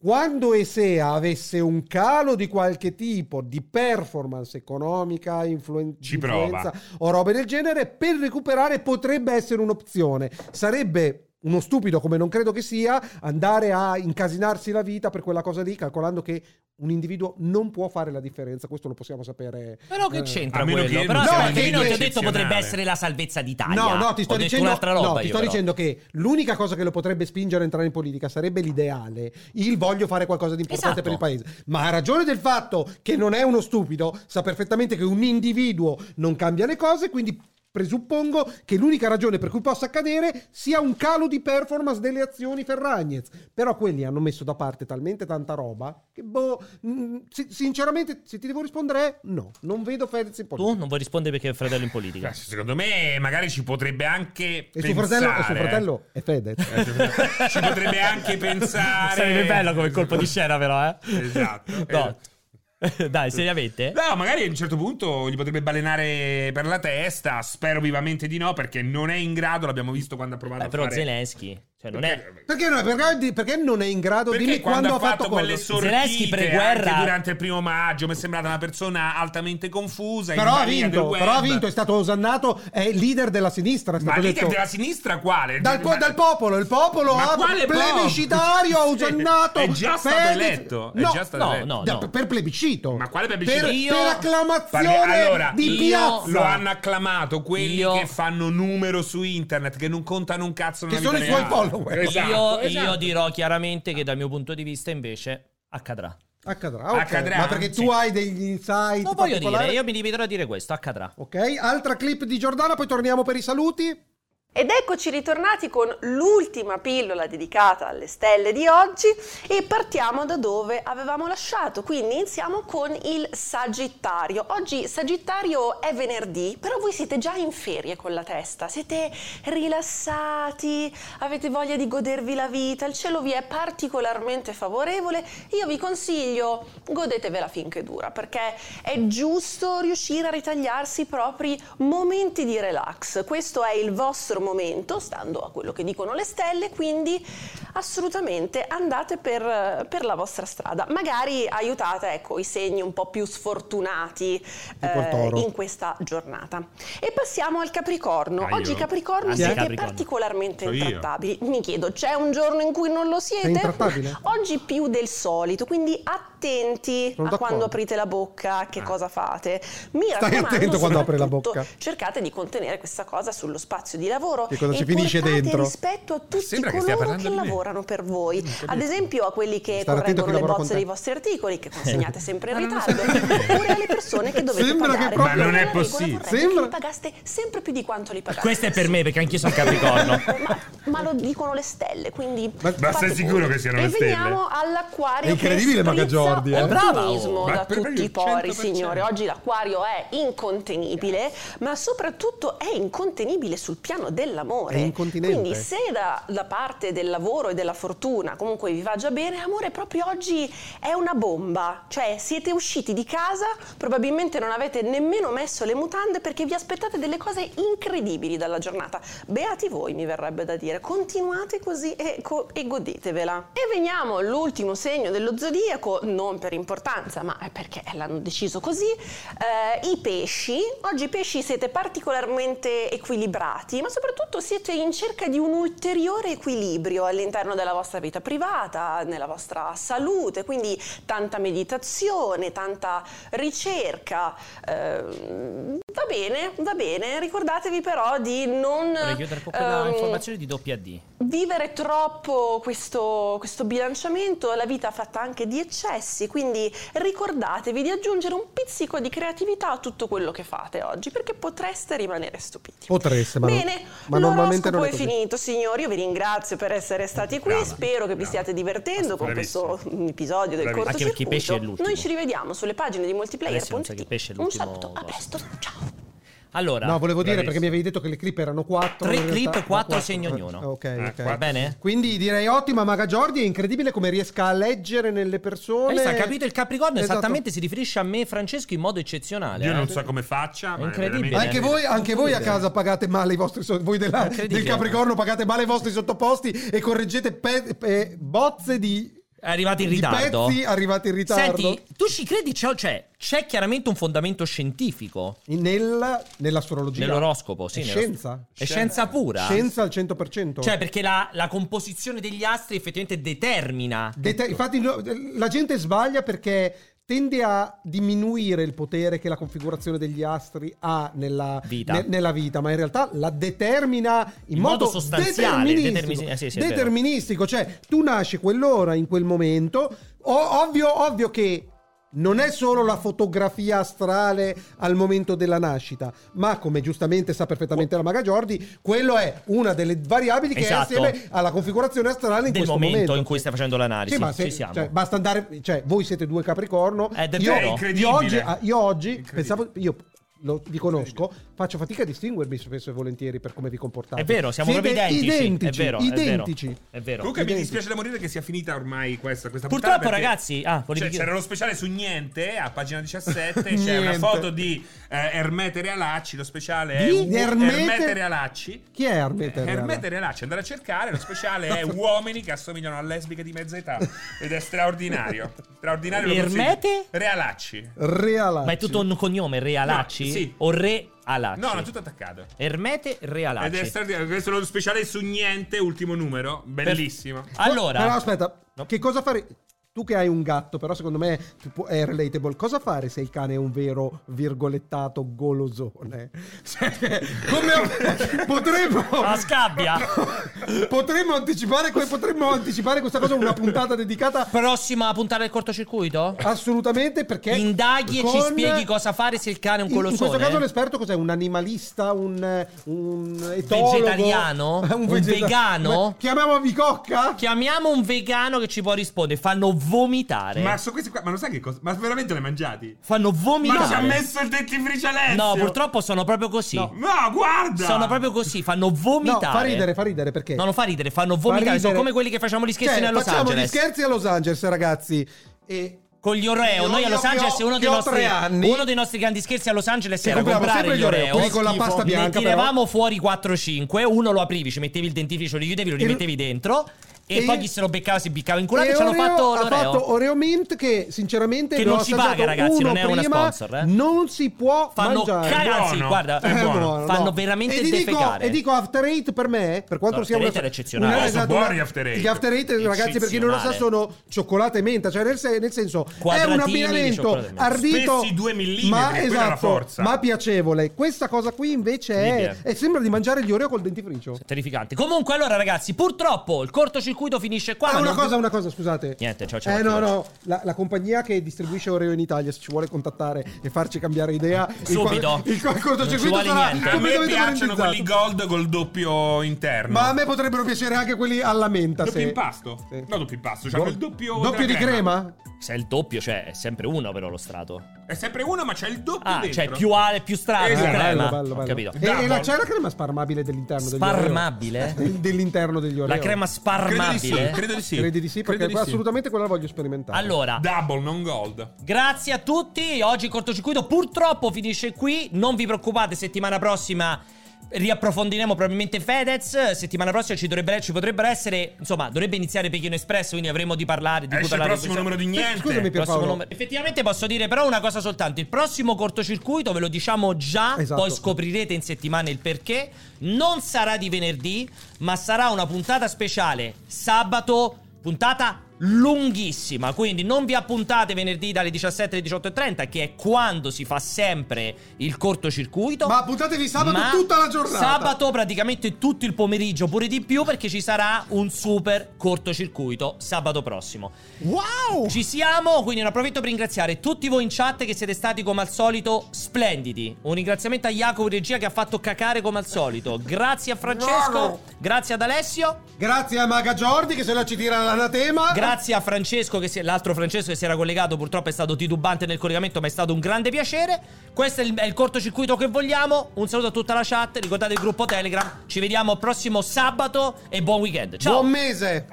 Speaker 3: quando e se avesse un calo di qualche tipo di performance economica, influen-
Speaker 2: Ci
Speaker 3: influenza
Speaker 2: prova.
Speaker 3: o robe del genere, per recuperare potrebbe essere un'opzione. Sarebbe uno stupido come non credo che sia, andare a incasinarsi la vita per quella cosa lì, calcolando che un individuo non può fare la differenza, questo lo possiamo sapere.
Speaker 1: Però che
Speaker 3: eh,
Speaker 1: c'entra quello? però
Speaker 3: No,
Speaker 1: no,
Speaker 3: che
Speaker 1: io non ti ho detto
Speaker 3: eccezionale.
Speaker 1: potrebbe essere la salvezza d'Italia.
Speaker 3: No, no, ti sto,
Speaker 1: ho detto
Speaker 3: dicendo,
Speaker 1: un'altra roba
Speaker 3: no, ti
Speaker 1: io,
Speaker 3: sto
Speaker 1: però.
Speaker 3: dicendo che l'unica cosa che lo potrebbe spingere a entrare in politica sarebbe l'ideale, il voglio fare qualcosa di importante
Speaker 1: Esatto.
Speaker 3: per il paese. Ma a ragione del fatto che non è uno stupido, sa perfettamente che un individuo non cambia le cose, quindi presuppongo che l'unica ragione per cui possa accadere sia un calo di performance delle azioni Ferragnez. Però quelli hanno messo da parte talmente tanta roba che, boh, mh, si- sinceramente, se ti devo rispondere, è no, non vedo Fedez in politica.
Speaker 1: Tu non vuoi rispondere perché è fratello in politica.
Speaker 2: Secondo me magari ci potrebbe anche
Speaker 3: E
Speaker 2: pensare.
Speaker 3: suo fratello, e suo fratello è Fedez.
Speaker 2: Ci potrebbe anche pensare.
Speaker 1: Sarebbe bello come colpo di scena, però, eh.
Speaker 2: Esatto.
Speaker 1: No. Dai, seriamente?
Speaker 2: No, magari a un certo punto gli potrebbe balenare per la testa. Spero vivamente di no, perché non è in grado. L'abbiamo visto quando ha provato
Speaker 1: Eh,
Speaker 2: a
Speaker 1: però
Speaker 2: fare.
Speaker 1: Zelensky, cioè non è...
Speaker 3: Perché, no, perché, perché non è in grado?
Speaker 2: Perché
Speaker 3: Dimmi
Speaker 2: quando, ha fatto,
Speaker 3: cosa.
Speaker 2: quelle sortite
Speaker 1: Zelensky pre-guerra-
Speaker 2: anche durante il primo maggio mi è sembrata una persona altamente confusa. in
Speaker 3: Però ha,
Speaker 2: balia del
Speaker 3: vinto,
Speaker 2: web.
Speaker 3: però ha vinto, è stato osannato, è leader della sinistra. È
Speaker 2: Ma
Speaker 3: stato
Speaker 2: leader
Speaker 3: detto.
Speaker 2: della sinistra quale?
Speaker 3: Dal, po-
Speaker 2: Ma-
Speaker 3: dal popolo, il popolo
Speaker 2: Ma
Speaker 3: ha
Speaker 2: quale popolo?
Speaker 3: plebiscitario, ha
Speaker 2: Sì,
Speaker 3: osannato.
Speaker 2: è già stato
Speaker 3: Fedez-
Speaker 2: eletto, è
Speaker 3: No,
Speaker 2: già stato
Speaker 3: no,
Speaker 2: eletto.
Speaker 3: no,
Speaker 2: no.
Speaker 3: per- Per plebiscito. Ma
Speaker 2: quale plebiscito?
Speaker 3: Per,
Speaker 2: Io-
Speaker 3: per acclamazione
Speaker 2: Parli- allora,
Speaker 3: di
Speaker 2: io-
Speaker 3: piazza.
Speaker 2: lo hanno acclamato quelli che fanno numero su internet, che non contano un cazzo. nella
Speaker 3: Che sono
Speaker 2: vita
Speaker 3: i suoi
Speaker 2: reale.
Speaker 3: follower.
Speaker 2: Esatto,
Speaker 1: io,
Speaker 2: esatto.
Speaker 1: io dirò chiaramente che dal mio punto di vista invece accadrà.
Speaker 3: Accadrà, ok.
Speaker 1: Accadrà?
Speaker 3: Ma perché tu
Speaker 1: Sì.
Speaker 3: hai degli insight.
Speaker 1: Non voglio dire,
Speaker 3: particolari?
Speaker 1: io mi limiterò a dire questo, accadrà.
Speaker 3: Ok, altra clip di Giordana, poi torniamo per i saluti.
Speaker 4: Ed eccoci ritornati con l'ultima pillola dedicata alle stelle di oggi e partiamo da dove avevamo lasciato, quindi iniziamo con il Sagittario. Oggi Sagittario è venerdì, però voi siete già in ferie con la testa, siete rilassati, avete voglia di godervi la vita, il cielo vi è particolarmente favorevole, io vi consiglio godetevela finché dura, perché è giusto riuscire a ritagliarsi i propri momenti di relax. Questo è il vostro momento, stando a quello che dicono le stelle, quindi assolutamente andate per, per la vostra strada. Magari aiutate ecco, i segni un po' più sfortunati
Speaker 3: Tipo il
Speaker 4: eh,
Speaker 3: toro.
Speaker 4: in questa giornata. E passiamo al Capricorno.
Speaker 3: Ah, io?
Speaker 4: Oggi Capricorno
Speaker 3: Anzi,
Speaker 4: siete
Speaker 3: Capricorno.
Speaker 4: particolarmente
Speaker 3: So io.
Speaker 4: intrattabili. Mi chiedo, c'è un giorno in cui non lo siete?
Speaker 3: intrattabile?
Speaker 4: Oggi più del solito, quindi attenti
Speaker 3: Sono
Speaker 4: a quando
Speaker 3: d'accordo.
Speaker 4: aprite la bocca,
Speaker 3: Ah.
Speaker 4: che cosa fate. Mi
Speaker 3: Stai
Speaker 4: raccomando,
Speaker 3: attento quando apri la
Speaker 4: soprattutto,
Speaker 3: bocca.
Speaker 4: Cercate di contenere questa cosa sullo spazio di lavoro
Speaker 3: Che cosa
Speaker 4: e
Speaker 3: ci finisce
Speaker 4: portate
Speaker 3: dentro?
Speaker 4: rispetto a tutti
Speaker 3: Sembra che stia
Speaker 4: coloro che
Speaker 3: parlando di me. Mm,
Speaker 4: lavorano per voi. Ad esempio a quelli che
Speaker 3: Stare attento
Speaker 4: correggono le
Speaker 3: che lavoro con
Speaker 4: bozze
Speaker 3: te.
Speaker 4: dei vostri articoli che consegnate sempre in ritardo, oppure alle persone che dovete
Speaker 3: Sembra che
Speaker 4: pagare.
Speaker 3: proprio-
Speaker 4: perché
Speaker 3: Ma non è
Speaker 4: la regola
Speaker 3: possibile.
Speaker 4: vorrebbe che
Speaker 3: Sembra-
Speaker 4: li pagaste sempre più di quanto li pagate.
Speaker 1: Questo è per me perché anch'io sono Capricorno.
Speaker 4: Ma lo dicono le stelle, quindi
Speaker 1: Ma- ma
Speaker 4: fate
Speaker 1: sei sicuro
Speaker 4: voi.
Speaker 1: che siano
Speaker 4: e
Speaker 1: le stelle?
Speaker 4: veniamo all'acquario
Speaker 1: È incredibile,
Speaker 4: che
Speaker 1: Maga
Speaker 4: sprizza
Speaker 1: Giordi, eh. Brava, oh.
Speaker 4: ottimismo
Speaker 1: Ma
Speaker 4: da
Speaker 1: per- per
Speaker 4: tutti i
Speaker 1: il
Speaker 4: pori,
Speaker 1: 100%.
Speaker 4: signore. Oggi l'acquario è incontenibile, ma soprattutto è incontenibile sul piano dell'amore.
Speaker 3: È incontinente.
Speaker 4: Quindi se da, da parte del lavoro e della fortuna comunque vi va già bene, amore, proprio oggi è una bomba. Cioè siete usciti di casa, probabilmente non avete nemmeno messo le mutande perché vi aspettate delle cose incredibili dalla giornata. Beati voi, mi verrebbe da dire. Continuate così e, co- e godetevela. E veniamo all'ultimo segno dello zodiaco, non per importanza, ma è perché l'hanno deciso così. Eh, I pesci. Oggi i pesci siete particolarmente equilibrati, ma soprattutto siete in cerca di un ulteriore equilibrio all'interno della vostra vita privata, nella vostra salute, quindi tanta meditazione, tanta ricerca. Ehm, va bene, va bene, ricordatevi però di non
Speaker 1: Vorrei chiudere con quella
Speaker 3: Eh, oh.
Speaker 4: ehm,
Speaker 1: informazione di doppia D.
Speaker 4: vivere troppo questo, questo bilanciamento, la vita è fatta anche di eccessi, quindi ricordatevi di aggiungere un pizzico di creatività a tutto quello che fate oggi, perché potreste rimanere stupiti.
Speaker 3: Potreste, ma, non-
Speaker 4: Bene,
Speaker 3: ma
Speaker 4: l'oroscopo
Speaker 3: normalmente non
Speaker 4: è,
Speaker 3: è così.
Speaker 4: finito, signori. Io vi ringrazio per essere stati qui. Spero che vi stiate divertendo con
Speaker 1: Bravissimo.
Speaker 4: questo mm, episodio del
Speaker 1: Bravissimo. Anche
Speaker 4: cortocircuito.
Speaker 1: perché i pesci è l'ultimo.
Speaker 4: Noi ci rivediamo sulle pagine di
Speaker 1: Adesso non sa
Speaker 4: multiplayer.it.
Speaker 1: che pesce è
Speaker 4: Un
Speaker 1: l'ultimo.
Speaker 4: saluto, a presto.
Speaker 1: Allora,
Speaker 3: No, volevo dire perché
Speaker 1: bravissimo.
Speaker 3: mi avevi detto che le clip erano quattro.
Speaker 1: Tre
Speaker 3: in realtà-
Speaker 1: clip,
Speaker 3: no,
Speaker 1: quattro segni ognuno.
Speaker 3: Ok,
Speaker 1: Eh,
Speaker 3: ok.
Speaker 1: quattro. Va bene?
Speaker 3: Quindi direi ottima Maga Giordi, è incredibile come riesca a leggere nelle persone.
Speaker 1: Hai visto, ha capito il Capricorno
Speaker 3: Esatto.
Speaker 1: esattamente si riferisce a me Francesco in modo eccezionale.
Speaker 2: Io
Speaker 1: eh.
Speaker 2: non so come faccia, ma è
Speaker 1: Incredibile.
Speaker 2: veramente-
Speaker 3: Anche voi, anche voi a casa pagate male i vostri so- voi della-
Speaker 1: Incredibile.
Speaker 3: del Capricorno pagate male i vostri sottoposti e correggete pe- pe- bozze di
Speaker 1: Arrivati in
Speaker 3: Di
Speaker 1: ritardo.
Speaker 3: pezzi arrivati in ritardo.
Speaker 1: Senti, tu ci credi? C'è, cioè, c'è chiaramente un fondamento scientifico.
Speaker 3: Nel, nell'astrologia.
Speaker 1: Nell'oroscopo, sì.
Speaker 3: È
Speaker 1: nello-
Speaker 3: scienza.
Speaker 1: È scienza pura.
Speaker 3: Scienza al 100%.
Speaker 1: Cioè, perché la, la composizione degli astri effettivamente determina.
Speaker 3: Dete- infatti no, la gente sbaglia perché tende a diminuire il potere che la configurazione degli astri ha nella
Speaker 1: Vita.
Speaker 3: ne- nella vita, ma in realtà la determina in,
Speaker 1: In modo sostanziale,
Speaker 3: deterministico,
Speaker 1: determin- eh, sì, sì, è vero.
Speaker 3: Deterministico, cioè tu nasci quell'ora in quel momento, o- ovvio, ovvio che non è solo la fotografia astrale al momento della nascita, ma come giustamente sa perfettamente la Maga Giordi, quello è una delle variabili che
Speaker 1: Esatto.
Speaker 3: è assieme alla configurazione astrale in
Speaker 1: del
Speaker 3: questo
Speaker 1: momento,
Speaker 3: momento.
Speaker 1: in cui stai facendo l'analisi.
Speaker 3: Sì, ma se-
Speaker 1: Ah, Ci siamo.
Speaker 3: cioè, basta andare, cioè, voi siete due Capricorno.
Speaker 1: È
Speaker 3: io,
Speaker 1: davvero. È incredibile.
Speaker 3: Io oggi, ah, io oggi pensavo, io lo- vi conosco, faccio fatica a distinguermi spesso e volentieri per come vi comportate.
Speaker 1: È vero, siamo
Speaker 3: Siete
Speaker 1: proprio identici.
Speaker 3: identici,
Speaker 1: è vero,
Speaker 3: identici.
Speaker 1: È vero. È vero.
Speaker 2: Comunque mi dispiace da morire che sia finita ormai questa, questa
Speaker 1: Purtroppo,
Speaker 2: puntata perché-
Speaker 1: ragazzi, ah, volevi
Speaker 2: Cioè,
Speaker 1: dire-
Speaker 2: c'era lo speciale su niente a pagina 17. c'è
Speaker 1: Niente.
Speaker 2: una foto di eh, Ermete Realacci. Lo speciale è
Speaker 3: Di?
Speaker 2: un-
Speaker 3: Di Ermete-
Speaker 2: Ermete Realacci.
Speaker 3: Chi è Ermete Reala?
Speaker 2: Ermete Realacci, andare a cercare. Lo speciale è Uomini che assomigliano a lesbiche di mezza età. Ed è straordinario. Straordinario. lo consiglio.
Speaker 1: Ermete?
Speaker 2: Realacci.
Speaker 3: Realacci.
Speaker 1: Ma è tutto un cognome, Realacci?
Speaker 2: No, sì.
Speaker 1: O Re Alacci?
Speaker 2: No, no, tutto attaccato.
Speaker 1: Ermete Realacci.
Speaker 2: Ed è straordinario. Questo è lo speciale su niente, ultimo numero. Bellissimo.
Speaker 1: Allora-
Speaker 3: Però aspetta, che cosa fare? Tu che hai un gatto, però secondo me ti può- è relatable. Cosa fare se il cane è un vero virgolettato golosone? Cioè, Come potremmo
Speaker 1: La scabbia.
Speaker 3: potremmo anticipare que- potremmo anticipare questa cosa una puntata dedicata
Speaker 1: Prossima puntata del cortocircuito?
Speaker 3: Assolutamente perché
Speaker 1: Indaghi e
Speaker 3: con-
Speaker 1: ci spieghi cosa fare se il cane è un
Speaker 3: in, in
Speaker 1: colossone.
Speaker 3: questo caso l'esperto cos'è? Un animalista, un, un etologo?
Speaker 1: vegetariano? Un
Speaker 3: vegeta-
Speaker 1: vegano?
Speaker 3: Chiamiamo Vicocca?
Speaker 1: Chiamiamo un vegano che ci può rispondere. Fanno vomitare.
Speaker 2: Ma su questi qua, ma lo sai che cosa? Ma veramente li hai mangiati?
Speaker 1: Fanno
Speaker 2: Ma
Speaker 1: vomitare.
Speaker 2: ci ha messo il dentifricio Alessio!
Speaker 1: No, purtroppo sono proprio così.
Speaker 2: No, no, guarda!
Speaker 1: Sono proprio così, fanno vomitare.
Speaker 3: No, fa ridere, fa ridere perché?
Speaker 1: No, non fa ridere, fanno vomitare. Sono
Speaker 3: ridere.
Speaker 1: come quelli che facciamo gli scherzi
Speaker 3: Cioè,
Speaker 1: a Los
Speaker 3: facciamo
Speaker 1: Angeles.
Speaker 3: gli scherzi a Los Angeles, ragazzi. E
Speaker 1: Con gli Oreo,
Speaker 3: Io-
Speaker 1: noi a
Speaker 3: io
Speaker 1: Los
Speaker 3: che ho-
Speaker 1: Angeles, uno,
Speaker 3: che
Speaker 1: dei
Speaker 3: ho
Speaker 1: nostri,
Speaker 3: tre anni.
Speaker 1: uno dei nostri grandi scherzi a Los Angeles
Speaker 3: Che
Speaker 1: era
Speaker 3: compravamo sempre
Speaker 1: comprare gli
Speaker 3: gli Oreo,
Speaker 1: Oreo.
Speaker 3: quelli con la
Speaker 1: Schifo.
Speaker 3: pasta bianca,
Speaker 1: Ne tiravamo fuori 4-5, uno lo aprivi, ci mettevi il dentifricio, lo chiudevi, lo rimettevi dentro. E,
Speaker 3: e-
Speaker 1: poi chi se lo beccava si beccava in culo.
Speaker 3: e
Speaker 1: Ci hanno
Speaker 3: Oreo
Speaker 1: fatto
Speaker 3: ha
Speaker 1: l'Oreo.
Speaker 3: fatto Oreo Mint che sinceramente
Speaker 1: Che
Speaker 3: ne ho
Speaker 1: non si
Speaker 3: assaggiato
Speaker 1: paga, ragazzi,
Speaker 3: uno
Speaker 1: non è una
Speaker 3: prima,
Speaker 1: sponsor, eh.
Speaker 3: Non si può
Speaker 1: Fanno
Speaker 3: mangiare.
Speaker 1: cagare, anzi, Buono. guarda,
Speaker 3: Eh,
Speaker 1: buono.
Speaker 3: buono,
Speaker 1: Fanno veramente
Speaker 3: e ti dico,
Speaker 1: defecare.
Speaker 3: e dico After Eight per me, per quanto
Speaker 1: No,
Speaker 3: sia
Speaker 1: After
Speaker 3: una-
Speaker 1: Eight era eccezionale.
Speaker 3: una-
Speaker 1: Oh,
Speaker 2: sono
Speaker 3: una-
Speaker 2: buoni gli After Eight.
Speaker 3: Gli After Eight, ragazzi, per chi non lo sa,
Speaker 2: Eccezionale.
Speaker 3: sono cioccolata e menta, cioè nel, se- nel senso è
Speaker 2: Quadratini
Speaker 3: un
Speaker 2: di
Speaker 3: abbinamento
Speaker 2: cioccolato e menta.
Speaker 3: ardito
Speaker 2: Spessi due millimetri,
Speaker 3: ma,
Speaker 2: quella è la
Speaker 3: esatto,
Speaker 2: forza.
Speaker 3: ma piacevole. Questa cosa qui invece è,
Speaker 1: Incredibile.
Speaker 3: è sembra di mangiare gli Oreo col dentifricio.
Speaker 1: Terrificante. Comunque, allora, ragazzi, purtroppo il cortocircuito finisce qua.
Speaker 3: Ah,
Speaker 1: ma
Speaker 3: una
Speaker 1: non-
Speaker 3: cosa, una cosa, scusate.
Speaker 1: Niente, ciao, ciao.
Speaker 3: Eh no,
Speaker 1: Martino.
Speaker 3: no, la, la compagnia che distribuisce Oreo in Italia, se ci vuole contattare e farci cambiare idea, il qua-
Speaker 1: Subito.
Speaker 3: il, qua- il
Speaker 1: Non ci
Speaker 3: cortocircuito
Speaker 1: vuole
Speaker 3: sarà
Speaker 1: niente.
Speaker 2: A me
Speaker 3: completamente
Speaker 2: piacciono
Speaker 3: paralizzato.
Speaker 2: quelli gold col doppio interno.
Speaker 3: Ma a me potrebbero piacere anche quelli alla menta.
Speaker 2: Doppio
Speaker 3: se-
Speaker 2: impasto? No, doppio impasto. Cioè
Speaker 3: Do-
Speaker 2: il doppio.
Speaker 3: Doppio di
Speaker 2: della
Speaker 3: crema?
Speaker 1: Se è il doppio, cioè, è sempre uno, però, lo strato.
Speaker 2: È sempre uno, ma c'è il doppio.
Speaker 1: Ah,
Speaker 2: dentro.
Speaker 1: cioè, più ale, più
Speaker 3: Eh,
Speaker 1: strato.
Speaker 2: Esatto.
Speaker 1: più crema.
Speaker 2: Bello, bello,
Speaker 1: Ho
Speaker 2: bello.
Speaker 1: capito.
Speaker 3: E, e la, c'è la crema sparmabile dell'interno degli Oreo?
Speaker 1: Sparmabile?
Speaker 3: Del- dell'interno degli Oreo.
Speaker 1: La crema sparmabile?
Speaker 2: Credo di sì.
Speaker 3: Credi di sì,
Speaker 2: Credo
Speaker 3: perché
Speaker 2: di sì.
Speaker 3: assolutamente quella la voglio sperimentare.
Speaker 1: Allora,
Speaker 2: Double, non gold.
Speaker 1: Grazie a tutti. Oggi il cortocircuito purtroppo finisce qui. Non vi preoccupate, settimana prossima riapprofondiremo probabilmente Fedez. Settimana prossima ci, dovrebbe- ci potrebbero essere, insomma, dovrebbe iniziare Pechino Express, quindi avremo di parlare di
Speaker 2: Esce il
Speaker 1: parlare
Speaker 2: prossimo numero di niente. Scusami,
Speaker 1: Eh, Prossimo
Speaker 2: Pierpaolo.
Speaker 1: numero. Effettivamente posso dire però una cosa soltanto, il prossimo cortocircuito ve lo diciamo già,
Speaker 3: Esatto.
Speaker 1: poi scoprirete in settimana il perché. Non sarà di venerdì, ma sarà una puntata speciale sabato, puntata lunghissima, quindi non vi appuntate venerdì dalle 17 alle 18:30 che è quando si fa sempre il cortocircuito.
Speaker 3: Ma appuntatevi sabato
Speaker 1: ma
Speaker 3: tutta la giornata.
Speaker 1: Sabato praticamente tutto il pomeriggio, pure di più perché ci sarà un super cortocircuito sabato prossimo.
Speaker 3: Wow!
Speaker 1: Ci siamo, quindi ne approfitto per ringraziare tutti voi in chat che siete stati come al solito splendidi. Un ringraziamento a Jacopo in Regia che ha fatto cacare come al solito. Grazie a Francesco,
Speaker 3: Bravo!
Speaker 1: grazie ad Alessio,
Speaker 3: Grazie a Maga Giordi che se la ci tira l'anatema.
Speaker 1: grazie a Francesco che si- l'altro Francesco che si era collegato, purtroppo è stato titubante nel collegamento, ma è stato un grande piacere. Questo è il, è il cortocircuito che vogliamo. Un saluto a tutta la chat, ricordate il gruppo Telegram. Ci vediamo prossimo sabato e buon weekend. Ciao.
Speaker 3: Buon mese.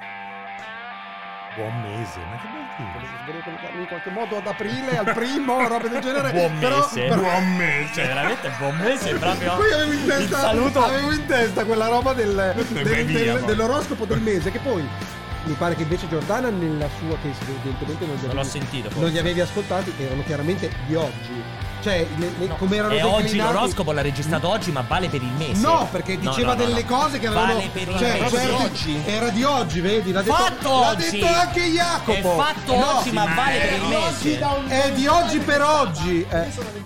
Speaker 2: Buon mese, ma che bel titolo.
Speaker 3: Volevo collegarmi in qualche modo ad aprile, al primo, roba del genere.
Speaker 1: Buon
Speaker 3: però-
Speaker 1: mese.
Speaker 3: però-
Speaker 2: Buon mese.
Speaker 1: Cioè, veramente buon mese, proprio.
Speaker 3: Poi avevo in
Speaker 1: il
Speaker 3: testa,
Speaker 1: saluto.
Speaker 3: avevo in testa quella roba del- del-
Speaker 2: via,
Speaker 3: del-
Speaker 2: ma.
Speaker 3: dell'oroscopo del mese che poi Mi pare che invece Giordana nella sua che evidentemente non, gli
Speaker 1: Non
Speaker 3: avevi-
Speaker 1: l'ho sentito, forse.
Speaker 3: non li avevi ascoltati, che erano chiaramente di oggi. Cioè, le- le- come erano
Speaker 1: E oggi
Speaker 3: declinati- Mm.
Speaker 1: l'oroscopo l'ha registrato oggi, ma vale per il mese.
Speaker 3: No, perché
Speaker 1: No,
Speaker 3: diceva
Speaker 1: no, no,
Speaker 3: delle
Speaker 1: no.
Speaker 3: cose che avevano
Speaker 1: Vale per il
Speaker 3: cioè,
Speaker 1: mese.
Speaker 3: certi- Era di oggi, vedi? L'ha detto,
Speaker 1: Fatto
Speaker 3: l'ha
Speaker 1: oggi.
Speaker 3: detto anche Jacopo.
Speaker 1: È fatto oggi, ma vale per il mese.
Speaker 3: È di oggi per oggi. eh.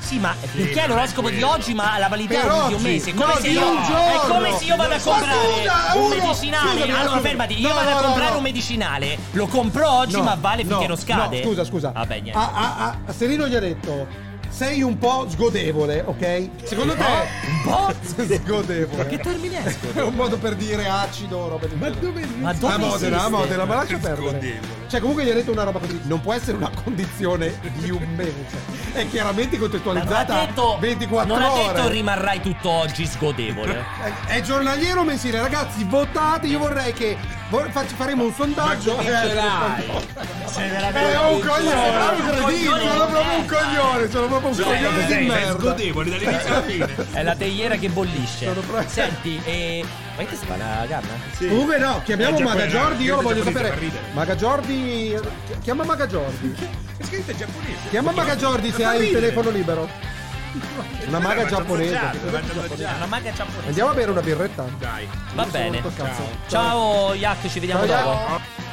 Speaker 1: Sì, ma perché
Speaker 3: ma
Speaker 1: è l'oroscopo di oggi, ma ha la validità
Speaker 3: Per
Speaker 1: di un
Speaker 3: oggi.
Speaker 1: mese? È
Speaker 3: No,
Speaker 1: Come se
Speaker 3: di
Speaker 1: io,
Speaker 3: un
Speaker 1: è
Speaker 3: giorno.
Speaker 1: come se io vado a
Speaker 3: Ma
Speaker 1: comprare
Speaker 3: scusa,
Speaker 1: un
Speaker 3: uno-
Speaker 1: medicinale.
Speaker 3: scusami,
Speaker 1: allora,
Speaker 3: scusami.
Speaker 1: fermati, io
Speaker 3: No,
Speaker 1: vado a
Speaker 3: no, no,
Speaker 1: comprare
Speaker 3: no.
Speaker 1: un medicinale, lo compro oggi,
Speaker 3: No,
Speaker 1: ma vale finché
Speaker 3: no,
Speaker 1: non scade.
Speaker 3: no, scusa, scusa. Ah.
Speaker 1: Vabbè, niente.
Speaker 3: A, a, a- a Serino gli ha detto: Sei un po' sgodevole, ok? Secondo te?
Speaker 1: Un po'
Speaker 3: sgodevole.
Speaker 1: Che termine è?
Speaker 3: È un modo per dire acido, roba di Ma dove
Speaker 1: Ma dove
Speaker 3: A Modena, a
Speaker 1: esiste?
Speaker 3: Modena, ma lascia perdere. Cioè, comunque gli ha detto una roba così. Non può essere una condizione di un mese. È chiaramente contestualizzata
Speaker 1: Non ha detto-
Speaker 3: 24
Speaker 1: non
Speaker 3: ore.
Speaker 1: ha detto rimarrai tutto oggi sgodevole.
Speaker 3: È- È giornaliero mensile, ragazzi, votate. Io vorrei che vor- fac- faremo un sondaggio.
Speaker 2: Ma
Speaker 3: e
Speaker 2: vincerai.
Speaker 3: Sei
Speaker 2: veramente-
Speaker 3: Cioè, eh, È un coglione,
Speaker 2: Sei
Speaker 3: è
Speaker 2: un
Speaker 3: incredibile.
Speaker 2: coglione.
Speaker 3: Sono proprio un
Speaker 1: eh.
Speaker 3: coglione, sono proprio un
Speaker 2: Cioè,
Speaker 3: coglione
Speaker 2: sei-
Speaker 3: di
Speaker 2: sei
Speaker 3: merda.
Speaker 2: sgodevole dall'inizio alla fine.
Speaker 1: È la teiera che bollisce. Senti, e. Ma che si fa la gamma?
Speaker 3: Comunque no, chiamiamo
Speaker 1: Eh, già
Speaker 3: Maga
Speaker 1: quella-
Speaker 3: Giordi, io lo
Speaker 1: questa
Speaker 3: voglio
Speaker 1: già quella fa
Speaker 3: sapere.
Speaker 1: ridere.
Speaker 3: Maga Giordi. Chiama Maga Giordi.
Speaker 2: Scritto in giapponese.
Speaker 3: Chiama Maga Giordi se
Speaker 2: Ma fa
Speaker 3: hai il
Speaker 2: ridere.
Speaker 3: telefono libero. Una maga
Speaker 2: Faccio
Speaker 3: giapponese.
Speaker 2: assaggiare,
Speaker 3: Una
Speaker 2: faccio assaggiare.
Speaker 1: Una maga giapponese.
Speaker 3: Andiamo a bere una birretta.
Speaker 2: Dai.
Speaker 1: Va
Speaker 3: Io sono
Speaker 1: bene.
Speaker 3: rotto il cazzo.
Speaker 1: Ciao, Iac, ci vediamo
Speaker 3: Ciao,
Speaker 1: dopo.
Speaker 3: Iac.